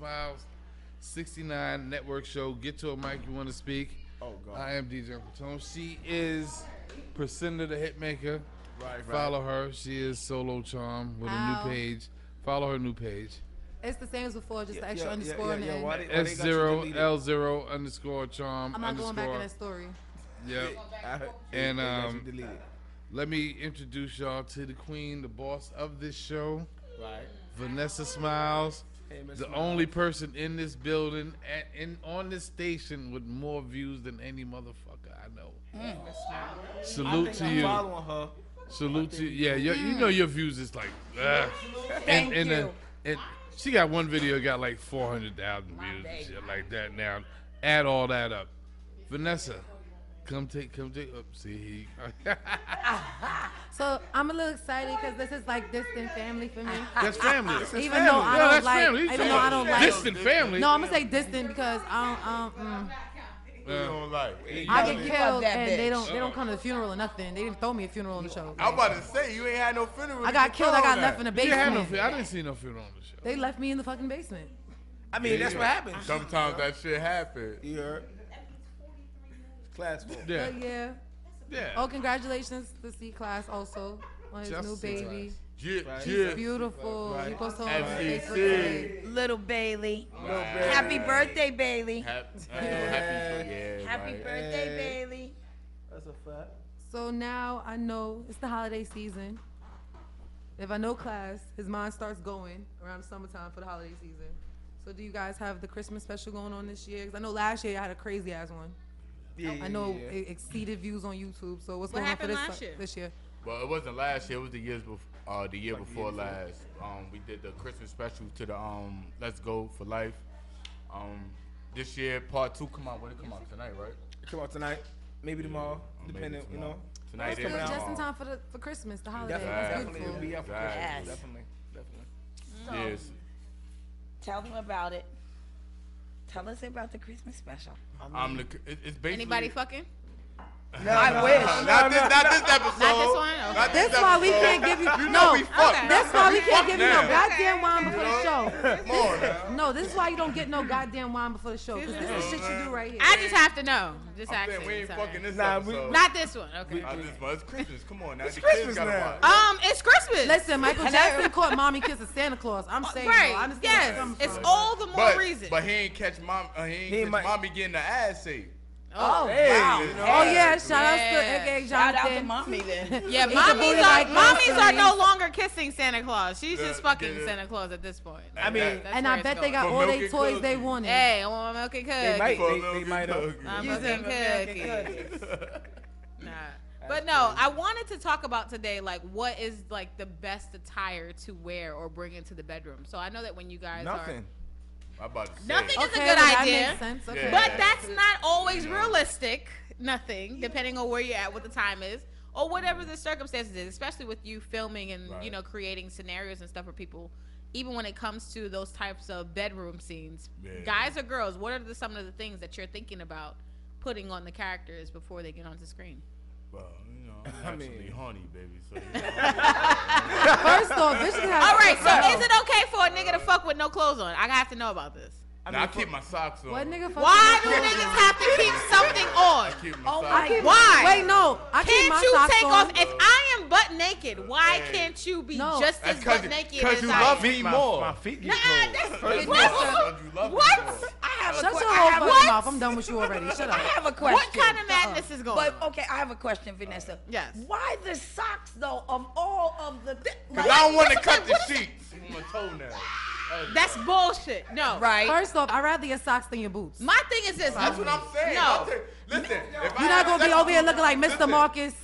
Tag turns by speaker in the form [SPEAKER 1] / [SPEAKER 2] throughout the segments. [SPEAKER 1] Miles, 69 Network Show. Get to a mic you want to speak.
[SPEAKER 2] Oh, God.
[SPEAKER 1] I am DJ Uncle Tone. She is Priscinda the Hitmaker.
[SPEAKER 2] Right, right.
[SPEAKER 1] Follow her. She is Solo Charm with
[SPEAKER 3] How?
[SPEAKER 1] a new page. Follow her new page.
[SPEAKER 3] It's the same as before, just the extra
[SPEAKER 2] yeah,
[SPEAKER 3] underscore
[SPEAKER 2] yeah,
[SPEAKER 3] on the
[SPEAKER 2] yeah,
[SPEAKER 3] end.
[SPEAKER 2] why Oh, they- why
[SPEAKER 1] S
[SPEAKER 2] they got you
[SPEAKER 1] zero
[SPEAKER 2] deleted?
[SPEAKER 1] L zero underscore charm
[SPEAKER 3] I'm not
[SPEAKER 1] underscore.
[SPEAKER 3] going back in that story.
[SPEAKER 1] Yep.
[SPEAKER 2] I- they-
[SPEAKER 1] And,
[SPEAKER 2] they got you
[SPEAKER 1] um,
[SPEAKER 2] deleted.
[SPEAKER 1] Let me introduce y'all to the queen, the boss of this show,
[SPEAKER 2] Right.
[SPEAKER 1] Vanessa Smiles.
[SPEAKER 2] Hey, Miss
[SPEAKER 1] The
[SPEAKER 2] Smile.
[SPEAKER 1] only person in this building at, in on this station with more views than any motherfucker I know.
[SPEAKER 2] I
[SPEAKER 1] Salute
[SPEAKER 2] think
[SPEAKER 1] to
[SPEAKER 2] I'm
[SPEAKER 1] you.
[SPEAKER 2] following Hmm. her.
[SPEAKER 1] Salute to yeah. Your, You know your views is like. ugh.
[SPEAKER 3] Thank
[SPEAKER 1] and,
[SPEAKER 3] you.
[SPEAKER 1] and, and she got one video that got like 400,000 views and shit like that. Now, add all that up. Vanessa, come take, come take. Up, see, he,
[SPEAKER 3] so I'm a little excited because this is like distant family for me.
[SPEAKER 1] that's family. That's
[SPEAKER 3] Even
[SPEAKER 1] family.
[SPEAKER 3] though I
[SPEAKER 1] Yeah,
[SPEAKER 3] don't
[SPEAKER 1] that's
[SPEAKER 3] like-
[SPEAKER 1] family. He's talking
[SPEAKER 3] even though I
[SPEAKER 1] about
[SPEAKER 3] don't like-
[SPEAKER 1] distant family.
[SPEAKER 3] No, I'm gonna say distant because I don't. Um, mm.
[SPEAKER 1] Uh,
[SPEAKER 4] You don't like.
[SPEAKER 3] I get
[SPEAKER 5] Fuck
[SPEAKER 3] killed
[SPEAKER 5] that
[SPEAKER 3] and they
[SPEAKER 5] bitch.
[SPEAKER 3] don't. They don't come to the funeral or nothing. They didn't throw me a funeral on the show.
[SPEAKER 4] I'm about to say you ain't had no funeral.
[SPEAKER 3] I got
[SPEAKER 4] You
[SPEAKER 3] killed. I got
[SPEAKER 4] told
[SPEAKER 3] left in
[SPEAKER 4] that.
[SPEAKER 3] the
[SPEAKER 1] You didn't have no
[SPEAKER 3] basement.
[SPEAKER 1] funeral. I didn't see no funeral on the show.
[SPEAKER 3] They left me in the fucking basement.
[SPEAKER 2] I mean, that's what happens.
[SPEAKER 4] Sometimes that shit happens.
[SPEAKER 2] You heard? Class four.
[SPEAKER 1] Yeah,
[SPEAKER 3] But uh, yeah.
[SPEAKER 1] yeah.
[SPEAKER 3] Oh, congratulations to C Class also on his
[SPEAKER 1] Just
[SPEAKER 3] new
[SPEAKER 1] C-Class.
[SPEAKER 3] baby.
[SPEAKER 4] Yeah,
[SPEAKER 2] Right.
[SPEAKER 4] yeah.
[SPEAKER 3] Beautiful.
[SPEAKER 2] Right.
[SPEAKER 3] You posted on
[SPEAKER 4] FCC.
[SPEAKER 3] Facebook today.
[SPEAKER 5] Little Bailey.
[SPEAKER 2] Little baby.
[SPEAKER 5] Happy birthday, Bailey.
[SPEAKER 4] Happy, happy, yeah,
[SPEAKER 5] Happy
[SPEAKER 4] right.
[SPEAKER 5] birthday,
[SPEAKER 2] Hey.
[SPEAKER 5] Bailey.
[SPEAKER 2] That's a fact.
[SPEAKER 3] So now I know it's the holiday season. If I know class, his mind starts going around the summertime for the holiday season. So do you guys have the Christmas special going on this year? Because I know last year I had a crazy ass one.
[SPEAKER 2] Yeah,
[SPEAKER 3] I know
[SPEAKER 2] yeah.
[SPEAKER 3] it exceeded views on YouTube. So what's
[SPEAKER 5] What
[SPEAKER 3] going on for
[SPEAKER 5] happened
[SPEAKER 3] this
[SPEAKER 5] last year?
[SPEAKER 3] this year?
[SPEAKER 4] Well, it wasn't last year. It was the years before. Uh, the year
[SPEAKER 2] Like the year
[SPEAKER 4] before
[SPEAKER 2] before.
[SPEAKER 4] last. Um, we did the Christmas special to the um, Let's Go for Life. Um, this year part two come out. When it come out tonight, right?
[SPEAKER 2] Come out tonight. Maybe tomorrow.
[SPEAKER 4] Or maybe
[SPEAKER 2] Depending, you know.
[SPEAKER 4] tomorrow. Tonight
[SPEAKER 2] It's
[SPEAKER 4] is um,
[SPEAKER 2] coming
[SPEAKER 3] Good,
[SPEAKER 2] out.
[SPEAKER 3] just in time for the for Christmas, the holiday.
[SPEAKER 2] Definitely,
[SPEAKER 3] That's
[SPEAKER 4] Exactly.
[SPEAKER 2] definitely.
[SPEAKER 3] beautiful.
[SPEAKER 2] It'll be up for Christmas.
[SPEAKER 5] Yes.
[SPEAKER 2] Definitely. Definitely.
[SPEAKER 4] Yes.
[SPEAKER 5] Tell them about it. Tell us about the Christmas special.
[SPEAKER 4] I'm the. it- It's basically.
[SPEAKER 6] Anybody fucking?
[SPEAKER 5] I wish.
[SPEAKER 4] Not this. Not this episode.
[SPEAKER 6] Not this one? Okay.
[SPEAKER 4] Not this
[SPEAKER 3] That's why we
[SPEAKER 4] episode.
[SPEAKER 3] can't give you.
[SPEAKER 4] You know
[SPEAKER 3] no,
[SPEAKER 4] we fucked.
[SPEAKER 6] Okay.
[SPEAKER 3] that's why we can't give you no
[SPEAKER 4] now.
[SPEAKER 3] goddamn wine before the show.
[SPEAKER 4] Come on. now.
[SPEAKER 3] No, this is why you don't get no goddamn wine before the show. 'cause this is shit you do right here.
[SPEAKER 6] I just have to know. Just
[SPEAKER 4] I'm
[SPEAKER 6] asking.
[SPEAKER 4] saying we ain't
[SPEAKER 6] Sorry.
[SPEAKER 4] fucking this
[SPEAKER 2] Nah, we-
[SPEAKER 4] episode.
[SPEAKER 6] Not this one. Okay.
[SPEAKER 4] Not this one. It's Christmas. Come on now. It's the
[SPEAKER 2] Christmas
[SPEAKER 4] kids gotta
[SPEAKER 2] now.
[SPEAKER 4] watch.
[SPEAKER 6] Um, it's Christmas.
[SPEAKER 3] Listen, Michael Jackson caught mommy kissing Santa Claus. I'm saying,
[SPEAKER 6] Uh, right?
[SPEAKER 3] though, I understand where you're
[SPEAKER 6] yes,
[SPEAKER 3] coming
[SPEAKER 6] it's
[SPEAKER 3] from.
[SPEAKER 6] all the more
[SPEAKER 4] But,
[SPEAKER 6] reason.
[SPEAKER 4] but he ain't catch mom. Uh, he ain't
[SPEAKER 2] He
[SPEAKER 4] catch
[SPEAKER 2] might-
[SPEAKER 4] mommy getting the ass saved.
[SPEAKER 3] Oh,
[SPEAKER 2] Hey, you know.
[SPEAKER 3] oh yeah, shout out
[SPEAKER 6] Yeah.
[SPEAKER 3] to AKA
[SPEAKER 5] Shout out to
[SPEAKER 3] Jonathan.
[SPEAKER 5] mommy then.
[SPEAKER 6] yeah,
[SPEAKER 3] He's a bully
[SPEAKER 6] mommies are
[SPEAKER 3] like
[SPEAKER 6] mommies
[SPEAKER 3] Wilson.
[SPEAKER 6] are no longer kissing Santa Claus. She's
[SPEAKER 4] Yeah,
[SPEAKER 6] just fucking
[SPEAKER 4] yeah.
[SPEAKER 6] Santa Claus at this point.
[SPEAKER 4] I mean,
[SPEAKER 6] that's
[SPEAKER 3] And
[SPEAKER 6] where
[SPEAKER 3] I
[SPEAKER 6] it's
[SPEAKER 3] bet they
[SPEAKER 6] going.
[SPEAKER 3] got
[SPEAKER 4] For
[SPEAKER 3] all
[SPEAKER 4] milk
[SPEAKER 3] they
[SPEAKER 4] and
[SPEAKER 3] toys they
[SPEAKER 4] cookies.
[SPEAKER 3] wanted.
[SPEAKER 6] Hey, I want my milk and cookies.
[SPEAKER 2] They might.
[SPEAKER 4] For a
[SPEAKER 2] They,
[SPEAKER 4] little
[SPEAKER 2] they
[SPEAKER 4] bit
[SPEAKER 2] might have.
[SPEAKER 4] of-
[SPEAKER 6] My
[SPEAKER 5] Using
[SPEAKER 6] milk and
[SPEAKER 5] American
[SPEAKER 6] cookies.
[SPEAKER 5] cookies.
[SPEAKER 6] Um, Nah. But no, I wanted to talk about today, like what is like the best attire to wear or bring into the bedroom. So I know that when you guys are
[SPEAKER 2] Nothing.
[SPEAKER 4] I'm about to say.
[SPEAKER 6] Nothing is-
[SPEAKER 3] Okay,
[SPEAKER 6] a good
[SPEAKER 3] well, that
[SPEAKER 6] idea.
[SPEAKER 3] makes sense. Okay.
[SPEAKER 4] Yeah.
[SPEAKER 6] But that's not always realistic. Nothing, depending on where you're at, what the time is, or whatever the circumstances is. Especially with you filming and you
[SPEAKER 4] Right.
[SPEAKER 6] know creating scenarios and stuff for people. Even when it comes to those types of bedroom scenes,
[SPEAKER 4] Yeah.
[SPEAKER 6] guys or girls, what are the, some of the things that you're thinking about putting on the characters before they get onto screen?
[SPEAKER 4] Well, you know,
[SPEAKER 2] I
[SPEAKER 4] I'm naturally
[SPEAKER 2] mean-
[SPEAKER 4] horny, baby. So you know,
[SPEAKER 3] First off, bitch can have
[SPEAKER 6] All right,
[SPEAKER 3] sex.
[SPEAKER 6] so is it okay for a nigga to fuck with no clothes on? I have to know about this.
[SPEAKER 2] I
[SPEAKER 4] I,
[SPEAKER 2] mean,
[SPEAKER 4] I keep my socks on.
[SPEAKER 3] What nigga? fucking
[SPEAKER 6] Why do
[SPEAKER 3] with clothes
[SPEAKER 6] niggas
[SPEAKER 3] on?
[SPEAKER 6] have to keep something
[SPEAKER 4] I
[SPEAKER 6] on?
[SPEAKER 4] keep my
[SPEAKER 3] Oh
[SPEAKER 4] socks.
[SPEAKER 3] my.
[SPEAKER 4] on.
[SPEAKER 6] Why?
[SPEAKER 3] Wait, no. I keep my
[SPEAKER 6] Can't you
[SPEAKER 3] socks
[SPEAKER 6] take
[SPEAKER 3] on.
[SPEAKER 6] off? If I am butt naked, why
[SPEAKER 4] Hey.
[SPEAKER 6] can't you be
[SPEAKER 3] No.
[SPEAKER 6] just
[SPEAKER 4] That's
[SPEAKER 6] as
[SPEAKER 4] cause,
[SPEAKER 6] butt
[SPEAKER 4] you-
[SPEAKER 6] naked
[SPEAKER 4] cause
[SPEAKER 6] as
[SPEAKER 4] you
[SPEAKER 6] I
[SPEAKER 4] love
[SPEAKER 6] am?
[SPEAKER 4] me more.
[SPEAKER 2] My feet get
[SPEAKER 6] Nah,
[SPEAKER 2] cold.
[SPEAKER 6] that's
[SPEAKER 4] First of all,
[SPEAKER 6] what?
[SPEAKER 4] cause you love me
[SPEAKER 6] What?
[SPEAKER 4] more.
[SPEAKER 5] I have a
[SPEAKER 3] Shut
[SPEAKER 5] que-
[SPEAKER 3] your
[SPEAKER 5] I
[SPEAKER 3] whole
[SPEAKER 5] have a-
[SPEAKER 3] fucking
[SPEAKER 6] What?
[SPEAKER 3] mouth. I'm done with you already. Shut
[SPEAKER 5] I
[SPEAKER 3] up.
[SPEAKER 5] have a question.
[SPEAKER 6] What kind of madness is going
[SPEAKER 5] But
[SPEAKER 6] on?
[SPEAKER 5] okay, I have a question, Vanessa.
[SPEAKER 6] Yes.
[SPEAKER 5] Why the socks though? Of all of the, thi-
[SPEAKER 4] Cause I don't want to cut the sheets. My toenail.
[SPEAKER 6] That's bullshit. No.
[SPEAKER 5] right?
[SPEAKER 3] First off, I'd rather your socks than your boots.
[SPEAKER 6] My thing is this.
[SPEAKER 4] That's what I'm saying.
[SPEAKER 6] No.
[SPEAKER 4] I'll tell- Listen, if I
[SPEAKER 3] You're not
[SPEAKER 4] have
[SPEAKER 3] gonna be
[SPEAKER 4] sex
[SPEAKER 3] over here
[SPEAKER 4] with-
[SPEAKER 3] looking like Mr.
[SPEAKER 4] Listen,
[SPEAKER 3] Marcus.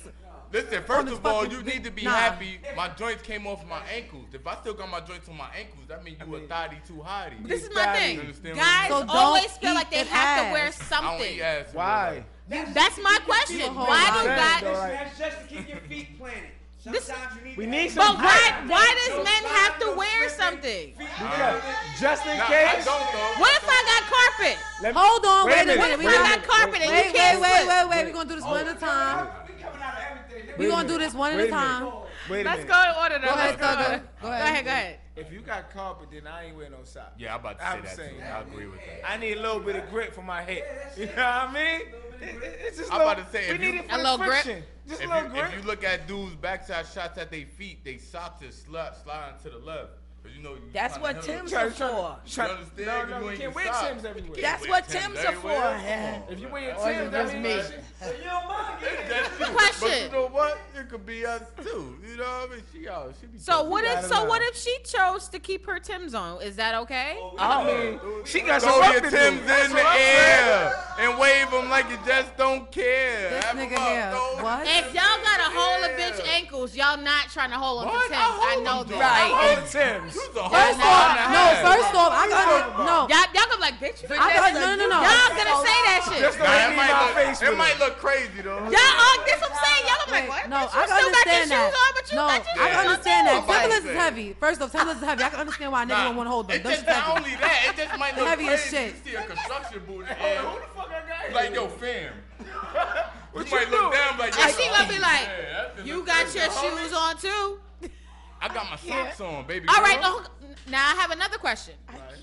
[SPEAKER 4] Listen,
[SPEAKER 3] on
[SPEAKER 4] first
[SPEAKER 3] his
[SPEAKER 4] of all,
[SPEAKER 3] fucking
[SPEAKER 4] you
[SPEAKER 3] dick.
[SPEAKER 4] need to be
[SPEAKER 3] Nah.
[SPEAKER 4] happy. My joints came off my ankles. If I still got my joints on my ankles, that means you a thotty too hottie.
[SPEAKER 6] This is my
[SPEAKER 2] You
[SPEAKER 6] thing.
[SPEAKER 4] understand what I'm
[SPEAKER 6] Guys
[SPEAKER 3] saying? So don't
[SPEAKER 6] always feel
[SPEAKER 3] eat
[SPEAKER 6] like they
[SPEAKER 3] an
[SPEAKER 6] have to
[SPEAKER 3] ass.
[SPEAKER 6] wear
[SPEAKER 4] I don't
[SPEAKER 6] something.
[SPEAKER 4] eat ass. in real
[SPEAKER 2] Why?
[SPEAKER 4] life.
[SPEAKER 6] That's my question.
[SPEAKER 3] whole
[SPEAKER 6] Why
[SPEAKER 3] lot
[SPEAKER 6] do
[SPEAKER 3] of
[SPEAKER 2] That's all
[SPEAKER 6] guys?
[SPEAKER 2] right.
[SPEAKER 7] That's just to keep your feet planted.
[SPEAKER 6] Oh, This-
[SPEAKER 7] Sometimes you need
[SPEAKER 2] We
[SPEAKER 7] to
[SPEAKER 2] need
[SPEAKER 7] have-
[SPEAKER 2] some
[SPEAKER 6] But why?
[SPEAKER 2] grip.
[SPEAKER 6] Why does
[SPEAKER 7] Don't
[SPEAKER 6] men
[SPEAKER 7] slide,
[SPEAKER 6] have to
[SPEAKER 7] don't
[SPEAKER 6] wear
[SPEAKER 7] slip in.
[SPEAKER 6] something?
[SPEAKER 2] Yeah. Just in
[SPEAKER 4] Nah, I
[SPEAKER 2] case.
[SPEAKER 4] don't though.
[SPEAKER 6] What if I got carpet?
[SPEAKER 2] Let me-
[SPEAKER 3] Hold on, wait a minute.
[SPEAKER 6] What if
[SPEAKER 3] We
[SPEAKER 6] I
[SPEAKER 3] got
[SPEAKER 6] got carpet and
[SPEAKER 3] Wait,
[SPEAKER 6] you
[SPEAKER 3] wait,
[SPEAKER 6] can't
[SPEAKER 3] wait,
[SPEAKER 6] slip?
[SPEAKER 3] wait, wait. We're gonna do this one at a time.
[SPEAKER 7] We coming out of everything.
[SPEAKER 3] We're gonna do this one at
[SPEAKER 2] Wait
[SPEAKER 3] a
[SPEAKER 2] a
[SPEAKER 3] time.
[SPEAKER 2] Wait a
[SPEAKER 6] Let's
[SPEAKER 2] minute.
[SPEAKER 6] go in order though.
[SPEAKER 3] ahead,
[SPEAKER 6] Let's go. in
[SPEAKER 3] Thugger.
[SPEAKER 6] order.
[SPEAKER 3] Go
[SPEAKER 6] Go
[SPEAKER 3] ahead.
[SPEAKER 6] ahead. Go ahead.
[SPEAKER 2] If you got carpet, then I ain't wearing no socks.
[SPEAKER 1] Yeah, I'm about to say
[SPEAKER 2] I'm
[SPEAKER 1] that
[SPEAKER 2] saying,
[SPEAKER 1] too. I agree with that.
[SPEAKER 2] I need a little bit of grip for my head. You know what I mean? It- it- It's just
[SPEAKER 1] I'm
[SPEAKER 2] little-
[SPEAKER 1] about to say,
[SPEAKER 2] we
[SPEAKER 1] if you-
[SPEAKER 2] need it for
[SPEAKER 6] A
[SPEAKER 2] the
[SPEAKER 6] little grip.
[SPEAKER 2] friction. Just
[SPEAKER 1] If
[SPEAKER 2] a little
[SPEAKER 1] you,
[SPEAKER 2] grip.
[SPEAKER 1] if you look at dudes' backside shots at their feet, they socks is slide, sliding to the left. 'Cause you know, you
[SPEAKER 5] That's
[SPEAKER 1] tryna
[SPEAKER 5] what
[SPEAKER 1] help.
[SPEAKER 5] Tim's
[SPEAKER 2] Try
[SPEAKER 5] are
[SPEAKER 2] to- try to-
[SPEAKER 5] for.
[SPEAKER 2] try
[SPEAKER 1] You
[SPEAKER 2] to-
[SPEAKER 1] understand?
[SPEAKER 2] No,
[SPEAKER 1] If you
[SPEAKER 2] no, you
[SPEAKER 1] ain't
[SPEAKER 2] can't
[SPEAKER 1] your
[SPEAKER 2] wear
[SPEAKER 1] sock,
[SPEAKER 2] Tim's
[SPEAKER 1] you
[SPEAKER 2] everywhere.
[SPEAKER 1] can't
[SPEAKER 5] That's
[SPEAKER 1] wear
[SPEAKER 5] what
[SPEAKER 1] Tim's
[SPEAKER 5] Tim's are
[SPEAKER 1] everywhere.
[SPEAKER 5] for.
[SPEAKER 1] Come on,
[SPEAKER 2] If you
[SPEAKER 1] man.
[SPEAKER 2] wear your
[SPEAKER 1] That's
[SPEAKER 2] Tim's, that
[SPEAKER 6] just
[SPEAKER 2] means-
[SPEAKER 6] me.
[SPEAKER 7] So you don't mind getting it.
[SPEAKER 1] you. But you
[SPEAKER 6] Question.
[SPEAKER 1] know what? It could be us too. You know what I mean? She out. She be.
[SPEAKER 6] So what
[SPEAKER 2] out
[SPEAKER 6] if
[SPEAKER 2] of
[SPEAKER 6] so
[SPEAKER 2] line.
[SPEAKER 6] what if she chose to keep her Tim's on? Is that okay?
[SPEAKER 2] I mean, she got some
[SPEAKER 1] Throw
[SPEAKER 2] work
[SPEAKER 1] your
[SPEAKER 2] to
[SPEAKER 1] Tim's
[SPEAKER 2] do.
[SPEAKER 1] in
[SPEAKER 2] That's
[SPEAKER 1] the
[SPEAKER 2] what I'm
[SPEAKER 1] air and wave them like you just don't care.
[SPEAKER 3] This
[SPEAKER 1] Have 'em
[SPEAKER 3] nigga
[SPEAKER 1] up.
[SPEAKER 3] here.
[SPEAKER 1] Throw 'em
[SPEAKER 3] What?
[SPEAKER 6] If y'all gotta hold a bitch
[SPEAKER 1] Yeah.
[SPEAKER 6] ankles, y'all not trying to hold on to
[SPEAKER 1] What?
[SPEAKER 6] Tim's.
[SPEAKER 1] I hold
[SPEAKER 6] I, know
[SPEAKER 1] them down.
[SPEAKER 5] Right.
[SPEAKER 6] that.
[SPEAKER 2] saying. All Tim's.
[SPEAKER 1] You's a
[SPEAKER 3] First
[SPEAKER 1] hoe and a
[SPEAKER 3] off, no.
[SPEAKER 1] half.
[SPEAKER 3] First off, I got no.
[SPEAKER 6] Y'all, y'all gonna be like, bitch, you
[SPEAKER 3] I got no,
[SPEAKER 5] Vanessa,
[SPEAKER 3] no,
[SPEAKER 5] you-
[SPEAKER 3] no.
[SPEAKER 6] Y'all gonna say that shit.
[SPEAKER 2] Just
[SPEAKER 1] Nah,
[SPEAKER 2] the way
[SPEAKER 1] it
[SPEAKER 2] he
[SPEAKER 1] might
[SPEAKER 2] my
[SPEAKER 1] look,
[SPEAKER 2] face
[SPEAKER 1] it
[SPEAKER 2] with
[SPEAKER 1] might look crazy though.
[SPEAKER 6] Y'all, oh, this what I'm saying. Y'all gonna be like,
[SPEAKER 3] Wait,
[SPEAKER 6] what?
[SPEAKER 3] no,
[SPEAKER 6] bitch,
[SPEAKER 3] I
[SPEAKER 6] you
[SPEAKER 3] can
[SPEAKER 6] still got your
[SPEAKER 3] understand
[SPEAKER 6] shoes on,
[SPEAKER 3] that.
[SPEAKER 6] but you
[SPEAKER 3] No, I
[SPEAKER 6] got your
[SPEAKER 1] Yeah.
[SPEAKER 3] can understand that.
[SPEAKER 1] Nobody
[SPEAKER 3] Timberlands is
[SPEAKER 1] said.
[SPEAKER 3] heavy. First off, Timberlands is heavy. I can understand why a nigga
[SPEAKER 1] Nah,
[SPEAKER 3] don't want to hold them.
[SPEAKER 1] It's
[SPEAKER 3] Them
[SPEAKER 1] just
[SPEAKER 3] shit heavy.
[SPEAKER 1] not only that, it just might look
[SPEAKER 3] Heavy as
[SPEAKER 1] crazy.
[SPEAKER 3] shit.
[SPEAKER 1] You see a construction boot and
[SPEAKER 2] Who the fuck I got here?
[SPEAKER 1] like yo fam.
[SPEAKER 2] What
[SPEAKER 1] you might
[SPEAKER 2] you
[SPEAKER 1] look
[SPEAKER 2] do?
[SPEAKER 1] down like yo,
[SPEAKER 6] And she gonna be like,
[SPEAKER 1] yeah, that shit
[SPEAKER 6] you
[SPEAKER 1] look
[SPEAKER 6] got
[SPEAKER 1] crazy,
[SPEAKER 6] your
[SPEAKER 1] homie."
[SPEAKER 6] shoes on too.
[SPEAKER 1] I got my socks on, baby.
[SPEAKER 6] All right,
[SPEAKER 1] girl.
[SPEAKER 6] no, now I have another question.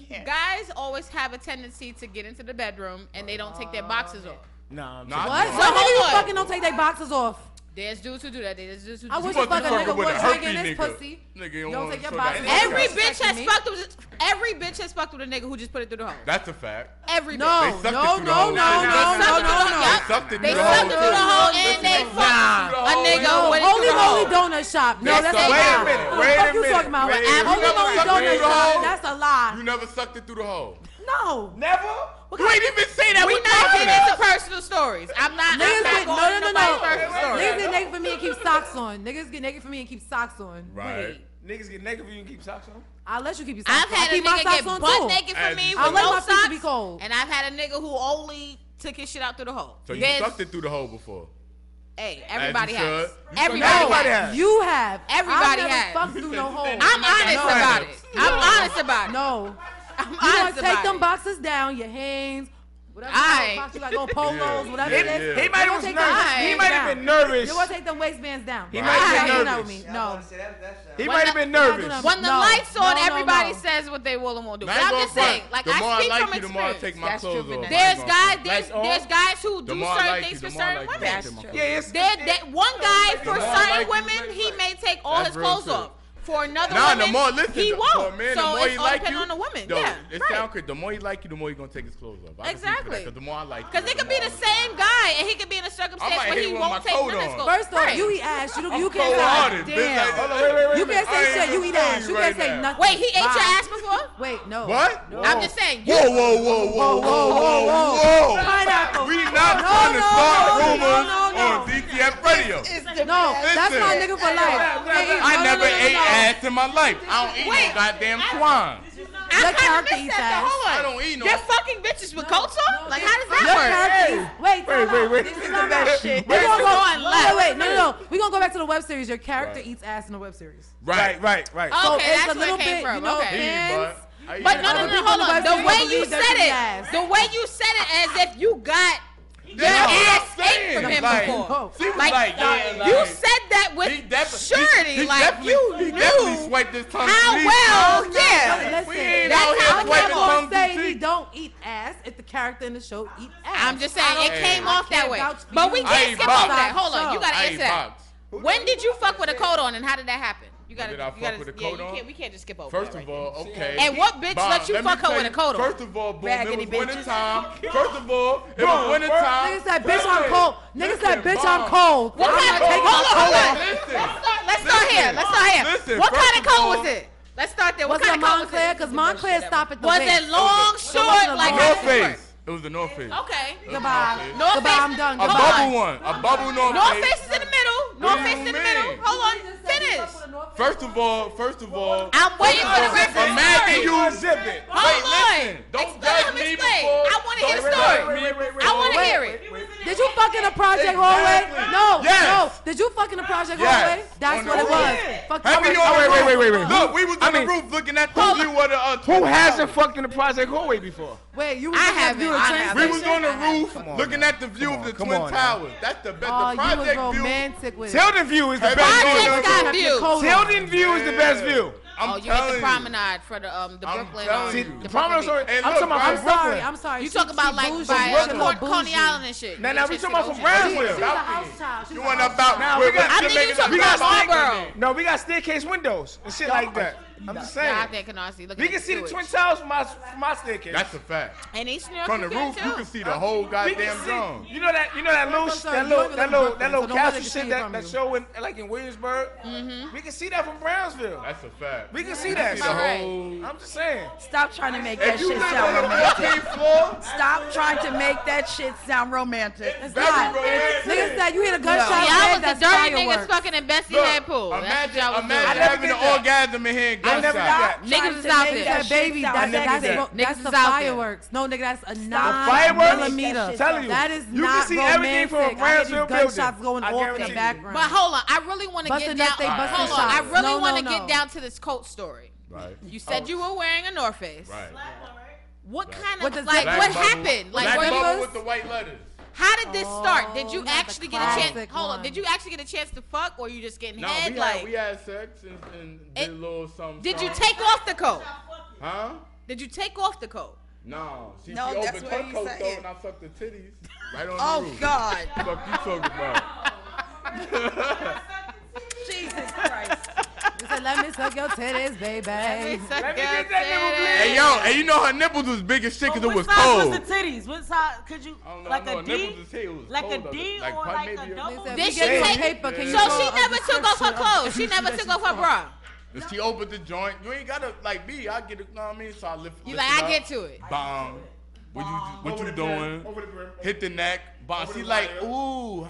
[SPEAKER 5] can't.
[SPEAKER 6] Guys always have a tendency to get into the bedroom and they don't take their boxes off.
[SPEAKER 2] Nah, I'm
[SPEAKER 1] Nah,
[SPEAKER 2] sorry.
[SPEAKER 3] What?
[SPEAKER 1] I know.
[SPEAKER 3] Some
[SPEAKER 6] hold
[SPEAKER 3] niggas you
[SPEAKER 6] on.
[SPEAKER 3] fucking don't take their boxes off.
[SPEAKER 6] There's dudes who do that. There's dudes who do
[SPEAKER 3] I wish
[SPEAKER 6] that.
[SPEAKER 3] the
[SPEAKER 1] supposed to
[SPEAKER 3] fuck a
[SPEAKER 1] fuck
[SPEAKER 3] nigga
[SPEAKER 1] with
[SPEAKER 3] would
[SPEAKER 1] a
[SPEAKER 3] drag in
[SPEAKER 1] herpes
[SPEAKER 3] his
[SPEAKER 1] nigga.
[SPEAKER 3] pussy.
[SPEAKER 1] Nigga, you
[SPEAKER 3] you
[SPEAKER 1] don't
[SPEAKER 3] don't
[SPEAKER 1] wanna
[SPEAKER 3] take your
[SPEAKER 1] show
[SPEAKER 3] boxes
[SPEAKER 1] that.
[SPEAKER 3] off.
[SPEAKER 6] Every
[SPEAKER 1] That's
[SPEAKER 6] bitch has
[SPEAKER 3] me.
[SPEAKER 6] fucked with every bitch has fucked with a nigga who just put it through the hole.
[SPEAKER 1] That's a fact.
[SPEAKER 6] Every
[SPEAKER 3] No,
[SPEAKER 6] bitch.
[SPEAKER 1] They sucked it
[SPEAKER 3] no,
[SPEAKER 1] through the
[SPEAKER 3] no, no,
[SPEAKER 1] hole.
[SPEAKER 3] no,
[SPEAKER 1] They sucked
[SPEAKER 3] no, no,
[SPEAKER 6] it through
[SPEAKER 3] no.
[SPEAKER 6] the- Yup.
[SPEAKER 1] Sucked it
[SPEAKER 6] They
[SPEAKER 1] through the
[SPEAKER 6] sucked it
[SPEAKER 1] hole.
[SPEAKER 6] through the hole and they
[SPEAKER 1] Nah.
[SPEAKER 6] fucked a nigga
[SPEAKER 3] No,
[SPEAKER 6] with it
[SPEAKER 3] only
[SPEAKER 6] through the
[SPEAKER 3] Lonely
[SPEAKER 6] hole.
[SPEAKER 3] Donut Shop. No,
[SPEAKER 6] Yes,
[SPEAKER 3] that's a lie.
[SPEAKER 6] they do. Wait a minute,
[SPEAKER 3] What
[SPEAKER 1] wait a
[SPEAKER 3] the fuck you
[SPEAKER 1] minute,
[SPEAKER 3] talking about?
[SPEAKER 1] wait a minute.
[SPEAKER 3] Only Lonely
[SPEAKER 1] Suck me
[SPEAKER 3] Donut
[SPEAKER 1] the hole.
[SPEAKER 3] Shop. That's a
[SPEAKER 1] You
[SPEAKER 3] lie.
[SPEAKER 1] never sucked it through the hole.
[SPEAKER 3] No.
[SPEAKER 2] Never?
[SPEAKER 1] You ain't even say that.
[SPEAKER 6] We
[SPEAKER 1] with
[SPEAKER 6] not getting
[SPEAKER 1] confidence.
[SPEAKER 6] into personal stories. I'm not.
[SPEAKER 3] Niggas
[SPEAKER 6] I'm
[SPEAKER 3] get no no
[SPEAKER 6] not going
[SPEAKER 3] no
[SPEAKER 6] into
[SPEAKER 3] no.
[SPEAKER 6] nobody's personal stories.
[SPEAKER 3] Niggas get naked for me and keep socks on. Niggas get naked for me and keep socks on.
[SPEAKER 1] Right.
[SPEAKER 3] Wait.
[SPEAKER 2] Niggas get naked if you can keep socks on.
[SPEAKER 3] I'll let you keep your socks
[SPEAKER 6] I've
[SPEAKER 3] on.
[SPEAKER 6] had
[SPEAKER 3] I
[SPEAKER 6] a
[SPEAKER 3] keep my
[SPEAKER 6] nigga
[SPEAKER 3] socks
[SPEAKER 6] get
[SPEAKER 3] on
[SPEAKER 6] butt
[SPEAKER 3] too.
[SPEAKER 6] naked
[SPEAKER 1] As
[SPEAKER 6] for me
[SPEAKER 1] you
[SPEAKER 6] with
[SPEAKER 1] said.
[SPEAKER 3] I
[SPEAKER 6] no
[SPEAKER 3] like my feet
[SPEAKER 6] socks,
[SPEAKER 3] to be cold.
[SPEAKER 6] and I've had a nigga who only took his shit out through the hole.
[SPEAKER 1] So you
[SPEAKER 6] There's-
[SPEAKER 1] sucked it through the hole before.
[SPEAKER 6] Hey, everybody
[SPEAKER 1] you
[SPEAKER 6] has.
[SPEAKER 1] should.
[SPEAKER 6] Everybody,
[SPEAKER 2] Everybody
[SPEAKER 6] has.
[SPEAKER 2] has.
[SPEAKER 3] You have.
[SPEAKER 6] Everybody
[SPEAKER 3] I've never
[SPEAKER 6] has.
[SPEAKER 3] fucked through no hole.
[SPEAKER 6] I'm honest
[SPEAKER 3] No.
[SPEAKER 6] about it. I'm honest about it.
[SPEAKER 3] No.
[SPEAKER 6] I'm
[SPEAKER 3] You gonna
[SPEAKER 6] honest about
[SPEAKER 3] take them
[SPEAKER 6] it.
[SPEAKER 3] boxes down, your hands, whatever
[SPEAKER 6] Aight.
[SPEAKER 3] box you got going, polos,
[SPEAKER 1] Yeah.
[SPEAKER 3] whatever
[SPEAKER 1] Yeah,
[SPEAKER 3] it is.
[SPEAKER 1] yeah.
[SPEAKER 2] He might
[SPEAKER 3] You
[SPEAKER 2] have
[SPEAKER 3] gonna
[SPEAKER 2] been
[SPEAKER 3] take them
[SPEAKER 6] nervous.
[SPEAKER 2] nervous.
[SPEAKER 6] He
[SPEAKER 2] He
[SPEAKER 3] boxes
[SPEAKER 2] might
[SPEAKER 3] down.
[SPEAKER 2] have been nervous.
[SPEAKER 3] You want to take them waistbands down?
[SPEAKER 2] He might have
[SPEAKER 6] Right.
[SPEAKER 2] been
[SPEAKER 3] Not with
[SPEAKER 2] nervous.
[SPEAKER 3] me.
[SPEAKER 7] Yeah, I
[SPEAKER 3] No.
[SPEAKER 7] wanna say that- that sound-
[SPEAKER 2] He might have been nervous.
[SPEAKER 3] What
[SPEAKER 6] When the
[SPEAKER 3] No.
[SPEAKER 6] lights
[SPEAKER 3] No,
[SPEAKER 6] on,
[SPEAKER 3] no,
[SPEAKER 6] everybody
[SPEAKER 3] no.
[SPEAKER 6] says what they will and won't do. But
[SPEAKER 1] I ain't
[SPEAKER 6] I'm
[SPEAKER 1] gonna
[SPEAKER 6] just saying,
[SPEAKER 1] front.
[SPEAKER 6] like
[SPEAKER 1] the more
[SPEAKER 6] I
[SPEAKER 1] I
[SPEAKER 6] speak
[SPEAKER 1] like
[SPEAKER 6] from
[SPEAKER 1] you, the more I
[SPEAKER 6] experience.
[SPEAKER 1] take my
[SPEAKER 5] That's true,
[SPEAKER 1] clothes off. I ain't
[SPEAKER 5] Vanessa.
[SPEAKER 6] There's
[SPEAKER 1] gonna front.
[SPEAKER 6] guys, there's,
[SPEAKER 2] Lights on.
[SPEAKER 6] there's guys who
[SPEAKER 1] The
[SPEAKER 6] do
[SPEAKER 1] more I
[SPEAKER 6] certain
[SPEAKER 1] like you,
[SPEAKER 6] things
[SPEAKER 1] the
[SPEAKER 6] for
[SPEAKER 1] more I
[SPEAKER 6] certain
[SPEAKER 1] like you.
[SPEAKER 6] women.
[SPEAKER 5] That's true.
[SPEAKER 2] Yeah, it's
[SPEAKER 6] There, that one guy
[SPEAKER 1] more
[SPEAKER 6] for certain
[SPEAKER 1] likely
[SPEAKER 6] women, he may take all
[SPEAKER 1] That's
[SPEAKER 6] his clothes
[SPEAKER 1] real too.
[SPEAKER 6] off. For another
[SPEAKER 1] Nah,
[SPEAKER 6] woman,
[SPEAKER 1] the more listen,
[SPEAKER 6] he
[SPEAKER 1] the- For
[SPEAKER 6] won't.
[SPEAKER 1] a man, the
[SPEAKER 6] so
[SPEAKER 1] more
[SPEAKER 6] it's
[SPEAKER 1] he
[SPEAKER 6] all
[SPEAKER 1] like
[SPEAKER 6] depending
[SPEAKER 1] you,
[SPEAKER 6] on the woman.
[SPEAKER 1] Yo,
[SPEAKER 6] yeah,
[SPEAKER 1] it
[SPEAKER 6] right.
[SPEAKER 1] sound crazy. The more he like you, the more he gonna take his clothes off. I
[SPEAKER 6] Exactly.
[SPEAKER 1] Because the more I like you,
[SPEAKER 6] Because
[SPEAKER 1] the
[SPEAKER 6] it could be
[SPEAKER 1] more
[SPEAKER 6] the
[SPEAKER 1] I-
[SPEAKER 6] same guy, and he could be in a circumstance
[SPEAKER 1] might
[SPEAKER 6] where
[SPEAKER 1] hit
[SPEAKER 6] he
[SPEAKER 1] it with my
[SPEAKER 6] won't take
[SPEAKER 1] coat
[SPEAKER 6] none of his
[SPEAKER 1] on.
[SPEAKER 6] clothes.
[SPEAKER 3] First off,
[SPEAKER 6] Right.
[SPEAKER 3] you eat ass. You,
[SPEAKER 1] I'm
[SPEAKER 3] you can't
[SPEAKER 1] cold-hearted,
[SPEAKER 3] say.
[SPEAKER 1] bitch. Like,
[SPEAKER 2] Hold on, wait, wait, wait.
[SPEAKER 3] You
[SPEAKER 1] I
[SPEAKER 3] can't say
[SPEAKER 1] ain't
[SPEAKER 3] shit. You
[SPEAKER 1] even
[SPEAKER 3] eat
[SPEAKER 1] feeling
[SPEAKER 3] ass. You
[SPEAKER 1] right
[SPEAKER 3] can't say
[SPEAKER 1] now.
[SPEAKER 3] nothing.
[SPEAKER 6] Wait, he ate your
[SPEAKER 3] Bye.
[SPEAKER 6] ass before?
[SPEAKER 3] Wait, no.
[SPEAKER 1] What?
[SPEAKER 6] I'm just saying. You,
[SPEAKER 1] Whoa, whoa, whoa, whoa, whoa, whoa, whoa,
[SPEAKER 3] Pineapple.
[SPEAKER 1] We not
[SPEAKER 3] No,
[SPEAKER 1] trying to
[SPEAKER 3] no,
[SPEAKER 1] start
[SPEAKER 3] no, no,
[SPEAKER 1] rumors
[SPEAKER 3] no, no.
[SPEAKER 1] on DTF Radio.
[SPEAKER 5] It's the
[SPEAKER 3] No,
[SPEAKER 5] best.
[SPEAKER 3] that's my
[SPEAKER 1] Listen.
[SPEAKER 3] nigga for life. Can't eat-
[SPEAKER 1] I
[SPEAKER 3] no, no,
[SPEAKER 1] never
[SPEAKER 3] no, no,
[SPEAKER 1] ate
[SPEAKER 3] no.
[SPEAKER 1] ass in my life. I don't eat
[SPEAKER 6] Wait.
[SPEAKER 1] no goddamn twine.
[SPEAKER 6] I
[SPEAKER 3] Your
[SPEAKER 6] kind
[SPEAKER 3] character
[SPEAKER 6] of
[SPEAKER 3] eats
[SPEAKER 6] missed that.
[SPEAKER 3] ass.
[SPEAKER 6] Though.
[SPEAKER 1] I
[SPEAKER 6] Hold on.
[SPEAKER 1] don't eat no.
[SPEAKER 6] They're fucking bitches with coats on?
[SPEAKER 3] No,
[SPEAKER 6] like,
[SPEAKER 3] no.
[SPEAKER 6] how does
[SPEAKER 3] Your
[SPEAKER 6] that work?
[SPEAKER 3] character eats-
[SPEAKER 2] Wait,
[SPEAKER 3] Wait, time
[SPEAKER 2] wait,
[SPEAKER 3] out.
[SPEAKER 2] wait.
[SPEAKER 3] This is
[SPEAKER 2] Look
[SPEAKER 3] not
[SPEAKER 2] at that
[SPEAKER 3] right.
[SPEAKER 5] shit.
[SPEAKER 3] We
[SPEAKER 6] That's
[SPEAKER 3] gonna
[SPEAKER 6] going
[SPEAKER 3] go-
[SPEAKER 6] left.
[SPEAKER 3] Wait, wait, no, no, no. We gonna go back to the web series. Your character eats ass in the web series.
[SPEAKER 1] Right,
[SPEAKER 2] Right, right, right.
[SPEAKER 6] Oh.
[SPEAKER 3] So
[SPEAKER 6] Okay,
[SPEAKER 3] it's
[SPEAKER 6] that's
[SPEAKER 3] a
[SPEAKER 6] where it
[SPEAKER 3] little
[SPEAKER 6] came
[SPEAKER 3] bit,
[SPEAKER 6] from.
[SPEAKER 3] you know,
[SPEAKER 6] Okay.
[SPEAKER 3] fans.
[SPEAKER 1] I eat
[SPEAKER 6] But no,
[SPEAKER 1] ass.
[SPEAKER 6] no,
[SPEAKER 3] Other
[SPEAKER 6] no,
[SPEAKER 3] people in
[SPEAKER 6] hold on.
[SPEAKER 3] the
[SPEAKER 6] The
[SPEAKER 3] West
[SPEAKER 6] way
[SPEAKER 3] End
[SPEAKER 6] you
[SPEAKER 3] believe that
[SPEAKER 6] said
[SPEAKER 3] you
[SPEAKER 6] it,
[SPEAKER 3] ass.
[SPEAKER 6] the way you said it, as if you got your
[SPEAKER 1] That's what I'm
[SPEAKER 6] ass ate from
[SPEAKER 1] saying.
[SPEAKER 6] him
[SPEAKER 1] Like,
[SPEAKER 3] Oh.
[SPEAKER 6] before. uh,
[SPEAKER 1] She was like, yeah, like,
[SPEAKER 6] you said that with
[SPEAKER 1] he defi-
[SPEAKER 6] surety,
[SPEAKER 1] he- he
[SPEAKER 6] like
[SPEAKER 1] definitely-
[SPEAKER 6] you
[SPEAKER 1] he
[SPEAKER 6] knew
[SPEAKER 1] definitely swiped his tongue.
[SPEAKER 6] how
[SPEAKER 1] to me.
[SPEAKER 6] well, yeah.
[SPEAKER 3] Listen,
[SPEAKER 1] We ain't
[SPEAKER 6] that's
[SPEAKER 1] out here
[SPEAKER 6] how
[SPEAKER 3] I'm not
[SPEAKER 1] swiping
[SPEAKER 3] gonna
[SPEAKER 1] tongue
[SPEAKER 3] say
[SPEAKER 1] to
[SPEAKER 3] he
[SPEAKER 1] cheek.
[SPEAKER 3] don't eat ass if the character in the show eat ass.
[SPEAKER 6] I'm just saying
[SPEAKER 3] I
[SPEAKER 6] it
[SPEAKER 3] don't-
[SPEAKER 6] came
[SPEAKER 3] I
[SPEAKER 6] off that
[SPEAKER 3] can't
[SPEAKER 6] way.
[SPEAKER 3] vouch for
[SPEAKER 6] But
[SPEAKER 3] you.
[SPEAKER 6] we
[SPEAKER 1] I
[SPEAKER 6] can't
[SPEAKER 1] ain't
[SPEAKER 6] skip over
[SPEAKER 1] box.
[SPEAKER 6] that. Hold on, you
[SPEAKER 3] So,
[SPEAKER 6] gotta
[SPEAKER 1] I ain't
[SPEAKER 6] answer that.
[SPEAKER 1] box.
[SPEAKER 6] When did you fuck with a coat on, and how did that happen? You gotta.
[SPEAKER 1] did I
[SPEAKER 6] you
[SPEAKER 1] fuck
[SPEAKER 6] gotta-
[SPEAKER 1] with a
[SPEAKER 6] yeah,
[SPEAKER 1] coat
[SPEAKER 6] you
[SPEAKER 1] on?
[SPEAKER 6] can't- We can't just skip over.
[SPEAKER 1] First
[SPEAKER 6] that
[SPEAKER 1] of
[SPEAKER 6] right
[SPEAKER 1] all, okay.
[SPEAKER 6] And what bitch
[SPEAKER 1] Bob,
[SPEAKER 6] let you
[SPEAKER 1] me
[SPEAKER 6] fuck her
[SPEAKER 1] tell
[SPEAKER 6] with
[SPEAKER 1] you,
[SPEAKER 6] a coat on?
[SPEAKER 1] First of all, boom, it was
[SPEAKER 5] Raggedy bitches.
[SPEAKER 1] winter time. First of all, it was
[SPEAKER 2] Boom,
[SPEAKER 1] winter
[SPEAKER 2] boom.
[SPEAKER 1] time.
[SPEAKER 3] Nigga said, bitch, I'm
[SPEAKER 1] Listen,
[SPEAKER 3] cold. Nigga
[SPEAKER 1] listen,
[SPEAKER 3] said, bitch, I'm
[SPEAKER 1] Bob.
[SPEAKER 3] cold.
[SPEAKER 6] What
[SPEAKER 3] I'm
[SPEAKER 6] kind
[SPEAKER 3] not
[SPEAKER 6] of
[SPEAKER 3] taking
[SPEAKER 6] coat? Hold
[SPEAKER 3] my coat
[SPEAKER 6] on, hold
[SPEAKER 3] off.
[SPEAKER 6] on.
[SPEAKER 1] Listen.
[SPEAKER 6] Let's start, let's start here.
[SPEAKER 1] Listen.
[SPEAKER 6] Let's start here.
[SPEAKER 1] Listen,
[SPEAKER 6] what
[SPEAKER 1] first
[SPEAKER 6] kind
[SPEAKER 1] of
[SPEAKER 6] of coat
[SPEAKER 1] all-
[SPEAKER 6] was it? Let's start there. What
[SPEAKER 3] Was it
[SPEAKER 6] kind of coat was
[SPEAKER 3] Montclair?
[SPEAKER 6] it?
[SPEAKER 3] Because Montclair stopped at the
[SPEAKER 6] Was
[SPEAKER 3] waist.
[SPEAKER 6] it long, short, like
[SPEAKER 1] North
[SPEAKER 6] how did it
[SPEAKER 1] Face. It was the North Face.
[SPEAKER 6] work? Okay.
[SPEAKER 3] Goodbye.
[SPEAKER 6] North
[SPEAKER 3] Goodbye,
[SPEAKER 6] Face-
[SPEAKER 3] I'm done.
[SPEAKER 1] A
[SPEAKER 6] Come
[SPEAKER 3] Goodbye.
[SPEAKER 1] bubble one. A bubble North,
[SPEAKER 6] North
[SPEAKER 1] Face.
[SPEAKER 6] Face is in the middle. North
[SPEAKER 1] do
[SPEAKER 6] Face
[SPEAKER 1] you
[SPEAKER 6] in the middle.
[SPEAKER 1] mean?
[SPEAKER 6] Hold on. Finish.
[SPEAKER 1] First of all, first of all,
[SPEAKER 6] I'm waiting for the rest of the
[SPEAKER 1] Imagine
[SPEAKER 6] story.
[SPEAKER 1] you-
[SPEAKER 2] unzip it.
[SPEAKER 6] Hold on.
[SPEAKER 1] listen. Don't
[SPEAKER 6] Explain,
[SPEAKER 1] judge me
[SPEAKER 6] explain.
[SPEAKER 1] before.
[SPEAKER 6] I want to hear the
[SPEAKER 1] Don't
[SPEAKER 6] story.
[SPEAKER 1] judge me
[SPEAKER 6] I want to
[SPEAKER 3] Wait.
[SPEAKER 6] hear it.
[SPEAKER 3] Did you fuck in a project
[SPEAKER 1] Exactly.
[SPEAKER 3] hallway? No,
[SPEAKER 1] Yes.
[SPEAKER 3] no. Did you fuck in a project
[SPEAKER 1] Yes.
[SPEAKER 3] hallway? That's
[SPEAKER 1] On
[SPEAKER 3] what
[SPEAKER 1] the
[SPEAKER 3] it
[SPEAKER 1] roof.
[SPEAKER 3] was. Fuck
[SPEAKER 1] Have
[SPEAKER 3] the
[SPEAKER 1] you
[SPEAKER 3] roof.
[SPEAKER 1] already?
[SPEAKER 2] Wait, wait, wait, wait.
[SPEAKER 1] Look, we was on
[SPEAKER 2] I
[SPEAKER 1] the
[SPEAKER 2] mean-
[SPEAKER 1] roof looking at the view of the. Uh,
[SPEAKER 2] Who hasn't fucked in the Project Hallway before?
[SPEAKER 3] Wait, you was
[SPEAKER 6] I
[SPEAKER 3] looking at
[SPEAKER 6] haven't.
[SPEAKER 3] you at
[SPEAKER 6] I
[SPEAKER 3] train
[SPEAKER 6] haven't.
[SPEAKER 1] We
[SPEAKER 3] station?
[SPEAKER 1] was on the roof
[SPEAKER 2] Come on
[SPEAKER 1] looking
[SPEAKER 2] now.
[SPEAKER 1] at the view
[SPEAKER 2] Come
[SPEAKER 1] of the
[SPEAKER 2] on, come
[SPEAKER 1] Twin
[SPEAKER 2] on now.
[SPEAKER 1] Towers. That's the best.
[SPEAKER 3] Oh,
[SPEAKER 1] the
[SPEAKER 3] you was
[SPEAKER 1] project view.
[SPEAKER 3] romantic with it.
[SPEAKER 2] Tilden View is the
[SPEAKER 1] Hey,
[SPEAKER 2] best
[SPEAKER 1] Project
[SPEAKER 2] view.
[SPEAKER 6] Projects
[SPEAKER 1] Got
[SPEAKER 6] got
[SPEAKER 3] Kept your
[SPEAKER 6] views.
[SPEAKER 3] coat on.
[SPEAKER 2] Tilden View is the best view.
[SPEAKER 1] I'm
[SPEAKER 6] oh, you at the
[SPEAKER 1] telling you.
[SPEAKER 6] promenade for the um the
[SPEAKER 1] I'm
[SPEAKER 6] Brooklyn.
[SPEAKER 1] telling
[SPEAKER 6] um,
[SPEAKER 1] you.
[SPEAKER 6] the
[SPEAKER 1] The
[SPEAKER 6] Brooklyn
[SPEAKER 2] promenade
[SPEAKER 6] Beach.
[SPEAKER 2] story. Hey,
[SPEAKER 3] I'm
[SPEAKER 2] look,
[SPEAKER 3] talking about
[SPEAKER 2] I'm
[SPEAKER 3] from Brooklyn.
[SPEAKER 2] Brooklyn.
[SPEAKER 3] I'm sorry.
[SPEAKER 6] You
[SPEAKER 3] She-
[SPEAKER 6] talk about
[SPEAKER 3] she
[SPEAKER 6] like
[SPEAKER 3] bougie.
[SPEAKER 6] by
[SPEAKER 3] She a
[SPEAKER 6] uh,
[SPEAKER 3] little
[SPEAKER 6] Corn- Coney
[SPEAKER 3] bougie.
[SPEAKER 6] Island and shit.
[SPEAKER 2] Now, now, we
[SPEAKER 6] Chicks
[SPEAKER 2] talking about
[SPEAKER 6] in
[SPEAKER 2] from
[SPEAKER 6] Ocean.
[SPEAKER 2] Brownsville.
[SPEAKER 3] She's a
[SPEAKER 2] Balcony.
[SPEAKER 3] house child. She's
[SPEAKER 1] You
[SPEAKER 3] a
[SPEAKER 1] want
[SPEAKER 3] house
[SPEAKER 1] about?
[SPEAKER 3] child.
[SPEAKER 2] Now, we got-
[SPEAKER 6] I think you talking
[SPEAKER 2] We
[SPEAKER 6] about
[SPEAKER 2] got
[SPEAKER 6] Marlboro.
[SPEAKER 2] No, we got staircase windows and shit like that. I'm just saying.
[SPEAKER 6] Yeah, I think can honestly look.
[SPEAKER 2] We
[SPEAKER 6] at
[SPEAKER 2] can see the
[SPEAKER 6] sewage.
[SPEAKER 2] Twin Towers from my, from my staircase.
[SPEAKER 1] That's a fact.
[SPEAKER 6] And East New York
[SPEAKER 1] From the roof,
[SPEAKER 6] too.
[SPEAKER 1] you can see the whole
[SPEAKER 2] We can
[SPEAKER 1] goddamn
[SPEAKER 2] see-
[SPEAKER 1] zone.
[SPEAKER 2] You know that you know that little
[SPEAKER 3] sorry,
[SPEAKER 2] that
[SPEAKER 3] you
[SPEAKER 2] little
[SPEAKER 3] live in
[SPEAKER 2] that little
[SPEAKER 3] Brooklyn,
[SPEAKER 2] that little
[SPEAKER 3] so don't let
[SPEAKER 2] castle
[SPEAKER 3] it
[SPEAKER 2] shit
[SPEAKER 3] shade
[SPEAKER 2] that,
[SPEAKER 3] from
[SPEAKER 2] that
[SPEAKER 3] you.
[SPEAKER 2] show in like in Williamsburg. We can see that from Brownsville.
[SPEAKER 1] That's a fact.
[SPEAKER 2] We can see
[SPEAKER 1] You
[SPEAKER 2] that
[SPEAKER 1] See
[SPEAKER 6] shit.
[SPEAKER 1] the
[SPEAKER 6] Right.
[SPEAKER 1] whole.
[SPEAKER 2] I'm just saying.
[SPEAKER 5] Stop trying to make that
[SPEAKER 1] If you
[SPEAKER 5] shit
[SPEAKER 1] live
[SPEAKER 5] sound
[SPEAKER 1] on the
[SPEAKER 5] romantic.
[SPEAKER 1] 14th floor,
[SPEAKER 5] Stop trying to make that shit sound romantic.
[SPEAKER 3] It's
[SPEAKER 1] That's
[SPEAKER 3] not.
[SPEAKER 1] romantic.
[SPEAKER 3] Nigga said you hit a gunshot.
[SPEAKER 6] Y'all
[SPEAKER 3] Yeah,
[SPEAKER 6] was the
[SPEAKER 3] that's
[SPEAKER 6] dirty
[SPEAKER 3] fireworks.
[SPEAKER 6] niggas fucking in Bessie
[SPEAKER 1] look,
[SPEAKER 6] Head pool. That's
[SPEAKER 1] Imagine,
[SPEAKER 6] what y'all was doing.
[SPEAKER 1] imagine
[SPEAKER 2] never
[SPEAKER 1] having
[SPEAKER 2] did
[SPEAKER 1] an
[SPEAKER 2] that.
[SPEAKER 1] orgasm and hearing
[SPEAKER 2] I never
[SPEAKER 1] gunshots.
[SPEAKER 2] did
[SPEAKER 5] Stop trying
[SPEAKER 6] Niggas is
[SPEAKER 5] to
[SPEAKER 6] out
[SPEAKER 5] make that
[SPEAKER 6] there.
[SPEAKER 3] That
[SPEAKER 5] shit
[SPEAKER 3] baby,
[SPEAKER 5] sound
[SPEAKER 3] that's, that's,
[SPEAKER 5] sexy.
[SPEAKER 3] that's,
[SPEAKER 6] Niggas is
[SPEAKER 3] the
[SPEAKER 6] out there.
[SPEAKER 3] fireworks. No, nigga, that's a nine
[SPEAKER 2] fireworks?
[SPEAKER 3] millimeter.
[SPEAKER 5] That
[SPEAKER 2] Telling you,
[SPEAKER 3] That is
[SPEAKER 2] you
[SPEAKER 3] not
[SPEAKER 2] can see
[SPEAKER 3] romantic.
[SPEAKER 2] everything from a
[SPEAKER 3] I hear
[SPEAKER 2] Brownsville
[SPEAKER 3] these gunshots
[SPEAKER 2] building.
[SPEAKER 3] going
[SPEAKER 2] I
[SPEAKER 3] off in
[SPEAKER 2] guarantee
[SPEAKER 3] the
[SPEAKER 2] you.
[SPEAKER 3] background.
[SPEAKER 6] But hold on, I really want to
[SPEAKER 3] Bust
[SPEAKER 6] get
[SPEAKER 3] the
[SPEAKER 6] down.
[SPEAKER 3] nuts, they bust
[SPEAKER 6] hold
[SPEAKER 1] the
[SPEAKER 6] on, I
[SPEAKER 1] shots.
[SPEAKER 6] really
[SPEAKER 3] No, no,
[SPEAKER 6] want to get
[SPEAKER 3] no.
[SPEAKER 6] down to this coat story.
[SPEAKER 1] Right.
[SPEAKER 6] You said you were wearing a North Face.
[SPEAKER 1] Oh. Right.
[SPEAKER 6] What kind of
[SPEAKER 3] What does
[SPEAKER 6] like
[SPEAKER 3] that-
[SPEAKER 6] what
[SPEAKER 1] bubble-
[SPEAKER 6] happened? Like
[SPEAKER 1] black
[SPEAKER 6] were you-
[SPEAKER 1] bubble
[SPEAKER 3] breakfast?
[SPEAKER 1] with the white letters.
[SPEAKER 6] how did this start?
[SPEAKER 3] Oh,
[SPEAKER 6] Did you
[SPEAKER 3] not the
[SPEAKER 6] actually get a chance?
[SPEAKER 3] classic
[SPEAKER 6] Hold on,
[SPEAKER 3] one.
[SPEAKER 6] did you actually get a chance to fuck, or you just getting
[SPEAKER 1] No,
[SPEAKER 6] head?
[SPEAKER 1] we
[SPEAKER 6] like,
[SPEAKER 1] had we had sex and, and did
[SPEAKER 6] It-
[SPEAKER 1] a little something.
[SPEAKER 6] did you
[SPEAKER 1] something.
[SPEAKER 6] take off the coat?
[SPEAKER 1] Huh?
[SPEAKER 6] Did you take off the coat?
[SPEAKER 1] No. She,
[SPEAKER 5] No,
[SPEAKER 1] she
[SPEAKER 5] that's
[SPEAKER 1] opened
[SPEAKER 5] what
[SPEAKER 1] her
[SPEAKER 5] he
[SPEAKER 1] coat
[SPEAKER 5] said.
[SPEAKER 1] though, and I sucked the titties right on the
[SPEAKER 5] Oh
[SPEAKER 1] roof.
[SPEAKER 5] God,
[SPEAKER 1] Fuck you talking about?
[SPEAKER 5] Jesus Christ!
[SPEAKER 3] He said, let me suck your titties, baby.
[SPEAKER 2] Let me get that nipple bleed.
[SPEAKER 1] Hey yo, and you know her nipples was big as shit 'cause
[SPEAKER 8] But
[SPEAKER 1] it was
[SPEAKER 8] what size
[SPEAKER 1] cold.
[SPEAKER 8] Was the titties? What size? Could you
[SPEAKER 1] I don't know, I
[SPEAKER 8] like
[SPEAKER 1] know
[SPEAKER 8] a
[SPEAKER 1] her
[SPEAKER 8] D?
[SPEAKER 1] nipples was here, it was
[SPEAKER 8] Like a
[SPEAKER 1] cold,
[SPEAKER 8] D
[SPEAKER 1] like
[SPEAKER 8] or
[SPEAKER 1] part-
[SPEAKER 8] like
[SPEAKER 1] maybe
[SPEAKER 8] a
[SPEAKER 1] a-
[SPEAKER 3] He
[SPEAKER 8] double?
[SPEAKER 3] said,
[SPEAKER 8] D?
[SPEAKER 3] we
[SPEAKER 6] Did she
[SPEAKER 3] gave you
[SPEAKER 6] take-
[SPEAKER 3] paper. Can you
[SPEAKER 6] So
[SPEAKER 3] draw
[SPEAKER 6] she
[SPEAKER 3] a
[SPEAKER 6] never took off her
[SPEAKER 3] description of
[SPEAKER 6] clothes.
[SPEAKER 3] the
[SPEAKER 6] She never
[SPEAKER 3] issue
[SPEAKER 6] took
[SPEAKER 3] that
[SPEAKER 6] off her
[SPEAKER 3] you
[SPEAKER 6] bra.
[SPEAKER 1] If she opened the joint, you ain't gotta like me. I get it. Know what I mean? So I lift.
[SPEAKER 6] You
[SPEAKER 1] lift
[SPEAKER 6] like,
[SPEAKER 1] it
[SPEAKER 6] I
[SPEAKER 1] up.
[SPEAKER 6] get to it.
[SPEAKER 1] Bomb. What you what
[SPEAKER 2] Over
[SPEAKER 1] you
[SPEAKER 2] the brim,
[SPEAKER 1] doing?
[SPEAKER 2] over the brim.
[SPEAKER 1] Hit the neck. Bomb.
[SPEAKER 2] Over
[SPEAKER 1] She
[SPEAKER 2] the
[SPEAKER 1] like,
[SPEAKER 2] wire.
[SPEAKER 1] ooh, uh,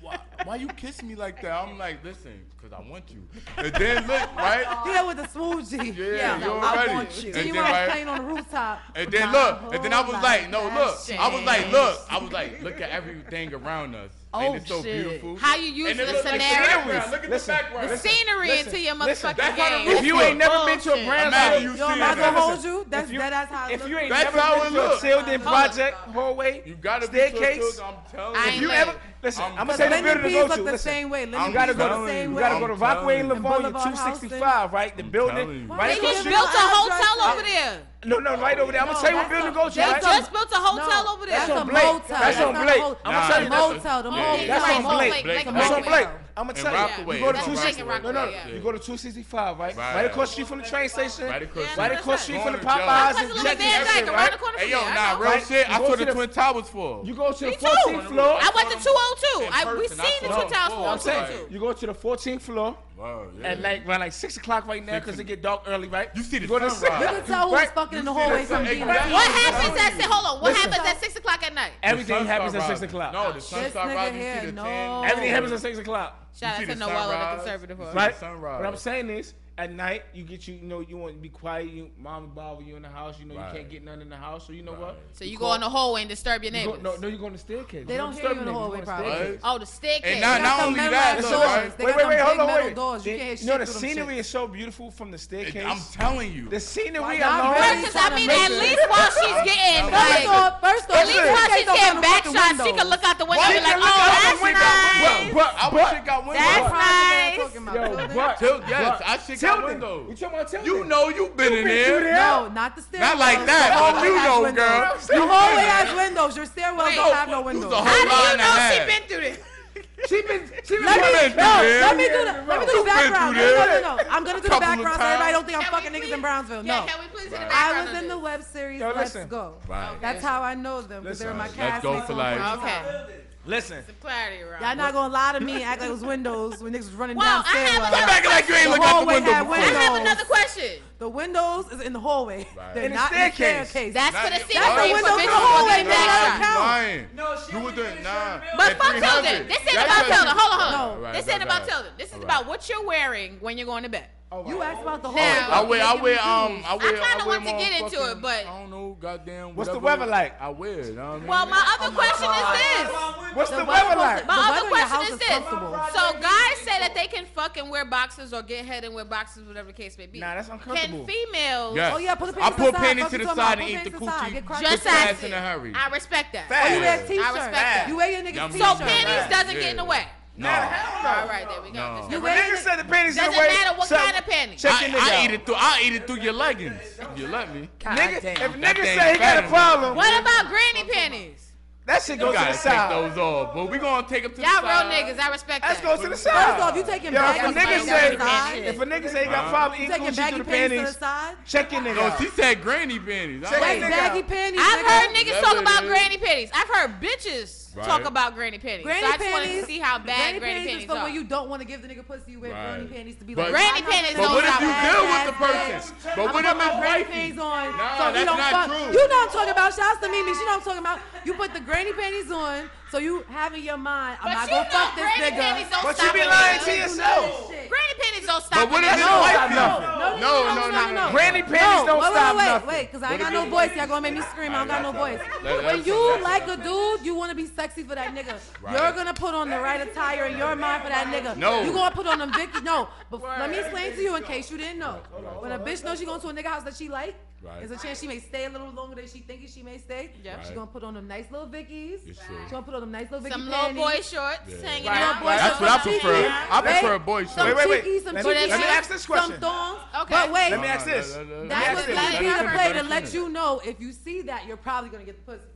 [SPEAKER 1] why, why you kissing me like that? I'm like, listen, cause I want you. And then look right.
[SPEAKER 3] Yeah, with the smooth G.
[SPEAKER 1] Yeah,
[SPEAKER 5] Yeah,
[SPEAKER 1] you
[SPEAKER 5] no, I
[SPEAKER 1] already.
[SPEAKER 5] want you.
[SPEAKER 1] And
[SPEAKER 3] Then you
[SPEAKER 1] then,
[SPEAKER 3] want
[SPEAKER 1] right-
[SPEAKER 3] to playing on the rooftop.
[SPEAKER 1] And then
[SPEAKER 3] My
[SPEAKER 1] look, and then I was
[SPEAKER 3] whole
[SPEAKER 1] like, no,
[SPEAKER 3] life
[SPEAKER 1] look.
[SPEAKER 3] has
[SPEAKER 1] I was like,
[SPEAKER 3] changed.
[SPEAKER 1] look. I was like, look at everything around us.
[SPEAKER 5] Oh,
[SPEAKER 1] Ain't it so
[SPEAKER 5] shit.
[SPEAKER 1] beautiful?
[SPEAKER 6] How you use
[SPEAKER 1] And it
[SPEAKER 6] the
[SPEAKER 1] look like the
[SPEAKER 6] scenario,
[SPEAKER 1] background. Look at
[SPEAKER 2] Listen,
[SPEAKER 1] the background.
[SPEAKER 6] the scenery into your motherfucking
[SPEAKER 1] that's how the
[SPEAKER 6] game.
[SPEAKER 1] roof-
[SPEAKER 2] If you ain't never been to a
[SPEAKER 6] Bullshit.
[SPEAKER 1] Imagine
[SPEAKER 2] Brownsville,
[SPEAKER 1] you
[SPEAKER 3] Yo, am
[SPEAKER 1] seeing
[SPEAKER 3] I
[SPEAKER 1] that.
[SPEAKER 3] gonna hold you? That's
[SPEAKER 2] If you-
[SPEAKER 3] dead ass how it
[SPEAKER 2] If you
[SPEAKER 3] looks.
[SPEAKER 2] ain't
[SPEAKER 1] That's
[SPEAKER 2] never
[SPEAKER 1] how
[SPEAKER 2] been
[SPEAKER 1] it
[SPEAKER 2] to a
[SPEAKER 1] look.
[SPEAKER 2] sealed-in
[SPEAKER 6] Hold on.
[SPEAKER 2] project hallway,
[SPEAKER 1] You gotta Be
[SPEAKER 2] staircase.
[SPEAKER 1] to a I'm telling you.
[SPEAKER 6] I ain't
[SPEAKER 2] If you
[SPEAKER 6] Hey.
[SPEAKER 2] ever listen,
[SPEAKER 1] I'm
[SPEAKER 2] I'm gonna say
[SPEAKER 1] telling
[SPEAKER 2] the building
[SPEAKER 3] Lemon
[SPEAKER 2] to
[SPEAKER 3] peas
[SPEAKER 2] go
[SPEAKER 3] look
[SPEAKER 2] to.
[SPEAKER 3] the
[SPEAKER 2] Listen,
[SPEAKER 3] same way. Lemon
[SPEAKER 1] I'm
[SPEAKER 2] you gotta
[SPEAKER 3] peas look
[SPEAKER 1] telling
[SPEAKER 3] the same
[SPEAKER 2] go. You
[SPEAKER 3] way.
[SPEAKER 2] gotta go to
[SPEAKER 1] I'm
[SPEAKER 2] Rockaway
[SPEAKER 1] telling
[SPEAKER 2] and
[SPEAKER 1] you.
[SPEAKER 2] Livonia,
[SPEAKER 3] Boulevard
[SPEAKER 2] two sixty five,
[SPEAKER 3] Houston.
[SPEAKER 2] right? The
[SPEAKER 1] telling
[SPEAKER 2] building,
[SPEAKER 1] you.
[SPEAKER 3] Why
[SPEAKER 2] right
[SPEAKER 6] They
[SPEAKER 2] across
[SPEAKER 3] couldn't
[SPEAKER 2] the
[SPEAKER 6] just
[SPEAKER 3] you
[SPEAKER 2] street.
[SPEAKER 6] built a
[SPEAKER 3] address
[SPEAKER 6] hotel
[SPEAKER 3] it?
[SPEAKER 6] over there.
[SPEAKER 2] No, no, right over there. I'm gonna
[SPEAKER 3] No,
[SPEAKER 2] tell you what
[SPEAKER 3] that's
[SPEAKER 2] building to
[SPEAKER 3] a-
[SPEAKER 2] go to.
[SPEAKER 6] They
[SPEAKER 2] right?
[SPEAKER 6] just built a hotel
[SPEAKER 3] No,
[SPEAKER 6] over there.
[SPEAKER 3] That's
[SPEAKER 2] That's
[SPEAKER 3] a
[SPEAKER 2] on Blake.
[SPEAKER 3] motel.
[SPEAKER 2] That's on
[SPEAKER 3] not a
[SPEAKER 2] Blake.
[SPEAKER 3] ho-
[SPEAKER 1] Nah,
[SPEAKER 3] That's a
[SPEAKER 1] that's a-
[SPEAKER 3] motel. The
[SPEAKER 1] yeah,
[SPEAKER 3] motel.
[SPEAKER 1] that's
[SPEAKER 6] Right,
[SPEAKER 2] on
[SPEAKER 6] Blake,
[SPEAKER 2] Blake.
[SPEAKER 6] Blake,
[SPEAKER 2] That's on
[SPEAKER 6] Rockaway.
[SPEAKER 2] Blake. I'm gonna
[SPEAKER 1] And
[SPEAKER 2] tell you.
[SPEAKER 1] Rockaway.
[SPEAKER 2] You go to
[SPEAKER 6] That's
[SPEAKER 2] two
[SPEAKER 6] Blake
[SPEAKER 2] sixty.
[SPEAKER 6] and
[SPEAKER 2] No, no.
[SPEAKER 6] Rockaway, yeah.
[SPEAKER 2] You go to two sixty five, right?
[SPEAKER 1] Right.
[SPEAKER 2] Right across the street from the train station.
[SPEAKER 1] Right across,
[SPEAKER 6] Yeah,
[SPEAKER 2] Right
[SPEAKER 6] no,
[SPEAKER 2] across
[SPEAKER 6] that's
[SPEAKER 2] the street from the
[SPEAKER 1] right.
[SPEAKER 2] Popeyes
[SPEAKER 6] That's
[SPEAKER 2] and
[SPEAKER 6] the
[SPEAKER 2] Jack
[SPEAKER 6] Van Dyke
[SPEAKER 2] Jack,
[SPEAKER 6] around
[SPEAKER 2] right?
[SPEAKER 6] the corner
[SPEAKER 1] Hey
[SPEAKER 6] from
[SPEAKER 1] yo,
[SPEAKER 6] here, I
[SPEAKER 1] nah,
[SPEAKER 6] know.
[SPEAKER 1] real
[SPEAKER 2] Right.
[SPEAKER 1] shit. I
[SPEAKER 2] You go
[SPEAKER 1] saw
[SPEAKER 2] to
[SPEAKER 1] the
[SPEAKER 2] the-
[SPEAKER 1] Twin Towers for.
[SPEAKER 2] You go to the
[SPEAKER 6] Me too.
[SPEAKER 2] 14th floor.
[SPEAKER 6] I went to 202.
[SPEAKER 1] In
[SPEAKER 6] I- we
[SPEAKER 1] person, I
[SPEAKER 6] seen the
[SPEAKER 1] saw
[SPEAKER 6] Twin Towers
[SPEAKER 1] them.
[SPEAKER 6] floor.
[SPEAKER 2] I'm saying
[SPEAKER 1] Right.
[SPEAKER 2] you go to the 14th floor
[SPEAKER 1] Wow, yeah.
[SPEAKER 2] at like around like six o'clock right now because it get dark early, right?
[SPEAKER 1] You see the
[SPEAKER 2] go to
[SPEAKER 1] sunrise.
[SPEAKER 2] six-
[SPEAKER 3] You can tell who was
[SPEAKER 2] Right.
[SPEAKER 3] fucking in the
[SPEAKER 1] You see
[SPEAKER 3] hallway
[SPEAKER 1] that-
[SPEAKER 3] from
[SPEAKER 1] hey,
[SPEAKER 3] being
[SPEAKER 1] that-
[SPEAKER 3] like,
[SPEAKER 6] What happens at si- hold on? What happens at six o'clock at night?
[SPEAKER 2] Everything
[SPEAKER 1] sun
[SPEAKER 2] happens at
[SPEAKER 1] start
[SPEAKER 2] six
[SPEAKER 1] rising.
[SPEAKER 2] o'clock.
[SPEAKER 1] No, the
[SPEAKER 3] This
[SPEAKER 1] sun start
[SPEAKER 3] nigga
[SPEAKER 1] rising. You
[SPEAKER 3] here,
[SPEAKER 1] see the
[SPEAKER 3] no.
[SPEAKER 1] tan.
[SPEAKER 2] Everything
[SPEAKER 3] Oh.
[SPEAKER 2] happens at six o'clock,
[SPEAKER 6] Shout
[SPEAKER 1] see
[SPEAKER 6] out to
[SPEAKER 1] the
[SPEAKER 6] Noelle and the
[SPEAKER 1] sunrise?
[SPEAKER 6] conservative.
[SPEAKER 1] You see
[SPEAKER 6] Right.
[SPEAKER 2] right?
[SPEAKER 1] sunrise.
[SPEAKER 2] What I'm saying is, at night you get you, you know, you want to be quiet. You, mom bother you in the house. You know,
[SPEAKER 1] Right.
[SPEAKER 2] you can't get none in the house. So you know what?
[SPEAKER 6] So you go in the hallway and disturb your
[SPEAKER 2] You go,
[SPEAKER 6] neighbors.
[SPEAKER 2] no, no, you go on the staircase.
[SPEAKER 3] They
[SPEAKER 2] You
[SPEAKER 3] don't
[SPEAKER 2] go
[SPEAKER 3] hear you in the
[SPEAKER 2] staircase. go
[SPEAKER 3] hallway
[SPEAKER 2] on
[SPEAKER 3] probably.
[SPEAKER 1] What?
[SPEAKER 6] Oh, the staircase.
[SPEAKER 1] And not-
[SPEAKER 3] They
[SPEAKER 1] not
[SPEAKER 3] got
[SPEAKER 1] only
[SPEAKER 3] them
[SPEAKER 1] that,
[SPEAKER 3] memorized
[SPEAKER 1] look, right?
[SPEAKER 3] doors. They
[SPEAKER 2] wait, wait,
[SPEAKER 3] got them
[SPEAKER 2] wait,
[SPEAKER 3] big
[SPEAKER 2] hold on,
[SPEAKER 3] metal
[SPEAKER 2] wait.
[SPEAKER 3] doors. You
[SPEAKER 2] They-
[SPEAKER 3] can't
[SPEAKER 2] you know,
[SPEAKER 3] shit
[SPEAKER 2] the
[SPEAKER 3] through them
[SPEAKER 2] scenery
[SPEAKER 3] shit.
[SPEAKER 2] is so beautiful from the staircase.
[SPEAKER 1] I'm telling you.
[SPEAKER 2] the scenery
[SPEAKER 3] y'all
[SPEAKER 2] alone.
[SPEAKER 3] really
[SPEAKER 6] Versus, I mean, at least while she's getting
[SPEAKER 3] First
[SPEAKER 6] like,
[SPEAKER 3] off, first off,
[SPEAKER 6] at least while
[SPEAKER 3] they
[SPEAKER 6] she's
[SPEAKER 3] don't
[SPEAKER 6] getting
[SPEAKER 3] open
[SPEAKER 6] back
[SPEAKER 3] the
[SPEAKER 6] shots, she can
[SPEAKER 3] windows.
[SPEAKER 6] look out the window
[SPEAKER 1] Why
[SPEAKER 6] and
[SPEAKER 1] you
[SPEAKER 6] be like,
[SPEAKER 1] can look out the
[SPEAKER 6] oh,
[SPEAKER 1] window?
[SPEAKER 6] that's
[SPEAKER 1] But,
[SPEAKER 6] nice.
[SPEAKER 1] but, I wish
[SPEAKER 2] but-
[SPEAKER 1] it got windows.
[SPEAKER 6] That's
[SPEAKER 3] Private
[SPEAKER 6] nice.
[SPEAKER 3] man talking
[SPEAKER 2] Yo,
[SPEAKER 3] about building.
[SPEAKER 2] what?
[SPEAKER 1] Til- yes,
[SPEAKER 2] What?
[SPEAKER 1] I shit got
[SPEAKER 2] Tilden.
[SPEAKER 1] windows.
[SPEAKER 2] We talking about Tilden.
[SPEAKER 1] You know you been in
[SPEAKER 2] been through
[SPEAKER 1] here.
[SPEAKER 2] there.
[SPEAKER 3] No, not the stairwell.
[SPEAKER 1] Not like that,
[SPEAKER 3] The
[SPEAKER 1] but
[SPEAKER 3] hallway
[SPEAKER 1] you
[SPEAKER 3] has
[SPEAKER 1] know,
[SPEAKER 3] windows.
[SPEAKER 1] girl. You
[SPEAKER 3] The
[SPEAKER 1] know
[SPEAKER 3] hallway
[SPEAKER 1] that.
[SPEAKER 3] has windows. Your stairwell
[SPEAKER 6] Wait,
[SPEAKER 3] don't have no
[SPEAKER 1] you was
[SPEAKER 3] windows.
[SPEAKER 1] a
[SPEAKER 6] How
[SPEAKER 1] whole
[SPEAKER 6] do you
[SPEAKER 1] line
[SPEAKER 6] know she
[SPEAKER 1] ahead.
[SPEAKER 6] been through this?
[SPEAKER 2] She been, she been.
[SPEAKER 3] Let
[SPEAKER 1] You
[SPEAKER 3] me,
[SPEAKER 1] been
[SPEAKER 3] no,
[SPEAKER 1] through there.
[SPEAKER 3] let me do the, let me do
[SPEAKER 1] You been
[SPEAKER 3] the background.
[SPEAKER 1] through
[SPEAKER 3] No,
[SPEAKER 1] there.
[SPEAKER 3] no, no, no. I'm gonna do the
[SPEAKER 1] Couple of
[SPEAKER 3] background so everybody
[SPEAKER 1] times.
[SPEAKER 3] don't think I'm
[SPEAKER 6] Can
[SPEAKER 3] fucking
[SPEAKER 6] we
[SPEAKER 3] niggas
[SPEAKER 6] please-
[SPEAKER 3] in Brownsville.
[SPEAKER 6] Yeah,
[SPEAKER 3] No.
[SPEAKER 6] can we please hit the
[SPEAKER 3] I
[SPEAKER 6] background
[SPEAKER 3] was
[SPEAKER 6] on
[SPEAKER 3] in the
[SPEAKER 6] this?
[SPEAKER 3] web series
[SPEAKER 2] Yo,
[SPEAKER 3] Let's
[SPEAKER 2] listen.
[SPEAKER 3] Go.
[SPEAKER 1] Right.
[SPEAKER 3] That's how I know them because they were my
[SPEAKER 2] Listen,
[SPEAKER 3] castmates.
[SPEAKER 1] let's go for
[SPEAKER 3] on
[SPEAKER 1] life.
[SPEAKER 3] Prince
[SPEAKER 6] Okay.
[SPEAKER 3] Hall.
[SPEAKER 2] Listen.
[SPEAKER 6] Some clarity around.
[SPEAKER 3] Y'all not gonna lie to me and act like it was windows when niggas was running
[SPEAKER 6] Wow,
[SPEAKER 3] down
[SPEAKER 6] I have
[SPEAKER 3] stairwell.
[SPEAKER 6] another-
[SPEAKER 1] Come back like you ain't
[SPEAKER 3] The
[SPEAKER 1] look out the
[SPEAKER 3] hallway
[SPEAKER 1] window
[SPEAKER 3] had
[SPEAKER 1] before.
[SPEAKER 6] I have
[SPEAKER 3] windows.
[SPEAKER 6] another question.
[SPEAKER 3] The windows is in the hallway.
[SPEAKER 1] Right.
[SPEAKER 3] They're
[SPEAKER 2] In the
[SPEAKER 3] not in the
[SPEAKER 2] staircase.
[SPEAKER 3] staircase.
[SPEAKER 6] That's for
[SPEAKER 1] Not
[SPEAKER 6] the
[SPEAKER 1] yet.
[SPEAKER 6] scenery.
[SPEAKER 1] That's the
[SPEAKER 6] for
[SPEAKER 3] windows
[SPEAKER 6] big
[SPEAKER 3] in the
[SPEAKER 6] people
[SPEAKER 3] hallway,
[SPEAKER 6] getting
[SPEAKER 3] man.
[SPEAKER 6] back
[SPEAKER 3] That's
[SPEAKER 6] shots.
[SPEAKER 3] count.
[SPEAKER 1] Lying.
[SPEAKER 7] No, she
[SPEAKER 1] You
[SPEAKER 7] only
[SPEAKER 1] were doing
[SPEAKER 7] finished
[SPEAKER 1] nine.
[SPEAKER 7] her
[SPEAKER 6] But
[SPEAKER 1] At
[SPEAKER 6] fuck
[SPEAKER 1] 300.
[SPEAKER 6] Tilden. This ain't
[SPEAKER 1] That's
[SPEAKER 6] about
[SPEAKER 1] what-
[SPEAKER 6] Tilden. Hold on,
[SPEAKER 1] Right,
[SPEAKER 6] hold on.
[SPEAKER 1] right,
[SPEAKER 6] this
[SPEAKER 1] right,
[SPEAKER 6] ain't about
[SPEAKER 1] right.
[SPEAKER 6] Tilden. This is
[SPEAKER 1] Right.
[SPEAKER 6] about what you're wearing when you're going to bed.
[SPEAKER 3] You asked about the
[SPEAKER 6] Now-
[SPEAKER 3] hallway.
[SPEAKER 1] Oh, I wear, I
[SPEAKER 3] Making
[SPEAKER 1] wear,
[SPEAKER 3] me
[SPEAKER 1] um, I wear.
[SPEAKER 6] kinda
[SPEAKER 1] wear
[SPEAKER 6] want to get into
[SPEAKER 1] motherfucking-
[SPEAKER 6] it, but-
[SPEAKER 1] I don't know, goddamn.
[SPEAKER 2] What's the
[SPEAKER 1] whatever
[SPEAKER 2] weather like?
[SPEAKER 1] I wear. You know what I mean?
[SPEAKER 6] Well, my other question is this.
[SPEAKER 2] What's the,
[SPEAKER 3] The
[SPEAKER 2] weather
[SPEAKER 3] weather
[SPEAKER 2] like?
[SPEAKER 3] was-
[SPEAKER 6] My
[SPEAKER 3] The
[SPEAKER 6] other
[SPEAKER 3] weather in your
[SPEAKER 6] question is
[SPEAKER 3] house
[SPEAKER 6] this.
[SPEAKER 3] is comfortable.
[SPEAKER 6] So guys say that they can fuck and wear boxes or get head and wear boxes, whatever the case may be.
[SPEAKER 2] Nah, that's uncomfortable.
[SPEAKER 6] Can females
[SPEAKER 1] Yes.
[SPEAKER 3] Oh, yeah, put the
[SPEAKER 1] I
[SPEAKER 3] panties
[SPEAKER 1] put
[SPEAKER 3] aside.
[SPEAKER 1] panties
[SPEAKER 3] Fuck
[SPEAKER 1] to
[SPEAKER 3] you
[SPEAKER 1] the
[SPEAKER 3] talking
[SPEAKER 1] side
[SPEAKER 3] about.
[SPEAKER 1] and
[SPEAKER 3] Put
[SPEAKER 1] eat the
[SPEAKER 3] panties aside. Get
[SPEAKER 1] coochie.
[SPEAKER 3] crushed.
[SPEAKER 6] just
[SPEAKER 1] Put your
[SPEAKER 6] ask
[SPEAKER 1] ass in a hurry.
[SPEAKER 6] I respect that.
[SPEAKER 1] Fast.
[SPEAKER 3] Oh, you wear
[SPEAKER 1] I
[SPEAKER 3] t-shirts.
[SPEAKER 6] respect that.
[SPEAKER 3] You wear your nigga
[SPEAKER 1] Yummy.
[SPEAKER 6] So
[SPEAKER 3] t-shirt.
[SPEAKER 6] panties doesn't
[SPEAKER 1] Yeah.
[SPEAKER 6] get in the way.
[SPEAKER 1] No.
[SPEAKER 2] Nah, hell no.
[SPEAKER 6] All right, there we go.
[SPEAKER 1] No.
[SPEAKER 6] Just-
[SPEAKER 3] You
[SPEAKER 2] When
[SPEAKER 3] waiting-
[SPEAKER 2] niggas said the panties
[SPEAKER 6] Doesn't
[SPEAKER 2] in the way,
[SPEAKER 6] matter what
[SPEAKER 2] so-
[SPEAKER 6] kind of panties.
[SPEAKER 2] Check
[SPEAKER 1] I,
[SPEAKER 2] your nigga
[SPEAKER 1] I
[SPEAKER 2] out.
[SPEAKER 1] eat it through. I eat it through your leggings. if You let me.
[SPEAKER 5] God
[SPEAKER 2] Nigga,
[SPEAKER 5] damn.
[SPEAKER 2] if
[SPEAKER 1] That
[SPEAKER 2] niggas
[SPEAKER 1] thing
[SPEAKER 2] say he got a
[SPEAKER 1] fatter.
[SPEAKER 2] problem,
[SPEAKER 6] What about granny panties?
[SPEAKER 2] that shit
[SPEAKER 1] You
[SPEAKER 2] goes to
[SPEAKER 1] gotta
[SPEAKER 2] the
[SPEAKER 1] take
[SPEAKER 2] side.
[SPEAKER 1] those off, but we gonna take them to
[SPEAKER 6] Y'all
[SPEAKER 1] the
[SPEAKER 6] real
[SPEAKER 1] side.
[SPEAKER 6] niggas. I respect
[SPEAKER 2] That
[SPEAKER 6] that.
[SPEAKER 2] goes to the
[SPEAKER 3] First
[SPEAKER 2] side.
[SPEAKER 3] off, you taking
[SPEAKER 2] Yo, if
[SPEAKER 3] baggy
[SPEAKER 2] a nigga
[SPEAKER 3] panties
[SPEAKER 2] say,
[SPEAKER 3] to the side.
[SPEAKER 2] if a nigga say he got a problem,
[SPEAKER 3] You
[SPEAKER 2] eat
[SPEAKER 3] taking
[SPEAKER 2] Gucci through
[SPEAKER 3] baggy
[SPEAKER 2] the
[SPEAKER 3] panties
[SPEAKER 2] panties.
[SPEAKER 3] to the side.
[SPEAKER 2] Check your nigga
[SPEAKER 1] No, she
[SPEAKER 2] out.
[SPEAKER 1] said granny panties. I
[SPEAKER 2] Say
[SPEAKER 1] like
[SPEAKER 3] Wait,
[SPEAKER 2] nigga.
[SPEAKER 3] baggy panties.
[SPEAKER 6] I've
[SPEAKER 3] nigga.
[SPEAKER 6] heard niggas
[SPEAKER 1] That
[SPEAKER 6] talk
[SPEAKER 1] it
[SPEAKER 6] about
[SPEAKER 1] is.
[SPEAKER 6] granny panties. I've heard bitches
[SPEAKER 4] Right.
[SPEAKER 6] talk about granny panties.
[SPEAKER 3] Granny
[SPEAKER 6] so I just wanted
[SPEAKER 3] panties.
[SPEAKER 6] to see how bad granny,
[SPEAKER 3] is
[SPEAKER 6] panties,
[SPEAKER 3] for
[SPEAKER 6] are.
[SPEAKER 3] when you don't want to give the nigga pussy. You wear
[SPEAKER 4] Right.
[SPEAKER 3] granny panties to be
[SPEAKER 1] But-
[SPEAKER 3] like.
[SPEAKER 6] Granny
[SPEAKER 3] I'm not
[SPEAKER 6] panties
[SPEAKER 3] gonna
[SPEAKER 1] But what
[SPEAKER 3] put
[SPEAKER 1] if
[SPEAKER 6] Those
[SPEAKER 3] my
[SPEAKER 1] you
[SPEAKER 6] are
[SPEAKER 1] deal
[SPEAKER 3] bad
[SPEAKER 1] with the
[SPEAKER 3] ass
[SPEAKER 1] person? But
[SPEAKER 3] bitch.
[SPEAKER 1] what
[SPEAKER 3] I'ma
[SPEAKER 1] if
[SPEAKER 3] put my granny
[SPEAKER 1] it's
[SPEAKER 3] panties
[SPEAKER 1] wifey? Nah,
[SPEAKER 3] on? so you
[SPEAKER 1] that's
[SPEAKER 3] don't
[SPEAKER 1] not
[SPEAKER 3] fuck.
[SPEAKER 1] true.
[SPEAKER 3] You know what I'm talking about. Shouts to Mimi. She know what I'm talking about. You put the granny panties on, so you have in your mind, I'm
[SPEAKER 6] but
[SPEAKER 3] not
[SPEAKER 6] you
[SPEAKER 3] gonna
[SPEAKER 6] know
[SPEAKER 3] fuck this
[SPEAKER 6] granny panties
[SPEAKER 3] nigga.
[SPEAKER 6] don't
[SPEAKER 2] But you
[SPEAKER 6] stop
[SPEAKER 2] be
[SPEAKER 6] at
[SPEAKER 2] lying to
[SPEAKER 6] nothing.
[SPEAKER 2] yourself.
[SPEAKER 6] Granny panties don't stop.
[SPEAKER 1] But what if
[SPEAKER 6] at
[SPEAKER 1] it's wifey?
[SPEAKER 6] nothing.
[SPEAKER 2] nothing.
[SPEAKER 3] No, no,
[SPEAKER 1] No,
[SPEAKER 3] no,
[SPEAKER 1] no,
[SPEAKER 3] no, no, no.
[SPEAKER 1] no.
[SPEAKER 2] Granny panties
[SPEAKER 3] No,
[SPEAKER 2] don't
[SPEAKER 3] wait,
[SPEAKER 2] stop
[SPEAKER 3] wait, wait,
[SPEAKER 2] nothing.
[SPEAKER 3] wait, cause I ain't got no voice. Y'all gonna make me scream. I don't got no voice.
[SPEAKER 1] Let-
[SPEAKER 3] When
[SPEAKER 1] let's-
[SPEAKER 3] you
[SPEAKER 1] let's-
[SPEAKER 3] like a dude, you wanna be sexy for that nigga. You're gonna put on the right attire in your mind for that nigga.
[SPEAKER 1] No.
[SPEAKER 3] You gonna put on them Vicky. No, but let me explain to you in case you didn't know. When a bitch knows she going to a nigga house that she like,
[SPEAKER 1] Right.
[SPEAKER 3] there's a chance she may stay a little longer than she thinking she may stay.
[SPEAKER 6] Yeah.
[SPEAKER 3] She
[SPEAKER 1] Right.
[SPEAKER 3] gonna put on them nice little Vickies.
[SPEAKER 1] It's
[SPEAKER 3] She
[SPEAKER 1] true.
[SPEAKER 3] gonna put on them nice little Vicky
[SPEAKER 6] Some little
[SPEAKER 3] panties.
[SPEAKER 6] boy shorts hanging
[SPEAKER 3] Right.
[SPEAKER 6] out.
[SPEAKER 3] Little boy
[SPEAKER 1] That's what I
[SPEAKER 3] shorts.
[SPEAKER 1] prefer. I
[SPEAKER 3] Right?
[SPEAKER 1] prefer a boy shirt.
[SPEAKER 3] Some
[SPEAKER 2] Wait, wait, wait.
[SPEAKER 3] cheekies, some
[SPEAKER 2] Let me-
[SPEAKER 3] cheekies,
[SPEAKER 6] let me
[SPEAKER 2] ask this question.
[SPEAKER 3] Some thongs.
[SPEAKER 6] Okay.
[SPEAKER 3] But wait,
[SPEAKER 2] Let me ask this.
[SPEAKER 1] No, no, no, no.
[SPEAKER 3] that
[SPEAKER 2] Let
[SPEAKER 3] would
[SPEAKER 2] me ask
[SPEAKER 3] that
[SPEAKER 2] this.
[SPEAKER 3] be
[SPEAKER 6] Let
[SPEAKER 3] the
[SPEAKER 6] me
[SPEAKER 3] play
[SPEAKER 1] ask
[SPEAKER 3] to
[SPEAKER 1] this.
[SPEAKER 3] let you know if you see that you're probably gonna get the pussy.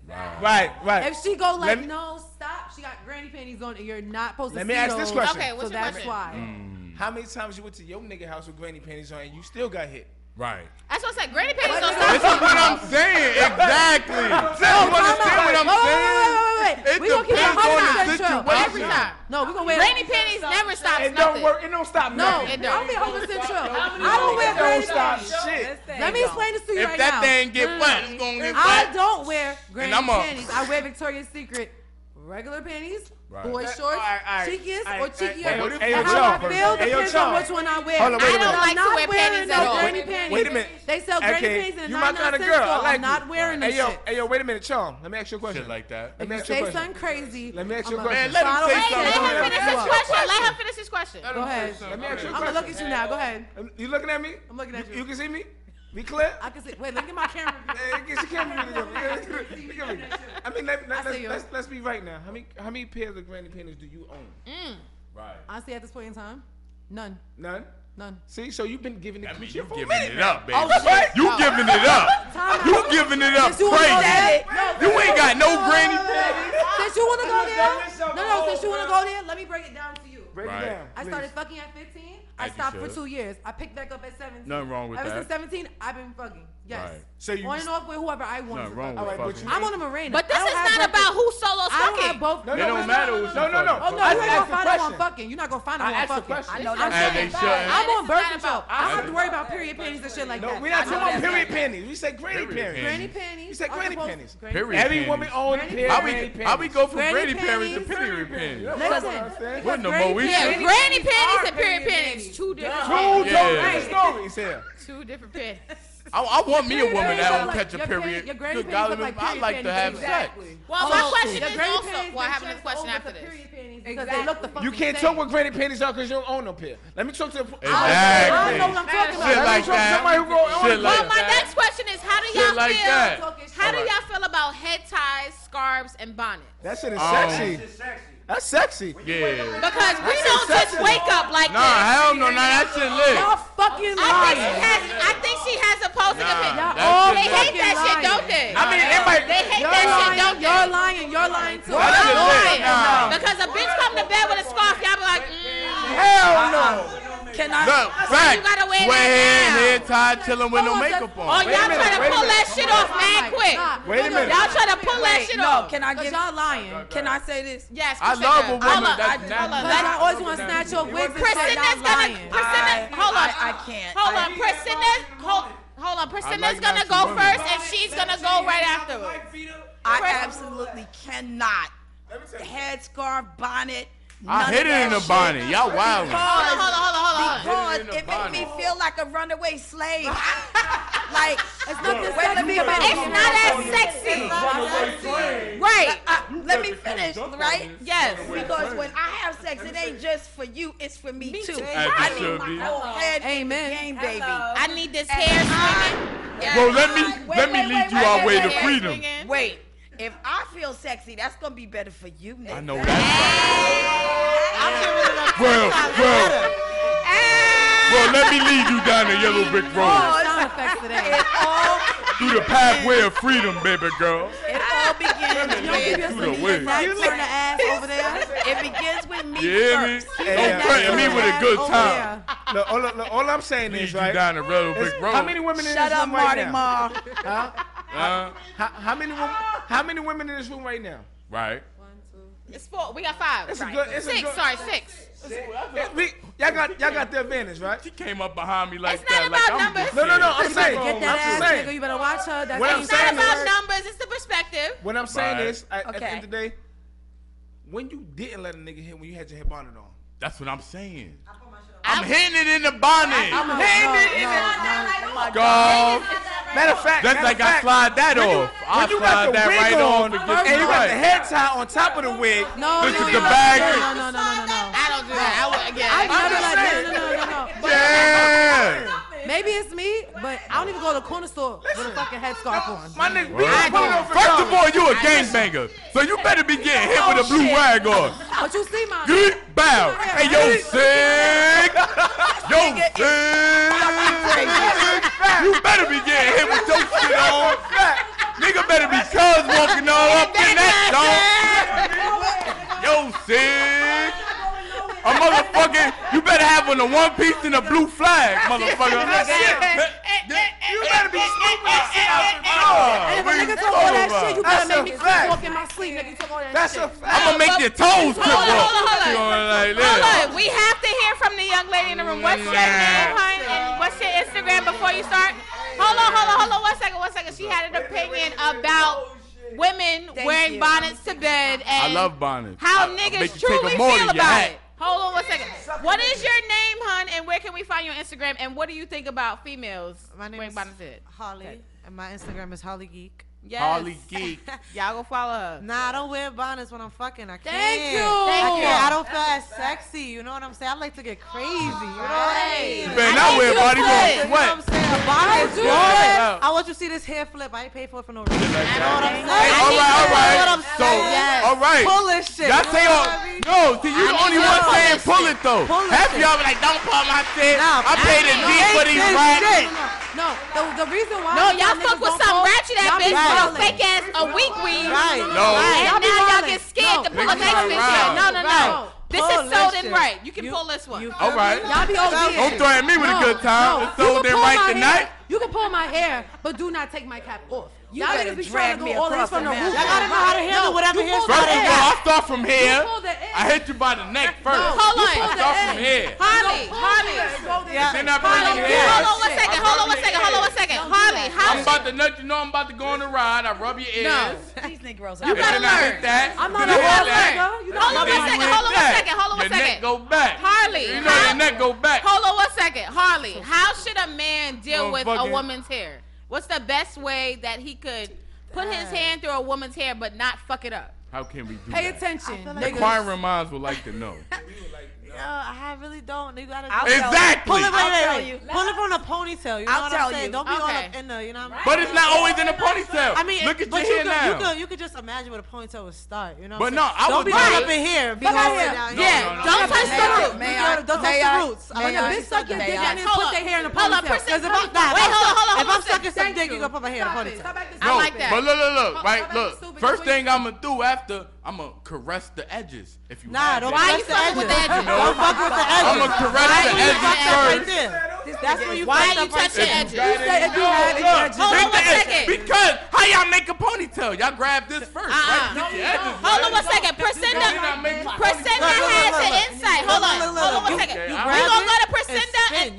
[SPEAKER 2] Right, right.
[SPEAKER 3] If she go like
[SPEAKER 2] Let me-
[SPEAKER 3] no stop, she got granny panties on and you're not supposed
[SPEAKER 2] Let
[SPEAKER 3] to
[SPEAKER 2] me
[SPEAKER 3] see
[SPEAKER 2] ask this
[SPEAKER 3] those,
[SPEAKER 2] question.
[SPEAKER 6] Okay, what's
[SPEAKER 3] so
[SPEAKER 6] your
[SPEAKER 3] that's
[SPEAKER 6] question?
[SPEAKER 3] why.
[SPEAKER 2] How many times you went to your nigga house with granny panties on and you still got hit?
[SPEAKER 1] Right.
[SPEAKER 6] That's what I said. Granny panties don't
[SPEAKER 1] This is
[SPEAKER 6] stop.
[SPEAKER 1] what I'm saying. Exactly. You
[SPEAKER 2] No,
[SPEAKER 1] understand what I'm
[SPEAKER 3] wait,
[SPEAKER 1] saying?
[SPEAKER 3] wait, wait, wait, wait,
[SPEAKER 1] It
[SPEAKER 3] wait. We gonna keep it
[SPEAKER 1] depends on the
[SPEAKER 3] 100 true.
[SPEAKER 1] situation.
[SPEAKER 6] Every time.
[SPEAKER 3] No, we gonna wait.
[SPEAKER 6] Granny panties never stops
[SPEAKER 2] It
[SPEAKER 6] nothing.
[SPEAKER 2] don't work. It don't stop
[SPEAKER 3] No,
[SPEAKER 2] nothing.
[SPEAKER 6] It
[SPEAKER 3] it
[SPEAKER 6] don't.
[SPEAKER 3] don't. be 100 true. I
[SPEAKER 2] It
[SPEAKER 3] don't wear granny
[SPEAKER 2] stop
[SPEAKER 3] panties.
[SPEAKER 2] shit.
[SPEAKER 3] Let me explain this to you
[SPEAKER 1] If
[SPEAKER 3] right
[SPEAKER 1] that
[SPEAKER 3] now.
[SPEAKER 1] thing get
[SPEAKER 3] No, no, no.
[SPEAKER 1] wet, it's gonna get
[SPEAKER 3] I
[SPEAKER 1] wet.
[SPEAKER 3] don't wear granny
[SPEAKER 1] I'm a-
[SPEAKER 3] panties. I wear Victoria's Secret regular panties,
[SPEAKER 1] Right.
[SPEAKER 3] boy
[SPEAKER 1] That-
[SPEAKER 3] shorts,
[SPEAKER 2] alright, alright,
[SPEAKER 3] cheekiest
[SPEAKER 2] alright,
[SPEAKER 3] or
[SPEAKER 2] alright,
[SPEAKER 3] cheekier.
[SPEAKER 1] alright. What if-
[SPEAKER 3] and
[SPEAKER 2] Hey, yo,
[SPEAKER 3] how I
[SPEAKER 2] Chum.
[SPEAKER 3] feel
[SPEAKER 2] Hey, yo,
[SPEAKER 3] depends
[SPEAKER 2] Chum.
[SPEAKER 3] on which one I wear.
[SPEAKER 2] Hold on, wait a
[SPEAKER 3] I
[SPEAKER 2] minute.
[SPEAKER 3] don't like to wear
[SPEAKER 6] panties
[SPEAKER 3] no
[SPEAKER 6] at all.
[SPEAKER 3] Granny
[SPEAKER 6] Wait-
[SPEAKER 3] panties.
[SPEAKER 2] wait a minute.
[SPEAKER 3] They sell granny
[SPEAKER 2] Okay,
[SPEAKER 3] panties in a
[SPEAKER 2] you my kinda
[SPEAKER 3] 99 cent
[SPEAKER 2] girl.
[SPEAKER 3] store.
[SPEAKER 2] I like
[SPEAKER 3] I'm not
[SPEAKER 2] you.
[SPEAKER 3] wearing
[SPEAKER 2] Hey
[SPEAKER 3] this
[SPEAKER 2] yo,
[SPEAKER 3] shit.
[SPEAKER 2] hey yo, wait a minute, Chum. Let me ask you a question.
[SPEAKER 1] Shit like that.
[SPEAKER 2] Let me
[SPEAKER 3] You
[SPEAKER 2] ask you a
[SPEAKER 3] say
[SPEAKER 2] question.
[SPEAKER 3] something crazy.
[SPEAKER 2] Let me ask you a
[SPEAKER 3] I'ma-
[SPEAKER 1] Man,
[SPEAKER 2] question.
[SPEAKER 1] let him
[SPEAKER 3] Follow-
[SPEAKER 1] say
[SPEAKER 6] Wait, let
[SPEAKER 1] something.
[SPEAKER 6] him finish his question. Let him finish his question.
[SPEAKER 3] Go ahead.
[SPEAKER 1] Let
[SPEAKER 2] Let me ask you a
[SPEAKER 3] I'm gonna
[SPEAKER 2] question.
[SPEAKER 3] look at you now. Go ahead.
[SPEAKER 2] You looking at me?
[SPEAKER 3] I'm looking at you.
[SPEAKER 2] You can see me? We clear?
[SPEAKER 3] I can see. Wait, look at my camera.
[SPEAKER 2] Hey, get your camera video. Look at me. I mean, let, let,
[SPEAKER 3] I
[SPEAKER 2] let's,
[SPEAKER 3] see you.
[SPEAKER 2] let's, let's be right now. How many how many pairs of granny panties do you
[SPEAKER 3] Mm.
[SPEAKER 2] own?
[SPEAKER 1] Right.
[SPEAKER 3] Honestly, at this point in time, none,
[SPEAKER 2] None.
[SPEAKER 3] none.
[SPEAKER 2] See, so you've been giving the
[SPEAKER 1] I mean,
[SPEAKER 2] coochie
[SPEAKER 1] you
[SPEAKER 2] for a
[SPEAKER 1] giving
[SPEAKER 2] minute
[SPEAKER 1] it
[SPEAKER 2] now.
[SPEAKER 1] up, baby.
[SPEAKER 2] shit.
[SPEAKER 1] You giving it up.
[SPEAKER 3] Time
[SPEAKER 1] You
[SPEAKER 3] out.
[SPEAKER 1] giving it up
[SPEAKER 3] Since you wanna go
[SPEAKER 1] crazy.
[SPEAKER 3] there, no,
[SPEAKER 1] You ain't got no granny
[SPEAKER 3] Since you wanna go there, no, no. Since you wanna go there, let me break it down to you.
[SPEAKER 2] Break
[SPEAKER 1] Right.
[SPEAKER 2] it down.
[SPEAKER 3] I
[SPEAKER 2] please.
[SPEAKER 3] started fucking at 15. I
[SPEAKER 1] As you
[SPEAKER 3] stopped for
[SPEAKER 1] should.
[SPEAKER 3] two years. I picked back up at 17.
[SPEAKER 1] Nothing wrong with
[SPEAKER 3] Ever
[SPEAKER 1] that.
[SPEAKER 3] since 17, I've been fucking. Yes.
[SPEAKER 1] Right.
[SPEAKER 2] So you
[SPEAKER 3] on
[SPEAKER 2] just-
[SPEAKER 3] and off with whoever I want.
[SPEAKER 1] Nothing
[SPEAKER 3] to
[SPEAKER 1] wrong with
[SPEAKER 2] All
[SPEAKER 3] fuck.
[SPEAKER 2] right, but
[SPEAKER 1] fucking.
[SPEAKER 2] you-
[SPEAKER 3] I'm on a marina.
[SPEAKER 6] But this
[SPEAKER 3] I
[SPEAKER 6] is
[SPEAKER 3] don't have
[SPEAKER 6] not
[SPEAKER 3] both-
[SPEAKER 6] about who solo's
[SPEAKER 3] I don't have
[SPEAKER 6] fucking.
[SPEAKER 3] both.
[SPEAKER 2] No,
[SPEAKER 1] It don't
[SPEAKER 2] no,
[SPEAKER 1] matter
[SPEAKER 2] no,
[SPEAKER 1] who's
[SPEAKER 2] no, no, no. I
[SPEAKER 3] Oh no, you ain't
[SPEAKER 2] asked
[SPEAKER 3] gonna
[SPEAKER 2] the
[SPEAKER 3] find out who I'm
[SPEAKER 2] question.
[SPEAKER 3] fucking. You're not gonna find out
[SPEAKER 2] I
[SPEAKER 3] who I'm
[SPEAKER 2] asked the
[SPEAKER 3] fucking.
[SPEAKER 2] question.
[SPEAKER 5] know
[SPEAKER 3] I'm
[SPEAKER 5] that's
[SPEAKER 1] And they
[SPEAKER 3] saying,
[SPEAKER 1] shouldn't.
[SPEAKER 3] I'm on
[SPEAKER 6] This is
[SPEAKER 3] birth
[SPEAKER 6] not
[SPEAKER 3] control.
[SPEAKER 6] about-
[SPEAKER 3] I don't have to worry about period panties and shit like
[SPEAKER 2] No,
[SPEAKER 3] that.
[SPEAKER 2] we're not
[SPEAKER 3] I know
[SPEAKER 2] talking about
[SPEAKER 3] that's
[SPEAKER 2] period
[SPEAKER 3] not-
[SPEAKER 2] panties. We say granny
[SPEAKER 1] Period
[SPEAKER 2] panties.
[SPEAKER 1] panties.
[SPEAKER 3] Granny panties.
[SPEAKER 2] You said
[SPEAKER 3] are
[SPEAKER 2] granny
[SPEAKER 3] supposed-
[SPEAKER 2] panties.
[SPEAKER 3] granny
[SPEAKER 1] Period.
[SPEAKER 2] Every
[SPEAKER 1] panties.
[SPEAKER 2] woman owns a
[SPEAKER 3] Granny
[SPEAKER 2] pair of
[SPEAKER 1] How
[SPEAKER 2] granny
[SPEAKER 1] we,
[SPEAKER 2] panties.
[SPEAKER 1] how we go from
[SPEAKER 3] Granny
[SPEAKER 1] granny panties to
[SPEAKER 3] panties.
[SPEAKER 1] period panties?
[SPEAKER 2] That's what I'm saying.
[SPEAKER 3] Listen,
[SPEAKER 1] What in the mo- we
[SPEAKER 3] granny
[SPEAKER 1] should-
[SPEAKER 6] Yeah,
[SPEAKER 3] panties-
[SPEAKER 6] granny panties
[SPEAKER 3] are
[SPEAKER 6] and period panties.
[SPEAKER 3] panties.
[SPEAKER 6] Two different
[SPEAKER 2] Two
[SPEAKER 6] panties.
[SPEAKER 1] Yeah.
[SPEAKER 2] totally different stories here.
[SPEAKER 6] Two different panties.
[SPEAKER 1] I, I want me a
[SPEAKER 3] Your
[SPEAKER 1] woman
[SPEAKER 3] granny
[SPEAKER 1] that don't
[SPEAKER 3] look
[SPEAKER 1] catch
[SPEAKER 3] like-
[SPEAKER 1] a
[SPEAKER 3] your granny-
[SPEAKER 1] period.
[SPEAKER 3] your granny
[SPEAKER 1] Good
[SPEAKER 3] panties
[SPEAKER 1] golly,
[SPEAKER 3] look like
[SPEAKER 1] I
[SPEAKER 3] period
[SPEAKER 1] like to
[SPEAKER 3] panties.
[SPEAKER 1] have sex.
[SPEAKER 3] Exactly.
[SPEAKER 6] Well,
[SPEAKER 3] Oh,
[SPEAKER 6] my
[SPEAKER 3] shit.
[SPEAKER 6] question
[SPEAKER 3] Your
[SPEAKER 6] is
[SPEAKER 3] granny
[SPEAKER 6] also,
[SPEAKER 3] panties
[SPEAKER 6] well, I
[SPEAKER 3] are
[SPEAKER 6] have another
[SPEAKER 3] just
[SPEAKER 6] question
[SPEAKER 3] over
[SPEAKER 6] after
[SPEAKER 3] the
[SPEAKER 6] this.
[SPEAKER 3] period panties Because they look the fucking
[SPEAKER 2] You can't
[SPEAKER 3] same.
[SPEAKER 2] tell what granny panties are because you don't own no pair. Let me talk to the.
[SPEAKER 3] I don't know
[SPEAKER 1] Exactly.
[SPEAKER 3] what I'm talking
[SPEAKER 6] Shit
[SPEAKER 3] about.
[SPEAKER 1] Shit
[SPEAKER 2] Let me
[SPEAKER 1] like
[SPEAKER 2] talk to somebody who go
[SPEAKER 1] that.
[SPEAKER 2] on
[SPEAKER 1] Shit
[SPEAKER 2] it.
[SPEAKER 6] Well,
[SPEAKER 1] like
[SPEAKER 6] my
[SPEAKER 1] that.
[SPEAKER 6] next question is, how do
[SPEAKER 1] Shit
[SPEAKER 6] y'all
[SPEAKER 1] like
[SPEAKER 6] feel?
[SPEAKER 1] that.
[SPEAKER 6] How do
[SPEAKER 1] Alright.
[SPEAKER 6] y'all feel about head ties, scarves, and bonnets?
[SPEAKER 2] That shit is
[SPEAKER 1] Um,
[SPEAKER 2] sexy.
[SPEAKER 7] It's sexy.
[SPEAKER 2] That's sexy.
[SPEAKER 1] Yeah.
[SPEAKER 6] Because we
[SPEAKER 2] That's
[SPEAKER 6] don't just
[SPEAKER 2] excessive.
[SPEAKER 6] wake up like
[SPEAKER 1] Nah,
[SPEAKER 6] this.
[SPEAKER 1] hell no, nah, that shit
[SPEAKER 3] Y'all
[SPEAKER 1] lit.
[SPEAKER 3] fucking
[SPEAKER 6] I think she
[SPEAKER 3] lying.
[SPEAKER 6] has. I think she has opposing
[SPEAKER 1] Nah,
[SPEAKER 6] opinion.
[SPEAKER 1] Y'all
[SPEAKER 3] all
[SPEAKER 6] they hate
[SPEAKER 3] fucking
[SPEAKER 6] that shit,
[SPEAKER 3] lying.
[SPEAKER 6] don't they?
[SPEAKER 2] I mean, everybody.
[SPEAKER 6] they hate
[SPEAKER 2] Y'all
[SPEAKER 6] that shit,
[SPEAKER 2] lying.
[SPEAKER 6] don't
[SPEAKER 3] Lying,
[SPEAKER 6] they?
[SPEAKER 3] You're lying. You're lying too.
[SPEAKER 1] That shit
[SPEAKER 6] Y'all
[SPEAKER 1] lit.
[SPEAKER 6] lying.
[SPEAKER 1] Nah.
[SPEAKER 6] Because a bitch come to bed with a scarf, y'all be like, mm,
[SPEAKER 2] Hell no.
[SPEAKER 5] Can I?
[SPEAKER 1] Look,
[SPEAKER 6] you
[SPEAKER 1] fact.
[SPEAKER 6] gotta wear
[SPEAKER 1] Sweat
[SPEAKER 6] that
[SPEAKER 1] hair,
[SPEAKER 6] now.
[SPEAKER 1] hair tied, chilling with no
[SPEAKER 3] Someone
[SPEAKER 1] makeup on.
[SPEAKER 3] said-
[SPEAKER 6] oh
[SPEAKER 2] Wait a
[SPEAKER 6] y'all
[SPEAKER 2] minute,
[SPEAKER 6] try to
[SPEAKER 2] wait a
[SPEAKER 6] pull
[SPEAKER 2] minute. Oh
[SPEAKER 6] that shit off mad quick.
[SPEAKER 2] Wait a minute.
[SPEAKER 6] Y'all try to pull that shit
[SPEAKER 5] no,
[SPEAKER 6] off.
[SPEAKER 5] can I
[SPEAKER 3] Cause
[SPEAKER 5] give?
[SPEAKER 3] y'all lying.
[SPEAKER 5] Can I say this?
[SPEAKER 6] Yes,
[SPEAKER 1] I love a
[SPEAKER 6] Christina.
[SPEAKER 1] woman
[SPEAKER 6] Hold up,
[SPEAKER 1] that's
[SPEAKER 6] I-
[SPEAKER 1] not-
[SPEAKER 6] hold up,
[SPEAKER 3] Cause
[SPEAKER 6] let-
[SPEAKER 3] y'all always want to snatch your wigs and shit.
[SPEAKER 6] Priscilla's
[SPEAKER 3] Y'all
[SPEAKER 6] gonna.
[SPEAKER 3] lying.
[SPEAKER 6] Priscilla,
[SPEAKER 5] I-
[SPEAKER 6] hold on.
[SPEAKER 5] I- I can't.
[SPEAKER 6] Hold
[SPEAKER 5] I-
[SPEAKER 6] on. Priscilla's. Hold, hold on. Priscilla's
[SPEAKER 1] like
[SPEAKER 6] gonna
[SPEAKER 1] nasty
[SPEAKER 6] go
[SPEAKER 1] women.
[SPEAKER 6] first, and she's gonna go right afterwards.
[SPEAKER 5] I absolutely cannot. Headscarf, bonnet.
[SPEAKER 1] I
[SPEAKER 5] none
[SPEAKER 1] hit
[SPEAKER 5] of
[SPEAKER 1] it
[SPEAKER 5] that
[SPEAKER 1] in the
[SPEAKER 5] shit.
[SPEAKER 1] bonnet. Y'all wildin'.
[SPEAKER 6] Hold on. Hold on. Hold on. Hold
[SPEAKER 5] Because
[SPEAKER 6] on.
[SPEAKER 1] Hit it in the
[SPEAKER 5] it make me
[SPEAKER 1] bonnet.
[SPEAKER 5] feel like a runaway slave. like
[SPEAKER 3] It's nothing
[SPEAKER 5] Wait, let
[SPEAKER 3] sexy
[SPEAKER 5] me-
[SPEAKER 3] about
[SPEAKER 6] It's
[SPEAKER 3] it.
[SPEAKER 6] not as sexy. Right.
[SPEAKER 5] I- let me finish, right?
[SPEAKER 6] Yes.
[SPEAKER 5] Because when I have sex, it ain't just for you; it's for me, too.
[SPEAKER 6] too.
[SPEAKER 5] I
[SPEAKER 1] As it
[SPEAKER 5] need
[SPEAKER 1] should
[SPEAKER 5] my
[SPEAKER 1] be.
[SPEAKER 5] whole head
[SPEAKER 3] Amen.
[SPEAKER 5] in the game, baby.
[SPEAKER 6] I
[SPEAKER 2] uh,
[SPEAKER 6] need this hair swinging. Yes.
[SPEAKER 1] Bro, let me
[SPEAKER 5] Wait,
[SPEAKER 1] let me
[SPEAKER 5] wait,
[SPEAKER 1] lead
[SPEAKER 5] wait,
[SPEAKER 1] you
[SPEAKER 5] wait,
[SPEAKER 1] our way
[SPEAKER 5] wait,
[SPEAKER 1] to
[SPEAKER 5] wait.
[SPEAKER 6] Hair
[SPEAKER 1] freedom.
[SPEAKER 6] swinging.
[SPEAKER 5] Wait, If I feel sexy, that's gonna be better for you. Nigga.
[SPEAKER 1] I know that.
[SPEAKER 6] I'm giving it up.
[SPEAKER 4] Well, well, well, let me lead you down the yellow brick road.
[SPEAKER 3] Sound effects today.
[SPEAKER 5] It all,
[SPEAKER 4] Through the pathway of freedom, baby girl.
[SPEAKER 5] it all begins
[SPEAKER 3] You don't give
[SPEAKER 5] with.
[SPEAKER 4] Through
[SPEAKER 3] yourself
[SPEAKER 4] the
[SPEAKER 3] a
[SPEAKER 4] way.
[SPEAKER 3] little fat corner ass over there.
[SPEAKER 5] It begins with me
[SPEAKER 4] You hear me?
[SPEAKER 5] first.
[SPEAKER 4] Don't threaten me with a good
[SPEAKER 3] Over
[SPEAKER 4] time.
[SPEAKER 3] there.
[SPEAKER 2] Look, all, look, all I'm saying
[SPEAKER 4] Lead
[SPEAKER 2] is
[SPEAKER 4] you
[SPEAKER 2] right.
[SPEAKER 4] down the yellow
[SPEAKER 2] is-
[SPEAKER 4] brick road.
[SPEAKER 2] How many women in
[SPEAKER 5] Shut
[SPEAKER 2] this
[SPEAKER 5] up,
[SPEAKER 2] room right
[SPEAKER 5] Marty
[SPEAKER 2] now?
[SPEAKER 5] Ma.
[SPEAKER 2] Huh?
[SPEAKER 4] Huh?
[SPEAKER 2] How, how many women? How many women in this room right now?
[SPEAKER 4] Right.
[SPEAKER 6] It's four. We got five.
[SPEAKER 2] It's a
[SPEAKER 6] right.
[SPEAKER 2] good- it's a
[SPEAKER 6] six.
[SPEAKER 2] good-
[SPEAKER 6] Sorry, six.
[SPEAKER 2] Yeah, we- y'all got y'all got the advantage, right?
[SPEAKER 1] She came up behind me like
[SPEAKER 6] It's
[SPEAKER 1] that.
[SPEAKER 6] not
[SPEAKER 1] like
[SPEAKER 6] about
[SPEAKER 1] I'm
[SPEAKER 6] numbers.
[SPEAKER 1] just
[SPEAKER 2] No, no, no.
[SPEAKER 1] saying.
[SPEAKER 2] I'm saying.
[SPEAKER 3] Get
[SPEAKER 2] I'm
[SPEAKER 3] that ass
[SPEAKER 2] saying.
[SPEAKER 3] nigga. You better watch her. That's
[SPEAKER 2] What I'm
[SPEAKER 6] It's
[SPEAKER 2] saying
[SPEAKER 6] not about
[SPEAKER 2] is-
[SPEAKER 6] numbers. It's the perspective.
[SPEAKER 2] What I'm saying
[SPEAKER 1] Right.
[SPEAKER 2] is, at, at the
[SPEAKER 5] Okay.
[SPEAKER 2] end of the day, when you didn't let a nigga hit when you had your head bonnet on.
[SPEAKER 1] That's what I'm saying. I'm hitting it in the bonnet.
[SPEAKER 2] Hey,
[SPEAKER 5] oh,
[SPEAKER 1] Go.
[SPEAKER 2] Matter of fact,
[SPEAKER 1] That's
[SPEAKER 2] matter
[SPEAKER 1] like
[SPEAKER 2] of fact,
[SPEAKER 1] I slide that off. I
[SPEAKER 2] when you got
[SPEAKER 1] slide
[SPEAKER 2] the
[SPEAKER 1] that
[SPEAKER 2] wig
[SPEAKER 1] right off
[SPEAKER 2] on,
[SPEAKER 1] and get
[SPEAKER 2] and you got the
[SPEAKER 1] right.
[SPEAKER 2] head tie on top of the wig.
[SPEAKER 3] No,
[SPEAKER 1] This
[SPEAKER 3] no,
[SPEAKER 1] is the
[SPEAKER 3] no,
[SPEAKER 1] bag.
[SPEAKER 3] No, no, no, no, no, no.
[SPEAKER 6] I don't do that. I would,
[SPEAKER 3] I
[SPEAKER 6] yeah.
[SPEAKER 3] never like that. No, no, no, no, no. But
[SPEAKER 1] Yeah.
[SPEAKER 3] Maybe it's me, but I don't even go to the corner store with a fucking headscarf on.
[SPEAKER 2] My nigga, we
[SPEAKER 1] Right.
[SPEAKER 2] can pull it over.
[SPEAKER 1] First of all, you a gangbanger, so you better be getting hit with a blue rag on.
[SPEAKER 3] But you see my
[SPEAKER 1] Good bow. Hey, yo, sick. Yo, sick. You better be getting hit with your shit on. Nigga better be cuz walking all up in that dog. Yo, sick. A motherfucking, you better have on a one piece and a blue flag, motherfucker.
[SPEAKER 2] You better be snooping that shit out the
[SPEAKER 1] Ah,
[SPEAKER 3] And if a
[SPEAKER 1] what you
[SPEAKER 3] nigga talk all
[SPEAKER 1] talking
[SPEAKER 3] that
[SPEAKER 1] about?
[SPEAKER 3] shit, you
[SPEAKER 2] That's
[SPEAKER 3] better
[SPEAKER 2] a
[SPEAKER 3] make me
[SPEAKER 2] fact.
[SPEAKER 3] walk in my sleep, nigga. You talk all that
[SPEAKER 2] That's
[SPEAKER 3] shit.
[SPEAKER 2] a fact.
[SPEAKER 1] I'm gonna make your toes crip
[SPEAKER 6] Hold on,
[SPEAKER 1] up.
[SPEAKER 6] hold on, hold on.
[SPEAKER 1] You gonna like
[SPEAKER 6] Hold
[SPEAKER 1] that.
[SPEAKER 6] on. We have to hear from the young lady in the room. What's your name, hun? And what's your Instagram before you start? Hold on, hold on, hold on. One second, one second. She had an opinion about women wearing
[SPEAKER 5] you.
[SPEAKER 6] bonnets to bed and
[SPEAKER 1] I love bonnets.
[SPEAKER 6] how
[SPEAKER 1] I- I make
[SPEAKER 6] niggas
[SPEAKER 1] you take
[SPEAKER 6] truly
[SPEAKER 1] a mold in
[SPEAKER 6] feel
[SPEAKER 1] your
[SPEAKER 6] about
[SPEAKER 1] hat.
[SPEAKER 6] it. Hold on one second. What is your name, hun? And where can we find you on Instagram? And what do you think about females
[SPEAKER 8] My name
[SPEAKER 6] wearing
[SPEAKER 8] is
[SPEAKER 6] bonnets to bed?
[SPEAKER 8] Holly, and my Instagram is Holly Geek.
[SPEAKER 6] Yes.
[SPEAKER 1] Holly Geek.
[SPEAKER 6] Y'all go follow her.
[SPEAKER 8] Nah, I don't wear bonnets when I'm fucking. I can't.
[SPEAKER 3] Thank you.
[SPEAKER 8] I, can't. I don't feel as sexy. You know what I'm saying? I like to get crazy. You know what I mean?
[SPEAKER 1] You better not wear body
[SPEAKER 8] You know
[SPEAKER 1] roll.
[SPEAKER 8] what
[SPEAKER 1] What?
[SPEAKER 8] I'm saying? A bonnet is
[SPEAKER 3] do
[SPEAKER 8] good.
[SPEAKER 1] that.
[SPEAKER 8] I want you to see this hair flip. I ain't paid for it for no reason. You know what I'm saying?
[SPEAKER 1] Hey, all right, all right. So,
[SPEAKER 8] Yes.
[SPEAKER 1] all right.
[SPEAKER 8] Pull this shit.
[SPEAKER 1] Y'all
[SPEAKER 8] you
[SPEAKER 1] say
[SPEAKER 8] know
[SPEAKER 1] all.
[SPEAKER 8] what I mean?
[SPEAKER 1] No, see, you the only one
[SPEAKER 8] pull
[SPEAKER 1] saying
[SPEAKER 8] this
[SPEAKER 1] pull it though.
[SPEAKER 8] Pull this
[SPEAKER 1] Half
[SPEAKER 8] shit.
[SPEAKER 1] y'all be like, don't pull my shit.
[SPEAKER 8] Nah,
[SPEAKER 1] I paid a
[SPEAKER 8] ain't
[SPEAKER 1] D for these
[SPEAKER 8] this
[SPEAKER 1] racks.
[SPEAKER 8] shit.
[SPEAKER 3] No, the, the reason why.
[SPEAKER 6] No,
[SPEAKER 3] these
[SPEAKER 6] y'all
[SPEAKER 3] niggas
[SPEAKER 6] fuck with
[SPEAKER 3] don't
[SPEAKER 6] some
[SPEAKER 3] post,
[SPEAKER 6] ratchet
[SPEAKER 3] y'all
[SPEAKER 6] ass
[SPEAKER 3] be
[SPEAKER 6] bitch with a
[SPEAKER 3] wildin'.
[SPEAKER 6] fake ass a weak weed.
[SPEAKER 8] Right.
[SPEAKER 1] No.
[SPEAKER 6] And
[SPEAKER 8] Y'all
[SPEAKER 6] now
[SPEAKER 8] be
[SPEAKER 6] y'all
[SPEAKER 8] wildin'.
[SPEAKER 6] get scared to
[SPEAKER 1] No.
[SPEAKER 6] pull a
[SPEAKER 1] Niggas
[SPEAKER 6] next
[SPEAKER 1] be
[SPEAKER 6] bitch shit.
[SPEAKER 1] around.
[SPEAKER 6] No, no,
[SPEAKER 8] Right.
[SPEAKER 6] no. This
[SPEAKER 8] Pull
[SPEAKER 6] is
[SPEAKER 8] this
[SPEAKER 6] sold in
[SPEAKER 8] shit.
[SPEAKER 6] right. You can
[SPEAKER 8] You-
[SPEAKER 6] pull this one.
[SPEAKER 8] you-
[SPEAKER 1] All right.
[SPEAKER 3] Y'all be over
[SPEAKER 1] Don't threaten me with a good time. It's
[SPEAKER 3] You
[SPEAKER 1] sold
[SPEAKER 3] can
[SPEAKER 1] in
[SPEAKER 3] pull
[SPEAKER 1] right
[SPEAKER 3] my hair-
[SPEAKER 1] tonight.
[SPEAKER 3] You can pull my hair, but do not take my cap off.
[SPEAKER 5] You
[SPEAKER 3] all
[SPEAKER 5] better
[SPEAKER 3] niggas be trying
[SPEAKER 5] drag
[SPEAKER 3] to
[SPEAKER 5] me
[SPEAKER 3] go all the way
[SPEAKER 5] across
[SPEAKER 3] from
[SPEAKER 5] the
[SPEAKER 3] the
[SPEAKER 5] mat.
[SPEAKER 3] roof.
[SPEAKER 5] Y'all
[SPEAKER 8] gotta know how to handle
[SPEAKER 3] No,
[SPEAKER 8] whatever
[SPEAKER 3] you
[SPEAKER 8] hair
[SPEAKER 3] pull
[SPEAKER 1] First
[SPEAKER 3] the
[SPEAKER 1] of
[SPEAKER 3] hair.
[SPEAKER 1] all, I start from here.
[SPEAKER 3] pulled the egg.
[SPEAKER 1] I hit you by the neck first.
[SPEAKER 3] No,
[SPEAKER 6] Hold
[SPEAKER 3] you
[SPEAKER 6] on.
[SPEAKER 3] pulled
[SPEAKER 1] I
[SPEAKER 3] the
[SPEAKER 1] start from
[SPEAKER 3] egg.
[SPEAKER 1] here.
[SPEAKER 6] Harley, Harley,
[SPEAKER 8] Yeah.
[SPEAKER 1] Then I bring
[SPEAKER 6] Harley,
[SPEAKER 1] you
[SPEAKER 6] hold
[SPEAKER 1] here.
[SPEAKER 6] on one second, hold on one second, hold on one second. Harley,
[SPEAKER 1] I'm
[SPEAKER 6] how
[SPEAKER 1] about to let you know I'm about to go on the ride. I rub your ears.
[SPEAKER 5] These Negroes
[SPEAKER 1] You
[SPEAKER 5] are.
[SPEAKER 1] better
[SPEAKER 6] learn.
[SPEAKER 1] learn. That.
[SPEAKER 3] I'm not
[SPEAKER 1] You
[SPEAKER 3] a
[SPEAKER 1] hit
[SPEAKER 3] hustler,
[SPEAKER 1] that.
[SPEAKER 3] girl. You
[SPEAKER 6] Hold
[SPEAKER 3] know
[SPEAKER 6] on
[SPEAKER 1] Then
[SPEAKER 6] one
[SPEAKER 1] you
[SPEAKER 6] second,
[SPEAKER 1] hit
[SPEAKER 6] hold on one
[SPEAKER 1] that.
[SPEAKER 6] second, hold on one
[SPEAKER 1] Your neck
[SPEAKER 6] second.
[SPEAKER 1] go back.
[SPEAKER 6] Harley,
[SPEAKER 1] You know
[SPEAKER 6] how-
[SPEAKER 1] your neck go back.
[SPEAKER 6] hold on one second. Harley, how should a man deal with a
[SPEAKER 1] Motherfucking-
[SPEAKER 6] woman's hair? What's the best way that he could put his hand through a woman's hair but not fuck it up?
[SPEAKER 1] How can we do
[SPEAKER 3] Pay
[SPEAKER 1] that?
[SPEAKER 3] attention,
[SPEAKER 8] like-
[SPEAKER 3] niggas.
[SPEAKER 1] Inquiring minds would like to know.
[SPEAKER 8] Yo, I really don't. You gotta
[SPEAKER 5] I'll tell-
[SPEAKER 8] pull
[SPEAKER 1] Exactly.
[SPEAKER 8] it. Wait,
[SPEAKER 5] I'll tell
[SPEAKER 8] wait,
[SPEAKER 5] you.
[SPEAKER 8] wait. Pull it from the ponytail. You know
[SPEAKER 5] I'll
[SPEAKER 8] what
[SPEAKER 5] tell
[SPEAKER 8] I'm
[SPEAKER 5] you.
[SPEAKER 8] saying? Don't be all
[SPEAKER 6] Okay.
[SPEAKER 8] up in the. You know what I mean?
[SPEAKER 1] But it's not always in a ponytail.
[SPEAKER 8] I mean,
[SPEAKER 1] look at
[SPEAKER 8] but
[SPEAKER 1] your
[SPEAKER 8] you
[SPEAKER 1] hair
[SPEAKER 8] could,
[SPEAKER 1] now.
[SPEAKER 8] You could, you could just imagine where the ponytail would start. You know. what
[SPEAKER 1] But
[SPEAKER 8] I'm
[SPEAKER 1] no,
[SPEAKER 8] saying?
[SPEAKER 1] I
[SPEAKER 8] don't
[SPEAKER 1] would
[SPEAKER 8] be
[SPEAKER 1] do
[SPEAKER 8] all
[SPEAKER 1] it.
[SPEAKER 8] up in here. Be
[SPEAKER 3] Fuck
[SPEAKER 8] all
[SPEAKER 3] out
[SPEAKER 8] the way
[SPEAKER 3] here.
[SPEAKER 8] down. here.
[SPEAKER 1] no,
[SPEAKER 6] Yeah,
[SPEAKER 1] no.
[SPEAKER 6] don't touch
[SPEAKER 5] May I-
[SPEAKER 6] the root.
[SPEAKER 5] may
[SPEAKER 8] You gotta-
[SPEAKER 5] I-
[SPEAKER 8] Don't
[SPEAKER 5] may I-
[SPEAKER 8] touch the roots.
[SPEAKER 5] may
[SPEAKER 8] When the
[SPEAKER 5] I-
[SPEAKER 8] bitch suck your
[SPEAKER 5] may
[SPEAKER 8] dick,
[SPEAKER 5] I-
[SPEAKER 8] y'all didn't
[SPEAKER 6] Hold
[SPEAKER 8] put
[SPEAKER 6] on.
[SPEAKER 8] their hair in the
[SPEAKER 6] Hold on,
[SPEAKER 8] ponytail. 'Cause if
[SPEAKER 6] Priscilla,
[SPEAKER 8] I'm- nah, if
[SPEAKER 6] wait, hold on,
[SPEAKER 8] I'm suck-
[SPEAKER 6] hold on,
[SPEAKER 8] If
[SPEAKER 6] hold
[SPEAKER 8] I'm
[SPEAKER 6] on.
[SPEAKER 8] sucking some
[SPEAKER 3] Thank
[SPEAKER 8] dick, you
[SPEAKER 3] you.
[SPEAKER 8] gonna put my hair in
[SPEAKER 3] Stop
[SPEAKER 8] the
[SPEAKER 3] it. Stop
[SPEAKER 8] ponytail.
[SPEAKER 3] acting
[SPEAKER 1] No,
[SPEAKER 3] stupid.
[SPEAKER 1] but look, look, look,
[SPEAKER 3] Stop
[SPEAKER 1] right,
[SPEAKER 3] acting
[SPEAKER 1] look.
[SPEAKER 3] stupid
[SPEAKER 1] First
[SPEAKER 3] before you-
[SPEAKER 1] thing I'ma do after, I'ma caress the edges. If you
[SPEAKER 8] Nah,
[SPEAKER 1] have
[SPEAKER 8] don't
[SPEAKER 1] it.
[SPEAKER 6] Why
[SPEAKER 8] caress
[SPEAKER 6] you
[SPEAKER 8] the
[SPEAKER 6] fucking with the
[SPEAKER 8] edges.
[SPEAKER 6] edges?
[SPEAKER 8] Don't fuck with the edges.
[SPEAKER 1] I'ma caress
[SPEAKER 8] That's
[SPEAKER 1] the
[SPEAKER 8] when you
[SPEAKER 1] edges
[SPEAKER 8] fucked up right
[SPEAKER 1] first.
[SPEAKER 8] there. That's when you
[SPEAKER 6] Why
[SPEAKER 8] fucked
[SPEAKER 6] you
[SPEAKER 8] up right
[SPEAKER 6] touch the
[SPEAKER 8] there.
[SPEAKER 6] edges?
[SPEAKER 1] You
[SPEAKER 3] said if you had it, you had
[SPEAKER 6] Hold on one second.
[SPEAKER 1] Because how y'all make a ponytail? Y'all grab this first, right?
[SPEAKER 6] Uh-uh.
[SPEAKER 1] Pick your edges,
[SPEAKER 6] Hold on
[SPEAKER 1] right?
[SPEAKER 6] one second. Priscilla,
[SPEAKER 1] Then I make my
[SPEAKER 6] Priscilla
[SPEAKER 8] Look, look,
[SPEAKER 6] has
[SPEAKER 8] look,
[SPEAKER 6] the
[SPEAKER 8] look.
[SPEAKER 6] insight.
[SPEAKER 8] Look,
[SPEAKER 6] Hold on.
[SPEAKER 8] look, look,
[SPEAKER 6] Hold on one
[SPEAKER 8] look.
[SPEAKER 6] second.
[SPEAKER 1] You
[SPEAKER 6] We
[SPEAKER 1] grab
[SPEAKER 6] gonna go
[SPEAKER 8] it
[SPEAKER 6] to Priscilla
[SPEAKER 8] and spin,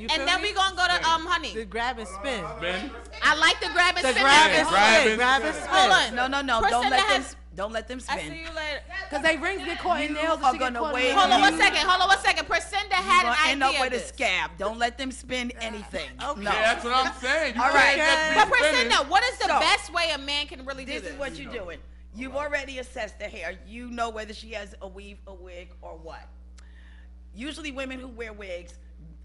[SPEAKER 6] and,
[SPEAKER 8] you feel
[SPEAKER 6] and then
[SPEAKER 8] me?
[SPEAKER 6] we gonna go to um honey.
[SPEAKER 8] The grab and spin.
[SPEAKER 1] Ben,
[SPEAKER 6] I like the grab and
[SPEAKER 8] The
[SPEAKER 6] spin.
[SPEAKER 8] grab
[SPEAKER 6] method.
[SPEAKER 8] and
[SPEAKER 1] Grab
[SPEAKER 8] spin.
[SPEAKER 1] and
[SPEAKER 8] Grab and
[SPEAKER 1] spin.
[SPEAKER 8] spin.
[SPEAKER 6] Hold on.
[SPEAKER 5] No, no, no.
[SPEAKER 6] Priscilla
[SPEAKER 5] Don't let them.
[SPEAKER 6] has-
[SPEAKER 5] Don't let them
[SPEAKER 6] I see
[SPEAKER 5] spin.
[SPEAKER 6] you later.
[SPEAKER 3] Cause they rings get caught in
[SPEAKER 5] You
[SPEAKER 3] nails
[SPEAKER 5] are
[SPEAKER 3] and shit get
[SPEAKER 5] gonna
[SPEAKER 3] caught
[SPEAKER 5] wait.
[SPEAKER 3] in
[SPEAKER 6] Hold on one
[SPEAKER 3] nails.
[SPEAKER 6] second. Hold on one second. Priscilla had
[SPEAKER 5] Gonna
[SPEAKER 6] an
[SPEAKER 5] end up
[SPEAKER 6] idea.
[SPEAKER 5] with a
[SPEAKER 6] of this.
[SPEAKER 5] scab. Don't let them
[SPEAKER 3] Uh,
[SPEAKER 5] spin anything.
[SPEAKER 8] Okay.
[SPEAKER 5] No.
[SPEAKER 1] yeah, that's what I'm saying. You
[SPEAKER 5] All right.
[SPEAKER 1] can't
[SPEAKER 6] But
[SPEAKER 1] just be spinning.
[SPEAKER 6] Priscilla, what is the
[SPEAKER 5] So-
[SPEAKER 6] best way a man can really do
[SPEAKER 5] This is what you're doing. You've already assessed the hair. You know whether she has a weave, a wig, or what. Usually, women who wear wigs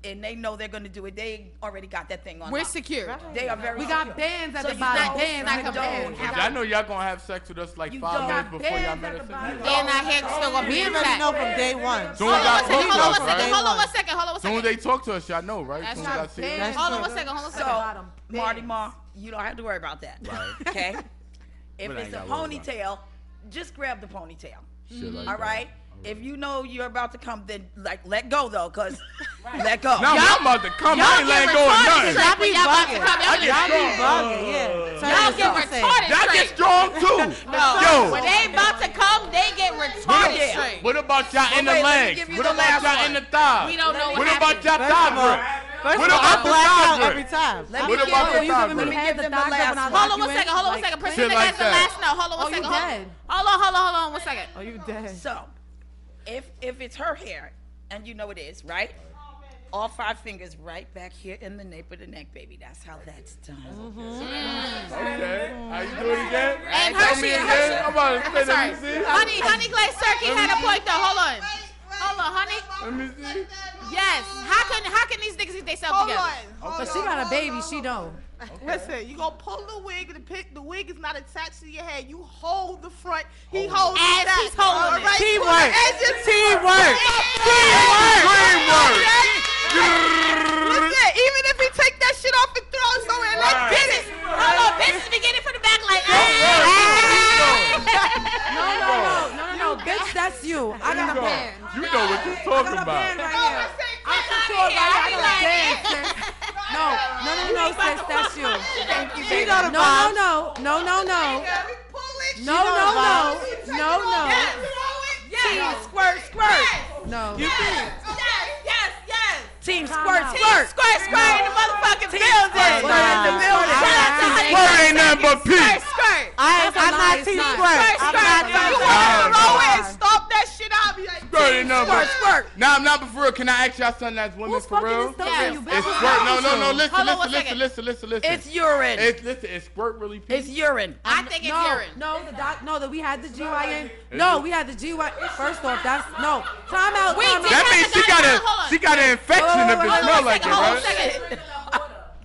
[SPEAKER 5] and they know they're gonna do it. They already got that thing on.
[SPEAKER 3] We're
[SPEAKER 5] lock.
[SPEAKER 3] secure.
[SPEAKER 5] They are very.
[SPEAKER 3] We got
[SPEAKER 5] secure.
[SPEAKER 3] bands at
[SPEAKER 5] So
[SPEAKER 3] the
[SPEAKER 5] you
[SPEAKER 3] bottom.
[SPEAKER 5] don't-
[SPEAKER 3] Bands
[SPEAKER 5] you
[SPEAKER 3] like a
[SPEAKER 5] don't
[SPEAKER 3] band.
[SPEAKER 5] have
[SPEAKER 1] I know y'all gonna have sex with us like
[SPEAKER 5] You
[SPEAKER 1] five
[SPEAKER 5] don't
[SPEAKER 1] minutes before y'all
[SPEAKER 3] Bands
[SPEAKER 1] met
[SPEAKER 3] at the
[SPEAKER 1] us.
[SPEAKER 3] bottom.
[SPEAKER 6] And our head still gonna be
[SPEAKER 8] We already
[SPEAKER 6] intact.
[SPEAKER 8] know from day one.
[SPEAKER 1] Soon
[SPEAKER 6] Hold
[SPEAKER 1] as
[SPEAKER 6] on
[SPEAKER 1] y'all
[SPEAKER 6] one second,
[SPEAKER 1] talk to
[SPEAKER 6] hold on one
[SPEAKER 1] us,
[SPEAKER 6] second,
[SPEAKER 1] right?
[SPEAKER 6] hold on one second, hold on one
[SPEAKER 1] Soon as
[SPEAKER 6] second.
[SPEAKER 1] they talk to us, y'all know, right?
[SPEAKER 6] That's
[SPEAKER 1] Soon as y'all
[SPEAKER 6] right.
[SPEAKER 1] see us.
[SPEAKER 3] Bands
[SPEAKER 6] Hold on
[SPEAKER 3] at
[SPEAKER 6] one
[SPEAKER 3] the
[SPEAKER 6] second, hold on one
[SPEAKER 5] So,
[SPEAKER 6] second.
[SPEAKER 5] Marty Ma, you don't have to worry about that. Okay? if
[SPEAKER 1] But I ain't
[SPEAKER 5] it's a
[SPEAKER 1] gotta worry about
[SPEAKER 5] ponytail, just grab the ponytail.
[SPEAKER 1] Shit like
[SPEAKER 5] All
[SPEAKER 1] that.
[SPEAKER 5] right? If you know you're about to come, then like let go though, cause let go.
[SPEAKER 1] Now I'm about to come. I ain't letting go of nothing.
[SPEAKER 6] Y'all be
[SPEAKER 1] I
[SPEAKER 6] retarded.
[SPEAKER 1] get
[SPEAKER 6] Y'all
[SPEAKER 1] strong.
[SPEAKER 8] Bugging, yeah. So
[SPEAKER 6] Y'all
[SPEAKER 8] that's
[SPEAKER 6] get
[SPEAKER 8] what I'm saying.
[SPEAKER 6] retarded.
[SPEAKER 1] Y'all get
[SPEAKER 6] straight.
[SPEAKER 1] strong too.
[SPEAKER 6] No,
[SPEAKER 1] Yo.
[SPEAKER 6] when they about to come, they get retarded. straight.
[SPEAKER 1] What about y'all in the
[SPEAKER 5] wait, let me
[SPEAKER 1] legs?
[SPEAKER 5] give you
[SPEAKER 1] What
[SPEAKER 5] the
[SPEAKER 1] about
[SPEAKER 5] last
[SPEAKER 1] y'all in
[SPEAKER 5] one.
[SPEAKER 1] the thighs?
[SPEAKER 6] We don't know what
[SPEAKER 1] What about
[SPEAKER 6] happened.
[SPEAKER 1] y'all thigh grip?
[SPEAKER 8] First
[SPEAKER 1] What
[SPEAKER 8] of all, I
[SPEAKER 1] about the
[SPEAKER 8] black out
[SPEAKER 1] thigh
[SPEAKER 8] every
[SPEAKER 1] grip?
[SPEAKER 8] time.
[SPEAKER 5] Let
[SPEAKER 1] What
[SPEAKER 5] me
[SPEAKER 1] about
[SPEAKER 5] give
[SPEAKER 1] the
[SPEAKER 5] you,
[SPEAKER 1] thigh
[SPEAKER 5] let me
[SPEAKER 1] grip?
[SPEAKER 5] give them the
[SPEAKER 3] Doctor, when I
[SPEAKER 5] last
[SPEAKER 3] lock
[SPEAKER 6] Hold on one
[SPEAKER 3] you in,
[SPEAKER 6] second, hold on one
[SPEAKER 3] like,
[SPEAKER 6] second.
[SPEAKER 3] click.
[SPEAKER 6] Priscilla
[SPEAKER 1] Shit like
[SPEAKER 6] got the
[SPEAKER 1] that.
[SPEAKER 6] last note. Hold on one
[SPEAKER 3] Oh, you
[SPEAKER 6] second. hold-
[SPEAKER 3] dead.
[SPEAKER 6] Hold on, hold on, hold on one second.
[SPEAKER 3] Oh, you dead.
[SPEAKER 5] So, if if it's her hair, and you know it is, right? All five fingers right back here in the nape of the neck, baby. That's how that's done.
[SPEAKER 6] Mm-hmm.
[SPEAKER 1] Okay. How you doing again?
[SPEAKER 6] And
[SPEAKER 1] Tell
[SPEAKER 6] Hershey,
[SPEAKER 1] me
[SPEAKER 6] and
[SPEAKER 1] again.
[SPEAKER 6] Hershey.
[SPEAKER 1] I'm about to say,
[SPEAKER 6] Sorry.
[SPEAKER 1] let me see.
[SPEAKER 6] Honey, honey glazed turkey had a point though. Hold on. Hold on, honey.
[SPEAKER 1] Let me see.
[SPEAKER 6] Yes. How can how can these niggas get themselves
[SPEAKER 9] Hold
[SPEAKER 6] together?
[SPEAKER 9] on. hold
[SPEAKER 3] But she
[SPEAKER 9] on,
[SPEAKER 3] got a
[SPEAKER 9] hold
[SPEAKER 3] baby.
[SPEAKER 9] on,
[SPEAKER 3] She
[SPEAKER 9] hold
[SPEAKER 3] don't.
[SPEAKER 9] on. Listen, you gonna pull the wig. The, pick, the wig is not attached to your head. You hold the front. He holds
[SPEAKER 6] As
[SPEAKER 9] the back.
[SPEAKER 6] he's
[SPEAKER 9] All
[SPEAKER 6] holding it.
[SPEAKER 9] right, pull
[SPEAKER 8] Teamwork.
[SPEAKER 9] the edges.
[SPEAKER 8] Teamwork.
[SPEAKER 1] Teamwork.
[SPEAKER 9] Listen, even if he take that shit off and throw it somewhere, let's get it.
[SPEAKER 6] Hold on, bitch is beginning from the Ah. back like
[SPEAKER 3] No, no, no, no, no, no, bitch. That's you. I got a band.
[SPEAKER 1] You know what you're
[SPEAKER 3] I
[SPEAKER 1] talking
[SPEAKER 3] got a
[SPEAKER 1] about.
[SPEAKER 3] band right here. I'm secure right
[SPEAKER 6] here. I be
[SPEAKER 3] here. I got a band, sis. No, no, no, no, sis. That's you.
[SPEAKER 6] Thank you,
[SPEAKER 8] She know the
[SPEAKER 3] No,
[SPEAKER 8] vibes.
[SPEAKER 3] no, no, no, no, no. No, no, no, no,
[SPEAKER 6] Yes.
[SPEAKER 5] Squirt, squirt.
[SPEAKER 3] no, no.
[SPEAKER 6] Yes, yes, yes.
[SPEAKER 5] Team
[SPEAKER 3] Time
[SPEAKER 5] squirt,
[SPEAKER 3] out.
[SPEAKER 5] squirt.
[SPEAKER 6] Squirt, squirt in the motherfucking building.
[SPEAKER 8] squirt in the building.
[SPEAKER 6] Shout out to honey.
[SPEAKER 1] Squirt ain't nothing but
[SPEAKER 6] Squirt,
[SPEAKER 1] peace.
[SPEAKER 6] squirt.
[SPEAKER 8] I, I'm
[SPEAKER 3] lie,
[SPEAKER 8] not
[SPEAKER 3] it's
[SPEAKER 8] team
[SPEAKER 3] not.
[SPEAKER 8] squirt.
[SPEAKER 6] Squirt,
[SPEAKER 8] I'm
[SPEAKER 6] squirt.
[SPEAKER 8] not team
[SPEAKER 9] You
[SPEAKER 8] squirt.
[SPEAKER 9] want to
[SPEAKER 1] Nah.
[SPEAKER 9] roll it and stop that shit? I'll be like,
[SPEAKER 1] Squirt ain't nothing but
[SPEAKER 9] squirt, squirt.
[SPEAKER 1] Now, I'm not for real. Can I ask y'all something that's women
[SPEAKER 3] Who's
[SPEAKER 1] for
[SPEAKER 3] fucking
[SPEAKER 1] real?
[SPEAKER 3] this stuff for you, bitch?
[SPEAKER 1] It's
[SPEAKER 3] What's
[SPEAKER 1] squirt.
[SPEAKER 3] wrong
[SPEAKER 1] No,
[SPEAKER 3] with
[SPEAKER 1] no,
[SPEAKER 3] you?
[SPEAKER 1] no. Listen,
[SPEAKER 6] Hold on
[SPEAKER 1] listen,
[SPEAKER 6] one
[SPEAKER 1] listen,
[SPEAKER 6] second.
[SPEAKER 1] listen, listen, listen.
[SPEAKER 5] It's urine.
[SPEAKER 1] It's listen. Is squirt really pee?
[SPEAKER 5] It's urine.
[SPEAKER 6] I think it's
[SPEAKER 3] no,
[SPEAKER 6] urine.
[SPEAKER 3] No, the doc, no, that we had the GYN. No, we had the GYN. First off, that's no. Time out.
[SPEAKER 6] We
[SPEAKER 3] time
[SPEAKER 6] did
[SPEAKER 1] that
[SPEAKER 6] have
[SPEAKER 3] out.
[SPEAKER 1] means
[SPEAKER 6] the
[SPEAKER 1] she got
[SPEAKER 6] goddamn-
[SPEAKER 1] a
[SPEAKER 6] hold on.
[SPEAKER 1] she got an infection
[SPEAKER 3] Wait,
[SPEAKER 1] if
[SPEAKER 3] wait,
[SPEAKER 1] it
[SPEAKER 3] wait,
[SPEAKER 1] smells
[SPEAKER 6] Hold on
[SPEAKER 1] like it,
[SPEAKER 6] second, hold on
[SPEAKER 1] right?
[SPEAKER 6] second.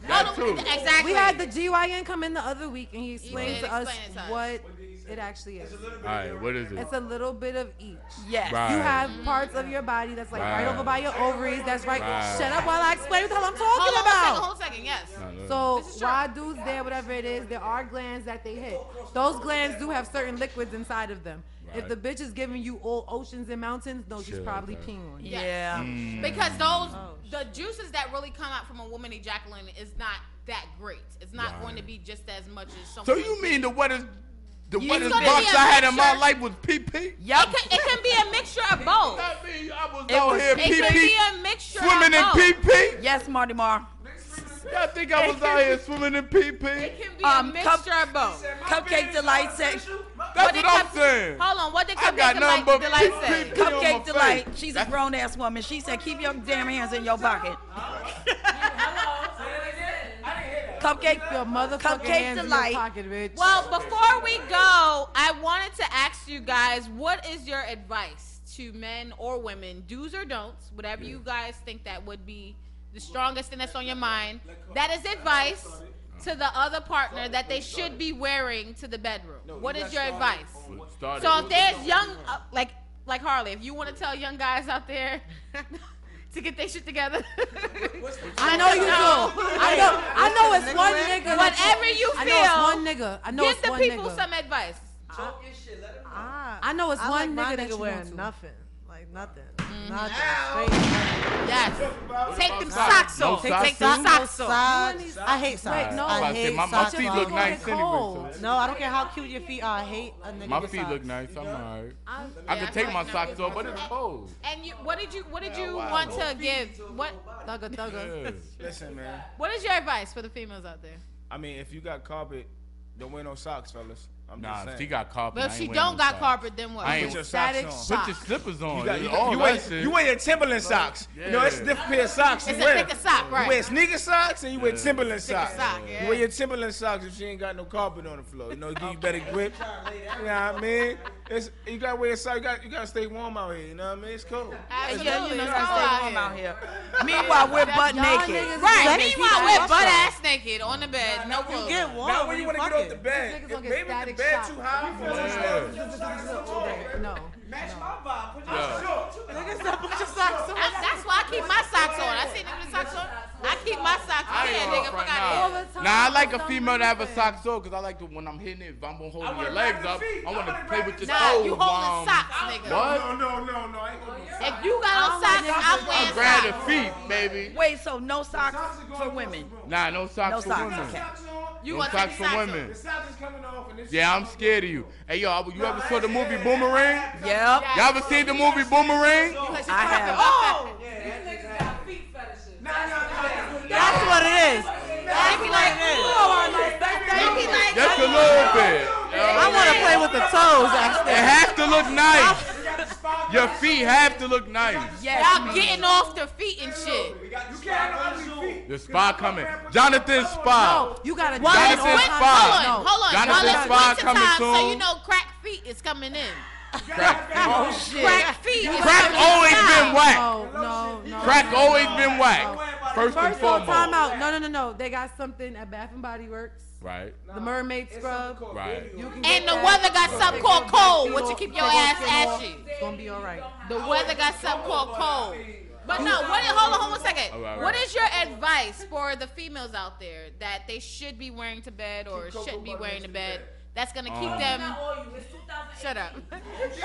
[SPEAKER 1] That
[SPEAKER 6] Hold
[SPEAKER 1] too.
[SPEAKER 6] on, exactly.
[SPEAKER 3] We had the GYN come in the other week and he explained
[SPEAKER 6] did
[SPEAKER 3] to us
[SPEAKER 6] explain it to us.
[SPEAKER 3] what it actually is.
[SPEAKER 1] All right, what is it?
[SPEAKER 3] It's a little bit of each.
[SPEAKER 5] Yes.
[SPEAKER 1] Right.
[SPEAKER 3] You have parts of your body that's like right,
[SPEAKER 1] Right.
[SPEAKER 3] over by your ovaries. That's right.
[SPEAKER 1] Right.
[SPEAKER 3] Shut up while I explain what the hell I'm
[SPEAKER 6] Hold
[SPEAKER 3] talking
[SPEAKER 6] on
[SPEAKER 3] about.
[SPEAKER 6] one second, hold on second, yes.
[SPEAKER 3] So
[SPEAKER 6] This is true.
[SPEAKER 3] while dudes there, whatever it is, there are glands that they hit. Those glands do have certain liquids inside of them. If
[SPEAKER 1] Right.
[SPEAKER 3] the bitch is giving you all oceans and mountains, no, she's
[SPEAKER 1] Shit,
[SPEAKER 3] probably
[SPEAKER 1] okay.
[SPEAKER 3] peeing on you.
[SPEAKER 5] Yeah.
[SPEAKER 1] Mm.
[SPEAKER 6] Because those
[SPEAKER 3] Oh,
[SPEAKER 6] the juices that really come out from a woman ejaculating is not that great. It's not going to be just as much as
[SPEAKER 1] So
[SPEAKER 6] something.
[SPEAKER 1] you mean the wettest the
[SPEAKER 5] You
[SPEAKER 1] wettest
[SPEAKER 5] gonna
[SPEAKER 1] box
[SPEAKER 6] be a
[SPEAKER 1] I had in my
[SPEAKER 6] mixture?
[SPEAKER 1] life was PP?
[SPEAKER 6] it can, it can be a mixture of both.
[SPEAKER 1] I mean, I was
[SPEAKER 5] It
[SPEAKER 1] out
[SPEAKER 5] was-
[SPEAKER 1] here
[SPEAKER 6] It can be
[SPEAKER 1] PP
[SPEAKER 6] a mixture
[SPEAKER 1] swimming in
[SPEAKER 6] of both.
[SPEAKER 1] PP.
[SPEAKER 5] Yes, Marty Mar.
[SPEAKER 1] Y'all think I was out here swimming in PP?
[SPEAKER 6] It can be
[SPEAKER 5] Um,
[SPEAKER 6] a mixture
[SPEAKER 5] cup-
[SPEAKER 6] of both.
[SPEAKER 5] Cupcake delight sex.
[SPEAKER 1] That's
[SPEAKER 6] did
[SPEAKER 1] what I'm
[SPEAKER 6] Cup-
[SPEAKER 1] saying.
[SPEAKER 6] Hold on, what did
[SPEAKER 1] I got
[SPEAKER 6] Cupcake
[SPEAKER 1] nothing
[SPEAKER 6] Delight,
[SPEAKER 1] but
[SPEAKER 6] Delight
[SPEAKER 1] pee,
[SPEAKER 6] say?
[SPEAKER 1] pee, pee on my
[SPEAKER 5] Cupcake delight.
[SPEAKER 1] face.
[SPEAKER 5] She's a grown ass woman. She said, "Keep your damn hands in your pocket." Cupcake.
[SPEAKER 3] Your motherfucking
[SPEAKER 5] Cupcake
[SPEAKER 3] hands in
[SPEAKER 5] delight.
[SPEAKER 3] your pocket, bitch.
[SPEAKER 6] Well, before we go, I wanted to ask you guys what is your advice to men or women, do's or don'ts, whatever you guys think that would be the strongest thing that's on your mind. That is advice to the other partner that they should be wearing to the bedroom. What is your advice? So if there's young, uh, like like Harley, if you want to tell young guys out there to get their shit together,
[SPEAKER 3] I know you do. I know. I know it's one nigga.
[SPEAKER 6] whatever you
[SPEAKER 3] I know it's
[SPEAKER 6] feel,
[SPEAKER 3] one nigga. I know
[SPEAKER 6] give
[SPEAKER 3] it's
[SPEAKER 6] the
[SPEAKER 3] one
[SPEAKER 6] people
[SPEAKER 3] nigga.
[SPEAKER 6] some advice.
[SPEAKER 8] Ah,
[SPEAKER 3] I know it's
[SPEAKER 8] I
[SPEAKER 3] one
[SPEAKER 8] like
[SPEAKER 3] nigga
[SPEAKER 8] my
[SPEAKER 3] that you
[SPEAKER 8] nigga
[SPEAKER 3] want to.
[SPEAKER 8] wearing nothing. Like nothing.
[SPEAKER 9] Mm.
[SPEAKER 8] Nothing. Straight.
[SPEAKER 6] Yes. Take them socks
[SPEAKER 1] No
[SPEAKER 6] off. Take,
[SPEAKER 1] socks
[SPEAKER 6] take
[SPEAKER 8] I
[SPEAKER 6] them
[SPEAKER 8] don't go
[SPEAKER 6] socks off.
[SPEAKER 8] socks. I hate socks.
[SPEAKER 3] Wait, no.
[SPEAKER 1] I was about to
[SPEAKER 8] I
[SPEAKER 1] say,
[SPEAKER 8] hate
[SPEAKER 1] my, my
[SPEAKER 8] socks.
[SPEAKER 1] feet
[SPEAKER 3] Your
[SPEAKER 1] look
[SPEAKER 3] feet gonna
[SPEAKER 1] nice
[SPEAKER 3] get
[SPEAKER 1] anyway.
[SPEAKER 3] cold.
[SPEAKER 1] So.
[SPEAKER 8] No, I don't care how cute your feet are. I hate a nigga.
[SPEAKER 1] My
[SPEAKER 8] with
[SPEAKER 1] feet look
[SPEAKER 8] socks.
[SPEAKER 1] nice. I'm alright.
[SPEAKER 3] I-
[SPEAKER 1] I
[SPEAKER 6] Yeah,
[SPEAKER 1] could take
[SPEAKER 6] feel
[SPEAKER 1] my
[SPEAKER 6] like that
[SPEAKER 1] socks off, but it's cold.
[SPEAKER 6] And you, what did you what did you
[SPEAKER 1] wow.
[SPEAKER 6] want to give? What thugga thugga?
[SPEAKER 1] Yeah.
[SPEAKER 2] Listen, man.
[SPEAKER 6] What is your advice for the females out there?
[SPEAKER 2] I mean, if you got carpet, don't wear no socks, fellas. I'm just
[SPEAKER 1] Nah,
[SPEAKER 2] saying.
[SPEAKER 1] if she got carpet.
[SPEAKER 6] Well,
[SPEAKER 1] I
[SPEAKER 6] if
[SPEAKER 1] ain't
[SPEAKER 6] she
[SPEAKER 1] wearing
[SPEAKER 6] don't
[SPEAKER 1] no
[SPEAKER 6] got
[SPEAKER 1] socks.
[SPEAKER 6] carpet, then what?
[SPEAKER 1] I
[SPEAKER 2] Put
[SPEAKER 1] ain't-
[SPEAKER 2] your socks
[SPEAKER 3] Static
[SPEAKER 2] on.
[SPEAKER 3] shock.
[SPEAKER 1] Put your slippers on.
[SPEAKER 2] You got, you,
[SPEAKER 1] all
[SPEAKER 2] got, you,
[SPEAKER 1] that
[SPEAKER 2] wear,
[SPEAKER 1] shit.
[SPEAKER 2] you wear your Timberland socks. You know, it's a
[SPEAKER 1] Yeah.
[SPEAKER 2] different pair of socks.
[SPEAKER 6] It's
[SPEAKER 2] you
[SPEAKER 6] a
[SPEAKER 2] wear.
[SPEAKER 6] thicker sock,
[SPEAKER 2] You wear
[SPEAKER 6] right?
[SPEAKER 2] sneaker socks and you wear Timberland socks.
[SPEAKER 6] sock, yeah.
[SPEAKER 2] You wear your Timberland socks if she ain't got no carpet on the floor. You know, give you better grip. You know what I mean? It's, you gotta wear a sock. You got you gotta stay warm out here. You know what I mean? It's cold.
[SPEAKER 6] Absolutely.
[SPEAKER 5] Yeah, you know,
[SPEAKER 6] no,
[SPEAKER 5] it's gonna
[SPEAKER 6] I-
[SPEAKER 5] stay warm out here. Meanwhile, we're butt
[SPEAKER 3] Y'all niggas
[SPEAKER 5] naked.
[SPEAKER 3] is
[SPEAKER 6] Right.
[SPEAKER 3] wet.
[SPEAKER 6] Meanwhile, we're butt ass naked on the bed. No
[SPEAKER 8] You
[SPEAKER 6] clothes.
[SPEAKER 8] get warm.
[SPEAKER 2] Now when
[SPEAKER 8] when
[SPEAKER 2] you
[SPEAKER 8] you
[SPEAKER 2] wanna get off the
[SPEAKER 8] fucking.
[SPEAKER 2] bed,
[SPEAKER 3] These niggas
[SPEAKER 2] if
[SPEAKER 3] gonna
[SPEAKER 2] maybe
[SPEAKER 3] get
[SPEAKER 2] if the
[SPEAKER 3] static
[SPEAKER 2] bed
[SPEAKER 3] shock.
[SPEAKER 2] too high, you feel it.
[SPEAKER 3] No.
[SPEAKER 7] Match my vibe. Put your shorts.
[SPEAKER 8] Niggas don't put your socks on.
[SPEAKER 6] I, that's why I keep my socks on. I see niggas with socks on. I keep my socks on.
[SPEAKER 1] I ain't
[SPEAKER 6] Yeah,
[SPEAKER 1] gonna
[SPEAKER 6] nigga,
[SPEAKER 1] front
[SPEAKER 6] fuck out of
[SPEAKER 3] All
[SPEAKER 6] here.
[SPEAKER 3] the
[SPEAKER 1] now.
[SPEAKER 3] time,
[SPEAKER 1] Nah, I like
[SPEAKER 3] for
[SPEAKER 1] a
[SPEAKER 3] some
[SPEAKER 1] female to have a
[SPEAKER 3] reason.
[SPEAKER 1] sock on because I like to when I'm hitting it, if I'm holding
[SPEAKER 2] wanna
[SPEAKER 1] your legs
[SPEAKER 2] grab your
[SPEAKER 1] up,
[SPEAKER 2] feet.
[SPEAKER 1] I
[SPEAKER 2] I
[SPEAKER 1] want
[SPEAKER 2] wanna
[SPEAKER 1] to play
[SPEAKER 2] grab
[SPEAKER 1] with your
[SPEAKER 2] your-
[SPEAKER 6] Nah,
[SPEAKER 1] toes.
[SPEAKER 6] you
[SPEAKER 1] mom.
[SPEAKER 6] holding socks, nigga.
[SPEAKER 1] Oh, um, What?
[SPEAKER 2] No, no, no, no. I ain't gonna do
[SPEAKER 6] If you got on socks, I'm
[SPEAKER 1] I
[SPEAKER 6] wearing
[SPEAKER 1] grab
[SPEAKER 6] socks.
[SPEAKER 1] the feet, baby.
[SPEAKER 5] Wait, so no socks for women?
[SPEAKER 1] Nah, no socks
[SPEAKER 5] No
[SPEAKER 1] for
[SPEAKER 5] socks,
[SPEAKER 1] women.
[SPEAKER 5] okay.
[SPEAKER 2] Socks on.
[SPEAKER 6] You
[SPEAKER 1] no
[SPEAKER 6] gonna take
[SPEAKER 1] socks
[SPEAKER 6] the
[SPEAKER 1] for
[SPEAKER 6] socks off.
[SPEAKER 1] women.
[SPEAKER 2] The socks is coming off and it's
[SPEAKER 1] Yeah, I'm scared of you. Hey, yo, I- you ever saw the movie Boomerang?
[SPEAKER 5] Yep.
[SPEAKER 1] Y'all ever seen the movie Boomerang?
[SPEAKER 5] I have.
[SPEAKER 6] Oh,
[SPEAKER 8] That's what it is. That's what it is.
[SPEAKER 6] they be like,
[SPEAKER 1] Just a little bit. you know
[SPEAKER 8] I
[SPEAKER 1] what
[SPEAKER 8] want to
[SPEAKER 1] mean?
[SPEAKER 8] play with the toes after.
[SPEAKER 1] It has to look nice. Your feet have to look nice.
[SPEAKER 6] y'all getting off their feet and shit.
[SPEAKER 2] You can't have no ugly feet.
[SPEAKER 1] The spa coming. Jonathan Spa.
[SPEAKER 3] No, you gotta.
[SPEAKER 6] Well,
[SPEAKER 3] do it
[SPEAKER 6] it's
[SPEAKER 1] Jonathan
[SPEAKER 3] all
[SPEAKER 6] win-
[SPEAKER 3] the time.
[SPEAKER 1] Spa.
[SPEAKER 6] Hold on, hold on.
[SPEAKER 1] Jonathan
[SPEAKER 6] While it's
[SPEAKER 1] Spa
[SPEAKER 6] winter
[SPEAKER 1] coming
[SPEAKER 6] time, so
[SPEAKER 1] soon.
[SPEAKER 6] you know crack feet is coming in.
[SPEAKER 1] Crack,
[SPEAKER 5] Oh shit.
[SPEAKER 6] Crack feet is
[SPEAKER 1] crack
[SPEAKER 6] coming
[SPEAKER 1] always
[SPEAKER 6] in.
[SPEAKER 1] been whack.
[SPEAKER 3] No, no, no.
[SPEAKER 1] Crack always been whack. First and
[SPEAKER 3] First of all, time
[SPEAKER 1] foremost.
[SPEAKER 3] out. No, no, no, no. They got something at Bath and Body Works.
[SPEAKER 1] Right,
[SPEAKER 3] The Mermaid Scrub.
[SPEAKER 1] right.
[SPEAKER 3] You can get
[SPEAKER 6] And the
[SPEAKER 3] that.
[SPEAKER 6] weather got something called cold, which
[SPEAKER 3] They
[SPEAKER 6] you
[SPEAKER 3] gonna
[SPEAKER 6] keep your
[SPEAKER 3] skin
[SPEAKER 6] ass
[SPEAKER 3] off.
[SPEAKER 6] ashy.
[SPEAKER 3] It's gonna be all right.
[SPEAKER 6] The weather got something called cold. But no, what is, hold on, hold on a second.
[SPEAKER 1] All right, all
[SPEAKER 6] What
[SPEAKER 1] right.
[SPEAKER 6] is your advice for the females out there that they should be wearing to bed or shouldn't be wearing to bed? That's gonna keep
[SPEAKER 1] Um,
[SPEAKER 6] them. Shut up.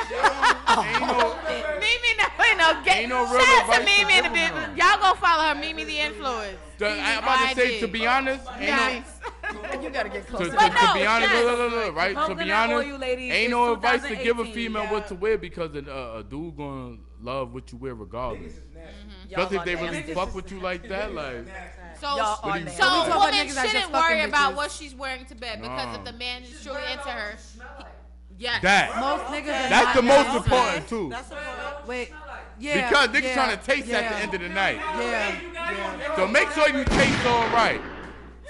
[SPEAKER 1] Ain't no,
[SPEAKER 6] Mimi, no, wait, no, get
[SPEAKER 1] Ain't no real
[SPEAKER 6] shout out to
[SPEAKER 1] advice to
[SPEAKER 6] Mimi and
[SPEAKER 1] give
[SPEAKER 6] the
[SPEAKER 1] 'em,
[SPEAKER 6] business. Y'all go follow her, Mimi the influence.
[SPEAKER 1] the, I'm about to say, to be honest, ain't
[SPEAKER 6] Nice.
[SPEAKER 5] You gotta get
[SPEAKER 1] no, to, to,
[SPEAKER 5] closer.
[SPEAKER 6] But no,
[SPEAKER 1] to be honest,
[SPEAKER 6] yes.
[SPEAKER 1] look, look, look, right? To
[SPEAKER 10] Coconut
[SPEAKER 1] be honest,
[SPEAKER 10] oil, ladies,
[SPEAKER 1] ain't
[SPEAKER 10] it's
[SPEAKER 1] no advice to give a
[SPEAKER 10] 2018,
[SPEAKER 1] female what
[SPEAKER 10] yeah.
[SPEAKER 1] to wear because a, a, a dude gonna love what you wear regardless. Especially if they really fuck with you like that, like
[SPEAKER 6] So,
[SPEAKER 5] Y'all are
[SPEAKER 6] so
[SPEAKER 5] nasty.
[SPEAKER 3] We talk
[SPEAKER 6] a
[SPEAKER 3] about niggas
[SPEAKER 6] woman
[SPEAKER 3] that just
[SPEAKER 6] shouldn't
[SPEAKER 3] fucking
[SPEAKER 6] worry about
[SPEAKER 3] bitches.
[SPEAKER 6] what she's wearing to bed because
[SPEAKER 1] Nah.
[SPEAKER 6] if the man is truly into her, he- yes.
[SPEAKER 1] that.
[SPEAKER 3] Most niggas. are
[SPEAKER 1] That's
[SPEAKER 3] not
[SPEAKER 1] the most
[SPEAKER 3] that.
[SPEAKER 1] important too,
[SPEAKER 8] That's important.
[SPEAKER 3] Wait. Yeah.
[SPEAKER 1] because niggas
[SPEAKER 3] yeah,
[SPEAKER 1] trying to taste at the
[SPEAKER 3] yeah,
[SPEAKER 1] end of the night.
[SPEAKER 3] Yeah.
[SPEAKER 1] So make sure you taste all right,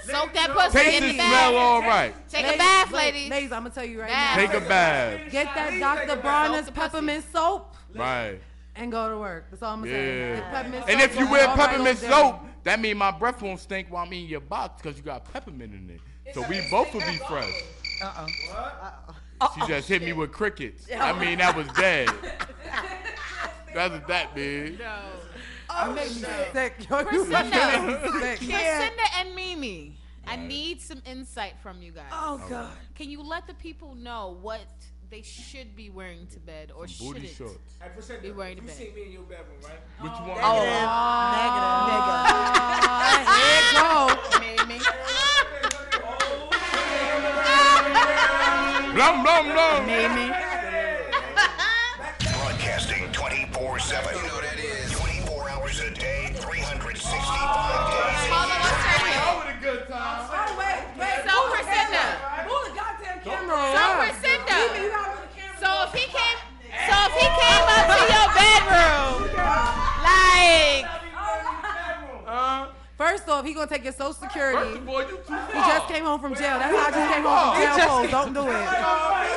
[SPEAKER 6] Soak that pussy
[SPEAKER 1] taste
[SPEAKER 6] in the
[SPEAKER 1] and smell
[SPEAKER 6] bath.
[SPEAKER 1] all right,
[SPEAKER 6] Take a bath,
[SPEAKER 3] wait,
[SPEAKER 6] ladies.
[SPEAKER 3] Ladies, I'm gonna tell you right
[SPEAKER 6] Bath.
[SPEAKER 3] now.
[SPEAKER 1] take a bath,
[SPEAKER 3] Get that Dr. Bronner's
[SPEAKER 6] Soak the pussy.
[SPEAKER 3] peppermint soap
[SPEAKER 1] right?
[SPEAKER 3] and go to work. That's all I'm gonna say. Get
[SPEAKER 1] Yeah.
[SPEAKER 3] peppermint
[SPEAKER 1] And
[SPEAKER 3] soap,
[SPEAKER 1] if you
[SPEAKER 3] go
[SPEAKER 1] wear
[SPEAKER 3] all right
[SPEAKER 1] peppermint
[SPEAKER 3] all day.
[SPEAKER 1] soap, that mean my breath won't stink while I'm in your box because you got peppermint in it. So we both will be fresh. Uh-uh. She just hit me with crickets. I mean, that was dead. That's what that big.
[SPEAKER 8] Sick. Yo, you
[SPEAKER 6] Priscilla,
[SPEAKER 8] sick.
[SPEAKER 6] Priscilla and Mimi, I need some insight from you guys.
[SPEAKER 8] Oh God.
[SPEAKER 6] Can you let the people know what they should be wearing to bed or
[SPEAKER 1] Booty
[SPEAKER 6] shouldn't
[SPEAKER 1] shorts.
[SPEAKER 6] be wearing to
[SPEAKER 2] You
[SPEAKER 6] bed?
[SPEAKER 2] see me in your bedroom, right?
[SPEAKER 1] Which one?
[SPEAKER 8] Negative.
[SPEAKER 5] Mimi.
[SPEAKER 1] Blum, blum, blum.
[SPEAKER 11] Broadcasting 24 7. You know what that is. 24 hours a day, 365 days. a
[SPEAKER 6] Paula, what's her name?
[SPEAKER 1] With a good time.
[SPEAKER 10] Oh, wait, wait.
[SPEAKER 6] So Priscilla,
[SPEAKER 10] Move the goddamn camera
[SPEAKER 6] so
[SPEAKER 10] around. Leave it, you
[SPEAKER 6] Priscilla.
[SPEAKER 10] gotta move the camera.
[SPEAKER 6] So if he came, so if he came up to your bedroom, like
[SPEAKER 3] First off, he gonna take your social security.
[SPEAKER 1] Boy, you too
[SPEAKER 3] He just came home from jail. That's how I just came home from jail. folks. Don't do it.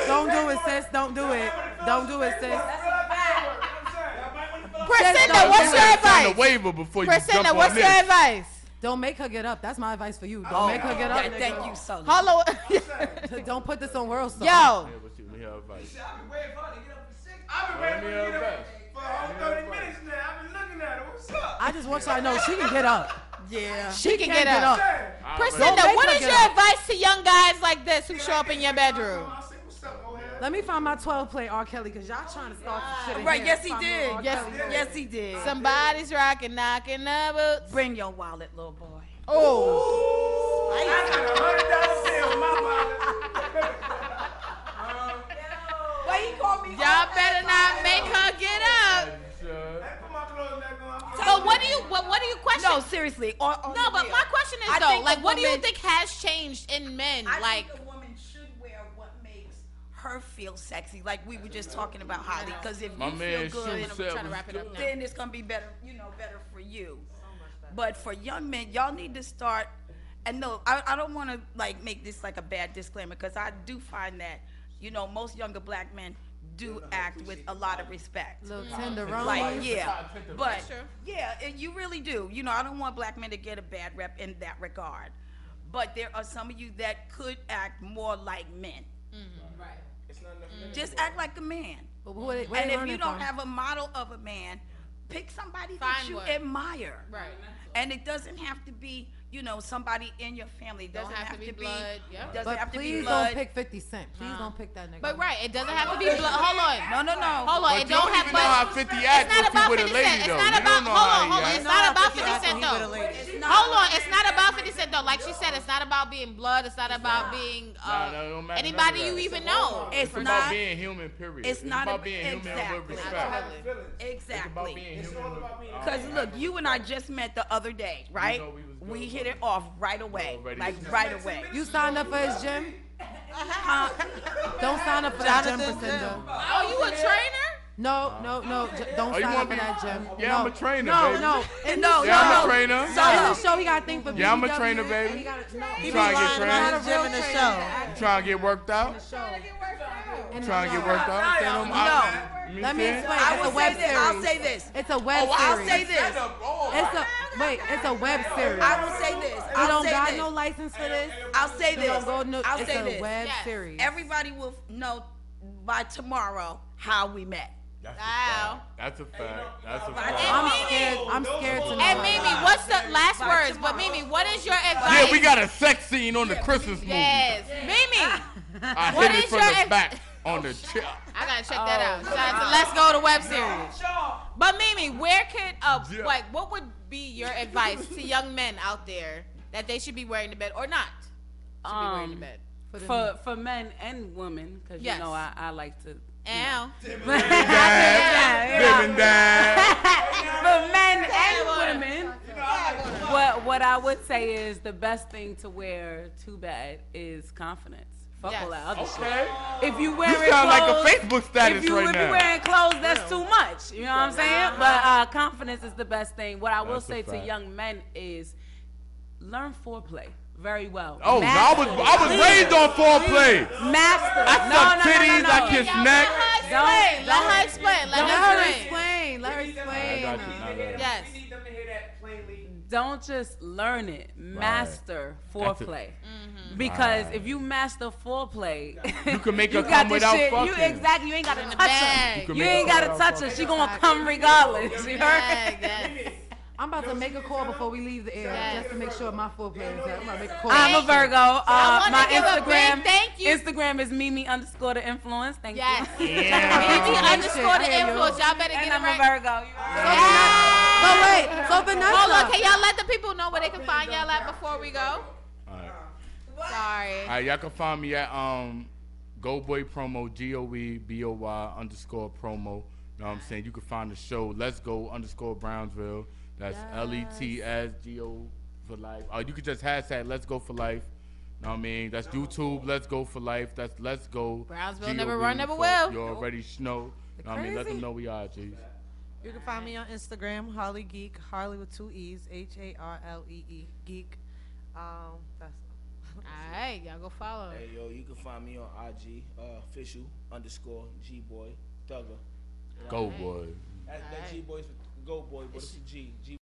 [SPEAKER 3] Don't do it, sis. Don't do it. Don't do it, sis.
[SPEAKER 6] Priscilla, what's your
[SPEAKER 1] Sign a
[SPEAKER 6] advice?
[SPEAKER 1] waiver before you jump
[SPEAKER 6] Priscilla,
[SPEAKER 1] on
[SPEAKER 6] what's your
[SPEAKER 1] this.
[SPEAKER 6] advice?
[SPEAKER 3] Don't make her get up. That's my advice for you. Don't make her get up.
[SPEAKER 5] Oh, Yeah, thank you so much.
[SPEAKER 6] Hello,
[SPEAKER 3] nigga. Don't put this on world song.
[SPEAKER 6] yo.
[SPEAKER 1] Yeah, but she- we have advice.
[SPEAKER 7] I've been waiting for her to get up at 6.
[SPEAKER 2] I've been
[SPEAKER 1] Let me
[SPEAKER 2] waiting for you
[SPEAKER 1] have
[SPEAKER 2] to
[SPEAKER 1] advice.
[SPEAKER 2] for a whole 30 minutes now. I've been looking at her. What's up?
[SPEAKER 3] I just want y'all to know she can get up.
[SPEAKER 5] Yeah.
[SPEAKER 6] She can
[SPEAKER 3] Can't
[SPEAKER 6] get up.
[SPEAKER 1] All right.
[SPEAKER 6] Priscilla,
[SPEAKER 3] make
[SPEAKER 6] what
[SPEAKER 3] her
[SPEAKER 6] is
[SPEAKER 3] get
[SPEAKER 6] your
[SPEAKER 3] up.
[SPEAKER 6] advice to young guys like this who show up in your bedroom?
[SPEAKER 2] I said, what's up, old head?
[SPEAKER 3] Let me find my 12 play R. Kelly because y'all trying to start some shit. in
[SPEAKER 5] Right,
[SPEAKER 3] here.
[SPEAKER 5] yes, he
[SPEAKER 3] Find me
[SPEAKER 5] did.
[SPEAKER 3] R.
[SPEAKER 5] Yes,
[SPEAKER 3] Kelly.
[SPEAKER 5] yes, he did.
[SPEAKER 6] Somebody's rocking, knocking the boots.
[SPEAKER 5] Bring your wallet, little boy.
[SPEAKER 6] Oh,
[SPEAKER 2] I got a hundred dollar bill in my wallet. Um,
[SPEAKER 10] Why he called me?
[SPEAKER 6] y'all better not make her get up.
[SPEAKER 1] Sure.
[SPEAKER 2] I put my clothes back on. I'm
[SPEAKER 6] But what do you, what, what do you question?
[SPEAKER 5] No, seriously. On, on
[SPEAKER 6] No,
[SPEAKER 5] the
[SPEAKER 6] but
[SPEAKER 5] real.
[SPEAKER 6] my question is
[SPEAKER 5] I
[SPEAKER 6] though,
[SPEAKER 5] think
[SPEAKER 6] like,
[SPEAKER 5] a
[SPEAKER 6] what do you
[SPEAKER 5] woman-
[SPEAKER 6] think has changed in men?
[SPEAKER 10] I
[SPEAKER 6] Like,
[SPEAKER 10] think a woman should wear what makes.
[SPEAKER 5] her feel sexy. Like we were just talking about Holly, because if
[SPEAKER 1] My
[SPEAKER 5] you
[SPEAKER 1] man
[SPEAKER 5] feel good,
[SPEAKER 1] Sugar
[SPEAKER 6] I'm
[SPEAKER 1] said
[SPEAKER 6] trying to
[SPEAKER 1] was
[SPEAKER 6] wrap it up
[SPEAKER 1] good.
[SPEAKER 6] now.
[SPEAKER 5] then it's gonna be better, you know, better for you. But for young men, y'all need to start. And no, I, I don't want to like make this like a bad disclaimer because I do find that you know most younger black men do act with a lot of respect.
[SPEAKER 3] Little
[SPEAKER 5] tenderoni.
[SPEAKER 3] tenderoni.
[SPEAKER 5] Like, yeah.
[SPEAKER 3] Tenderoni.
[SPEAKER 5] But,
[SPEAKER 3] That's true.
[SPEAKER 5] yeah, and you really do. You know, I don't want black men to get a bad rep in that regard. But there are some of you that could act more like men.
[SPEAKER 3] Mm.
[SPEAKER 10] Right. It's not enough.
[SPEAKER 5] Just act like a man.
[SPEAKER 3] But what they- where
[SPEAKER 5] and
[SPEAKER 3] they
[SPEAKER 5] if
[SPEAKER 3] learn
[SPEAKER 5] you
[SPEAKER 3] it
[SPEAKER 5] don't
[SPEAKER 3] from?
[SPEAKER 5] have a model of a man, pick somebody that
[SPEAKER 6] Find
[SPEAKER 5] you
[SPEAKER 6] one.
[SPEAKER 5] admire.
[SPEAKER 6] Right.
[SPEAKER 5] And it doesn't have to be, you know, somebody in your family. It
[SPEAKER 6] Don't
[SPEAKER 5] doesn't
[SPEAKER 6] have to be blood, yep.
[SPEAKER 5] Doesn't
[SPEAKER 3] But
[SPEAKER 5] have to be
[SPEAKER 3] please
[SPEAKER 5] blood.
[SPEAKER 3] don't pick 50 Cent. Please don't pick that nigga.
[SPEAKER 6] But right, it doesn't have to be blood. Hold on.
[SPEAKER 5] No, no, no.
[SPEAKER 6] Hold on.
[SPEAKER 1] But
[SPEAKER 6] it
[SPEAKER 1] you
[SPEAKER 6] don't,
[SPEAKER 1] don't
[SPEAKER 6] have.
[SPEAKER 1] even know how 50 act
[SPEAKER 6] it's not
[SPEAKER 1] with you with a
[SPEAKER 6] about 50
[SPEAKER 1] lady, though.
[SPEAKER 6] Cent. It's
[SPEAKER 1] You
[SPEAKER 6] not about.
[SPEAKER 1] don't know
[SPEAKER 6] Hold
[SPEAKER 1] how
[SPEAKER 6] on.
[SPEAKER 1] he
[SPEAKER 6] Hold on.
[SPEAKER 1] act.
[SPEAKER 6] It's not
[SPEAKER 1] Nah, 50
[SPEAKER 6] about 50
[SPEAKER 1] act when
[SPEAKER 6] Cent
[SPEAKER 1] he
[SPEAKER 6] though.
[SPEAKER 1] with a lady.
[SPEAKER 6] It's not- Hold on. It's not about 50 Cent though. Like she said, it's not about being blood. It's not about being
[SPEAKER 1] Nah, nah,
[SPEAKER 6] uh,
[SPEAKER 1] it don't matter none
[SPEAKER 6] anybody
[SPEAKER 1] of that.
[SPEAKER 6] you even know.
[SPEAKER 1] It's
[SPEAKER 5] It's
[SPEAKER 1] about
[SPEAKER 5] not.
[SPEAKER 1] being human, period.
[SPEAKER 5] It's not
[SPEAKER 1] about
[SPEAKER 5] a-
[SPEAKER 1] being human with
[SPEAKER 5] exactly.
[SPEAKER 1] respect.
[SPEAKER 5] Exactly.
[SPEAKER 1] It's all about being
[SPEAKER 5] Because
[SPEAKER 1] human.
[SPEAKER 5] look, you and I just met the other day, right?
[SPEAKER 1] know we
[SPEAKER 5] we hit it off right away. Like right away.
[SPEAKER 3] You signed up for his gym?
[SPEAKER 5] Uh-huh.
[SPEAKER 3] Don't sign up for that gym,
[SPEAKER 8] Jonathan's
[SPEAKER 3] Priscilla.
[SPEAKER 6] Oh, you a trainer?
[SPEAKER 3] No, no, no. j- Don't
[SPEAKER 1] Oh, you
[SPEAKER 3] sign
[SPEAKER 1] wanna
[SPEAKER 3] up for
[SPEAKER 1] be-
[SPEAKER 3] that gym.
[SPEAKER 1] Yeah,
[SPEAKER 3] no.
[SPEAKER 1] I'm a trainer,
[SPEAKER 3] No,
[SPEAKER 1] baby.
[SPEAKER 3] no. In
[SPEAKER 5] No,
[SPEAKER 3] this
[SPEAKER 1] yeah, I'm a
[SPEAKER 3] show-
[SPEAKER 1] trainer.
[SPEAKER 3] So
[SPEAKER 1] Shut
[SPEAKER 3] in
[SPEAKER 1] up.
[SPEAKER 3] this show, we got to think for
[SPEAKER 1] Yeah, I'm a
[SPEAKER 3] BBW,
[SPEAKER 1] trainer,
[SPEAKER 3] and
[SPEAKER 1] baby.
[SPEAKER 3] we gotta- no.
[SPEAKER 1] You trying to get
[SPEAKER 3] Not a
[SPEAKER 1] trained?
[SPEAKER 8] the gym
[SPEAKER 3] real
[SPEAKER 8] in the
[SPEAKER 3] trainer.
[SPEAKER 8] show.
[SPEAKER 1] You trying to get worked out?
[SPEAKER 3] And
[SPEAKER 1] Trying to
[SPEAKER 3] no.
[SPEAKER 1] get worked out? Stay on my-
[SPEAKER 3] No.
[SPEAKER 1] You
[SPEAKER 3] Let me
[SPEAKER 1] see?
[SPEAKER 3] explain.
[SPEAKER 5] I
[SPEAKER 3] It's a
[SPEAKER 5] will
[SPEAKER 3] web
[SPEAKER 5] say this. I'll
[SPEAKER 3] series.
[SPEAKER 5] say this.
[SPEAKER 3] It's a web
[SPEAKER 5] Oh,
[SPEAKER 3] series.
[SPEAKER 5] I'll say this.
[SPEAKER 3] It's a wait. It's a web series.
[SPEAKER 5] I will say this.
[SPEAKER 3] You
[SPEAKER 5] I'll
[SPEAKER 3] don't
[SPEAKER 5] say
[SPEAKER 3] got
[SPEAKER 5] this.
[SPEAKER 3] no license for this.
[SPEAKER 5] I'll say
[SPEAKER 3] You
[SPEAKER 5] this.
[SPEAKER 3] don't go no-
[SPEAKER 5] I'll
[SPEAKER 3] it's
[SPEAKER 5] say
[SPEAKER 3] a
[SPEAKER 5] this.
[SPEAKER 3] web
[SPEAKER 6] Yes.
[SPEAKER 3] series.
[SPEAKER 5] Everybody will know by tomorrow how we met.
[SPEAKER 1] That's a
[SPEAKER 6] Wow.
[SPEAKER 1] fact. That's a fact. That's a
[SPEAKER 3] I'm
[SPEAKER 1] fact.
[SPEAKER 3] scared. I'm scared to know.
[SPEAKER 6] And Mimi, what's the last
[SPEAKER 5] By
[SPEAKER 6] words? But
[SPEAKER 5] tomorrow.
[SPEAKER 6] Mimi, what is your advice?
[SPEAKER 1] Yeah, we got a sex scene on the Christmas movie.
[SPEAKER 6] Yes, Mimi.
[SPEAKER 1] I
[SPEAKER 6] What
[SPEAKER 1] hit
[SPEAKER 6] is
[SPEAKER 1] it from
[SPEAKER 6] your
[SPEAKER 1] the
[SPEAKER 6] ex-
[SPEAKER 1] back on the chest.
[SPEAKER 6] I gotta check
[SPEAKER 1] Oh,
[SPEAKER 6] that out. Shout out to Let's Go to Web Series. But Mimi, where could uh,
[SPEAKER 1] Yeah.
[SPEAKER 6] like what would be your advice to young men out there that they should be wearing to bed or not? Should be wearing to
[SPEAKER 12] Um,
[SPEAKER 6] bed.
[SPEAKER 12] for for men and women because
[SPEAKER 6] Yes.
[SPEAKER 12] you know I, I like to
[SPEAKER 6] Ow.
[SPEAKER 1] Living down.
[SPEAKER 12] for men and women. What what I would say is the best thing to wear to bed is confidence. Fuck all that
[SPEAKER 5] Oh.
[SPEAKER 12] other
[SPEAKER 1] Okay.
[SPEAKER 12] shit. If you wear
[SPEAKER 1] You sound like a
[SPEAKER 12] clothes,
[SPEAKER 1] Facebook status
[SPEAKER 12] if you,
[SPEAKER 1] right
[SPEAKER 12] if
[SPEAKER 1] now.
[SPEAKER 12] you wearing clothes, that's too much. You know what I'm saying? But uh, confidence is the best thing. What I will
[SPEAKER 1] That's a
[SPEAKER 12] say to
[SPEAKER 1] fact.
[SPEAKER 12] young men is learn foreplay very well.
[SPEAKER 1] Oh, no, I was I was
[SPEAKER 12] Master.
[SPEAKER 1] raised on foreplay.
[SPEAKER 12] Master.
[SPEAKER 1] I
[SPEAKER 12] no,
[SPEAKER 1] suck
[SPEAKER 12] no, no,
[SPEAKER 1] titties,
[SPEAKER 12] no, no.
[SPEAKER 1] I kiss neck.
[SPEAKER 6] Explain. Let her explain. Let
[SPEAKER 3] Let
[SPEAKER 6] her
[SPEAKER 3] her
[SPEAKER 6] explain.
[SPEAKER 3] explain. Let her explain.
[SPEAKER 6] Yes.
[SPEAKER 12] Don't just learn it. Master
[SPEAKER 1] That's it.
[SPEAKER 12] foreplay.
[SPEAKER 6] Mm-hmm.
[SPEAKER 12] Because
[SPEAKER 1] Right.
[SPEAKER 12] if you master foreplay,
[SPEAKER 1] You can make
[SPEAKER 12] you
[SPEAKER 1] her
[SPEAKER 12] got
[SPEAKER 1] come
[SPEAKER 12] this
[SPEAKER 1] without
[SPEAKER 12] shit-
[SPEAKER 1] fucking.
[SPEAKER 12] You exactly. You ain't gotta touch
[SPEAKER 6] bag. You
[SPEAKER 12] her.
[SPEAKER 1] can
[SPEAKER 12] You,
[SPEAKER 1] make
[SPEAKER 12] ain't
[SPEAKER 1] her
[SPEAKER 12] gotta
[SPEAKER 1] come
[SPEAKER 12] touch her. She gonna come regardless. You heard?
[SPEAKER 6] Yes, yes.
[SPEAKER 3] I'm about to make a call before we leave the air just to make sure my foreplay is there. I'm about to make a call.
[SPEAKER 12] I'm a Virgo. Uh,
[SPEAKER 6] wanna
[SPEAKER 12] my
[SPEAKER 6] give a big
[SPEAKER 12] Instagram.
[SPEAKER 6] thank you.
[SPEAKER 12] Instagram is Mimi underscore the influence. Thank
[SPEAKER 6] Yes.
[SPEAKER 12] you.
[SPEAKER 1] Yeah.
[SPEAKER 6] Mimi underscore
[SPEAKER 3] I
[SPEAKER 6] the
[SPEAKER 3] hear you.
[SPEAKER 6] influence. Y'all better get
[SPEAKER 12] And
[SPEAKER 6] it
[SPEAKER 12] I'm
[SPEAKER 6] right.
[SPEAKER 12] a Virgo. You heard?
[SPEAKER 3] But wait, so Vanessa.
[SPEAKER 6] Hold on, can oh, y'all let the people know where they can find y'all at before we go?
[SPEAKER 1] All right.
[SPEAKER 6] Sorry.
[SPEAKER 1] All right, y'all can find me at um, Go Boy Promo, G O E B O Y underscore promo. You know what I'm saying? You can find the show Let's Go underscore Brownsville. That's L E T S G O for life. Or you can just hashtag Let's Go for life. You know what I mean? That's YouTube, Let's Go for life. That's Let's Go.
[SPEAKER 6] Brownsville never
[SPEAKER 1] G.O.E.,
[SPEAKER 6] run, never
[SPEAKER 1] so
[SPEAKER 6] will.
[SPEAKER 1] You already know. You know what I mean? Let them
[SPEAKER 3] Crazy.
[SPEAKER 1] know we are, G.
[SPEAKER 8] You can find me on Instagram, Harley Geek, Harley with two E's, H A R L E E, Geek. Um, that's
[SPEAKER 6] All right, y'all go follow.
[SPEAKER 7] Hey yo, you can find me on IG, uh, official underscore G boy thugger.
[SPEAKER 1] Go, boy.
[SPEAKER 7] That, that G boys go boy, but it's G G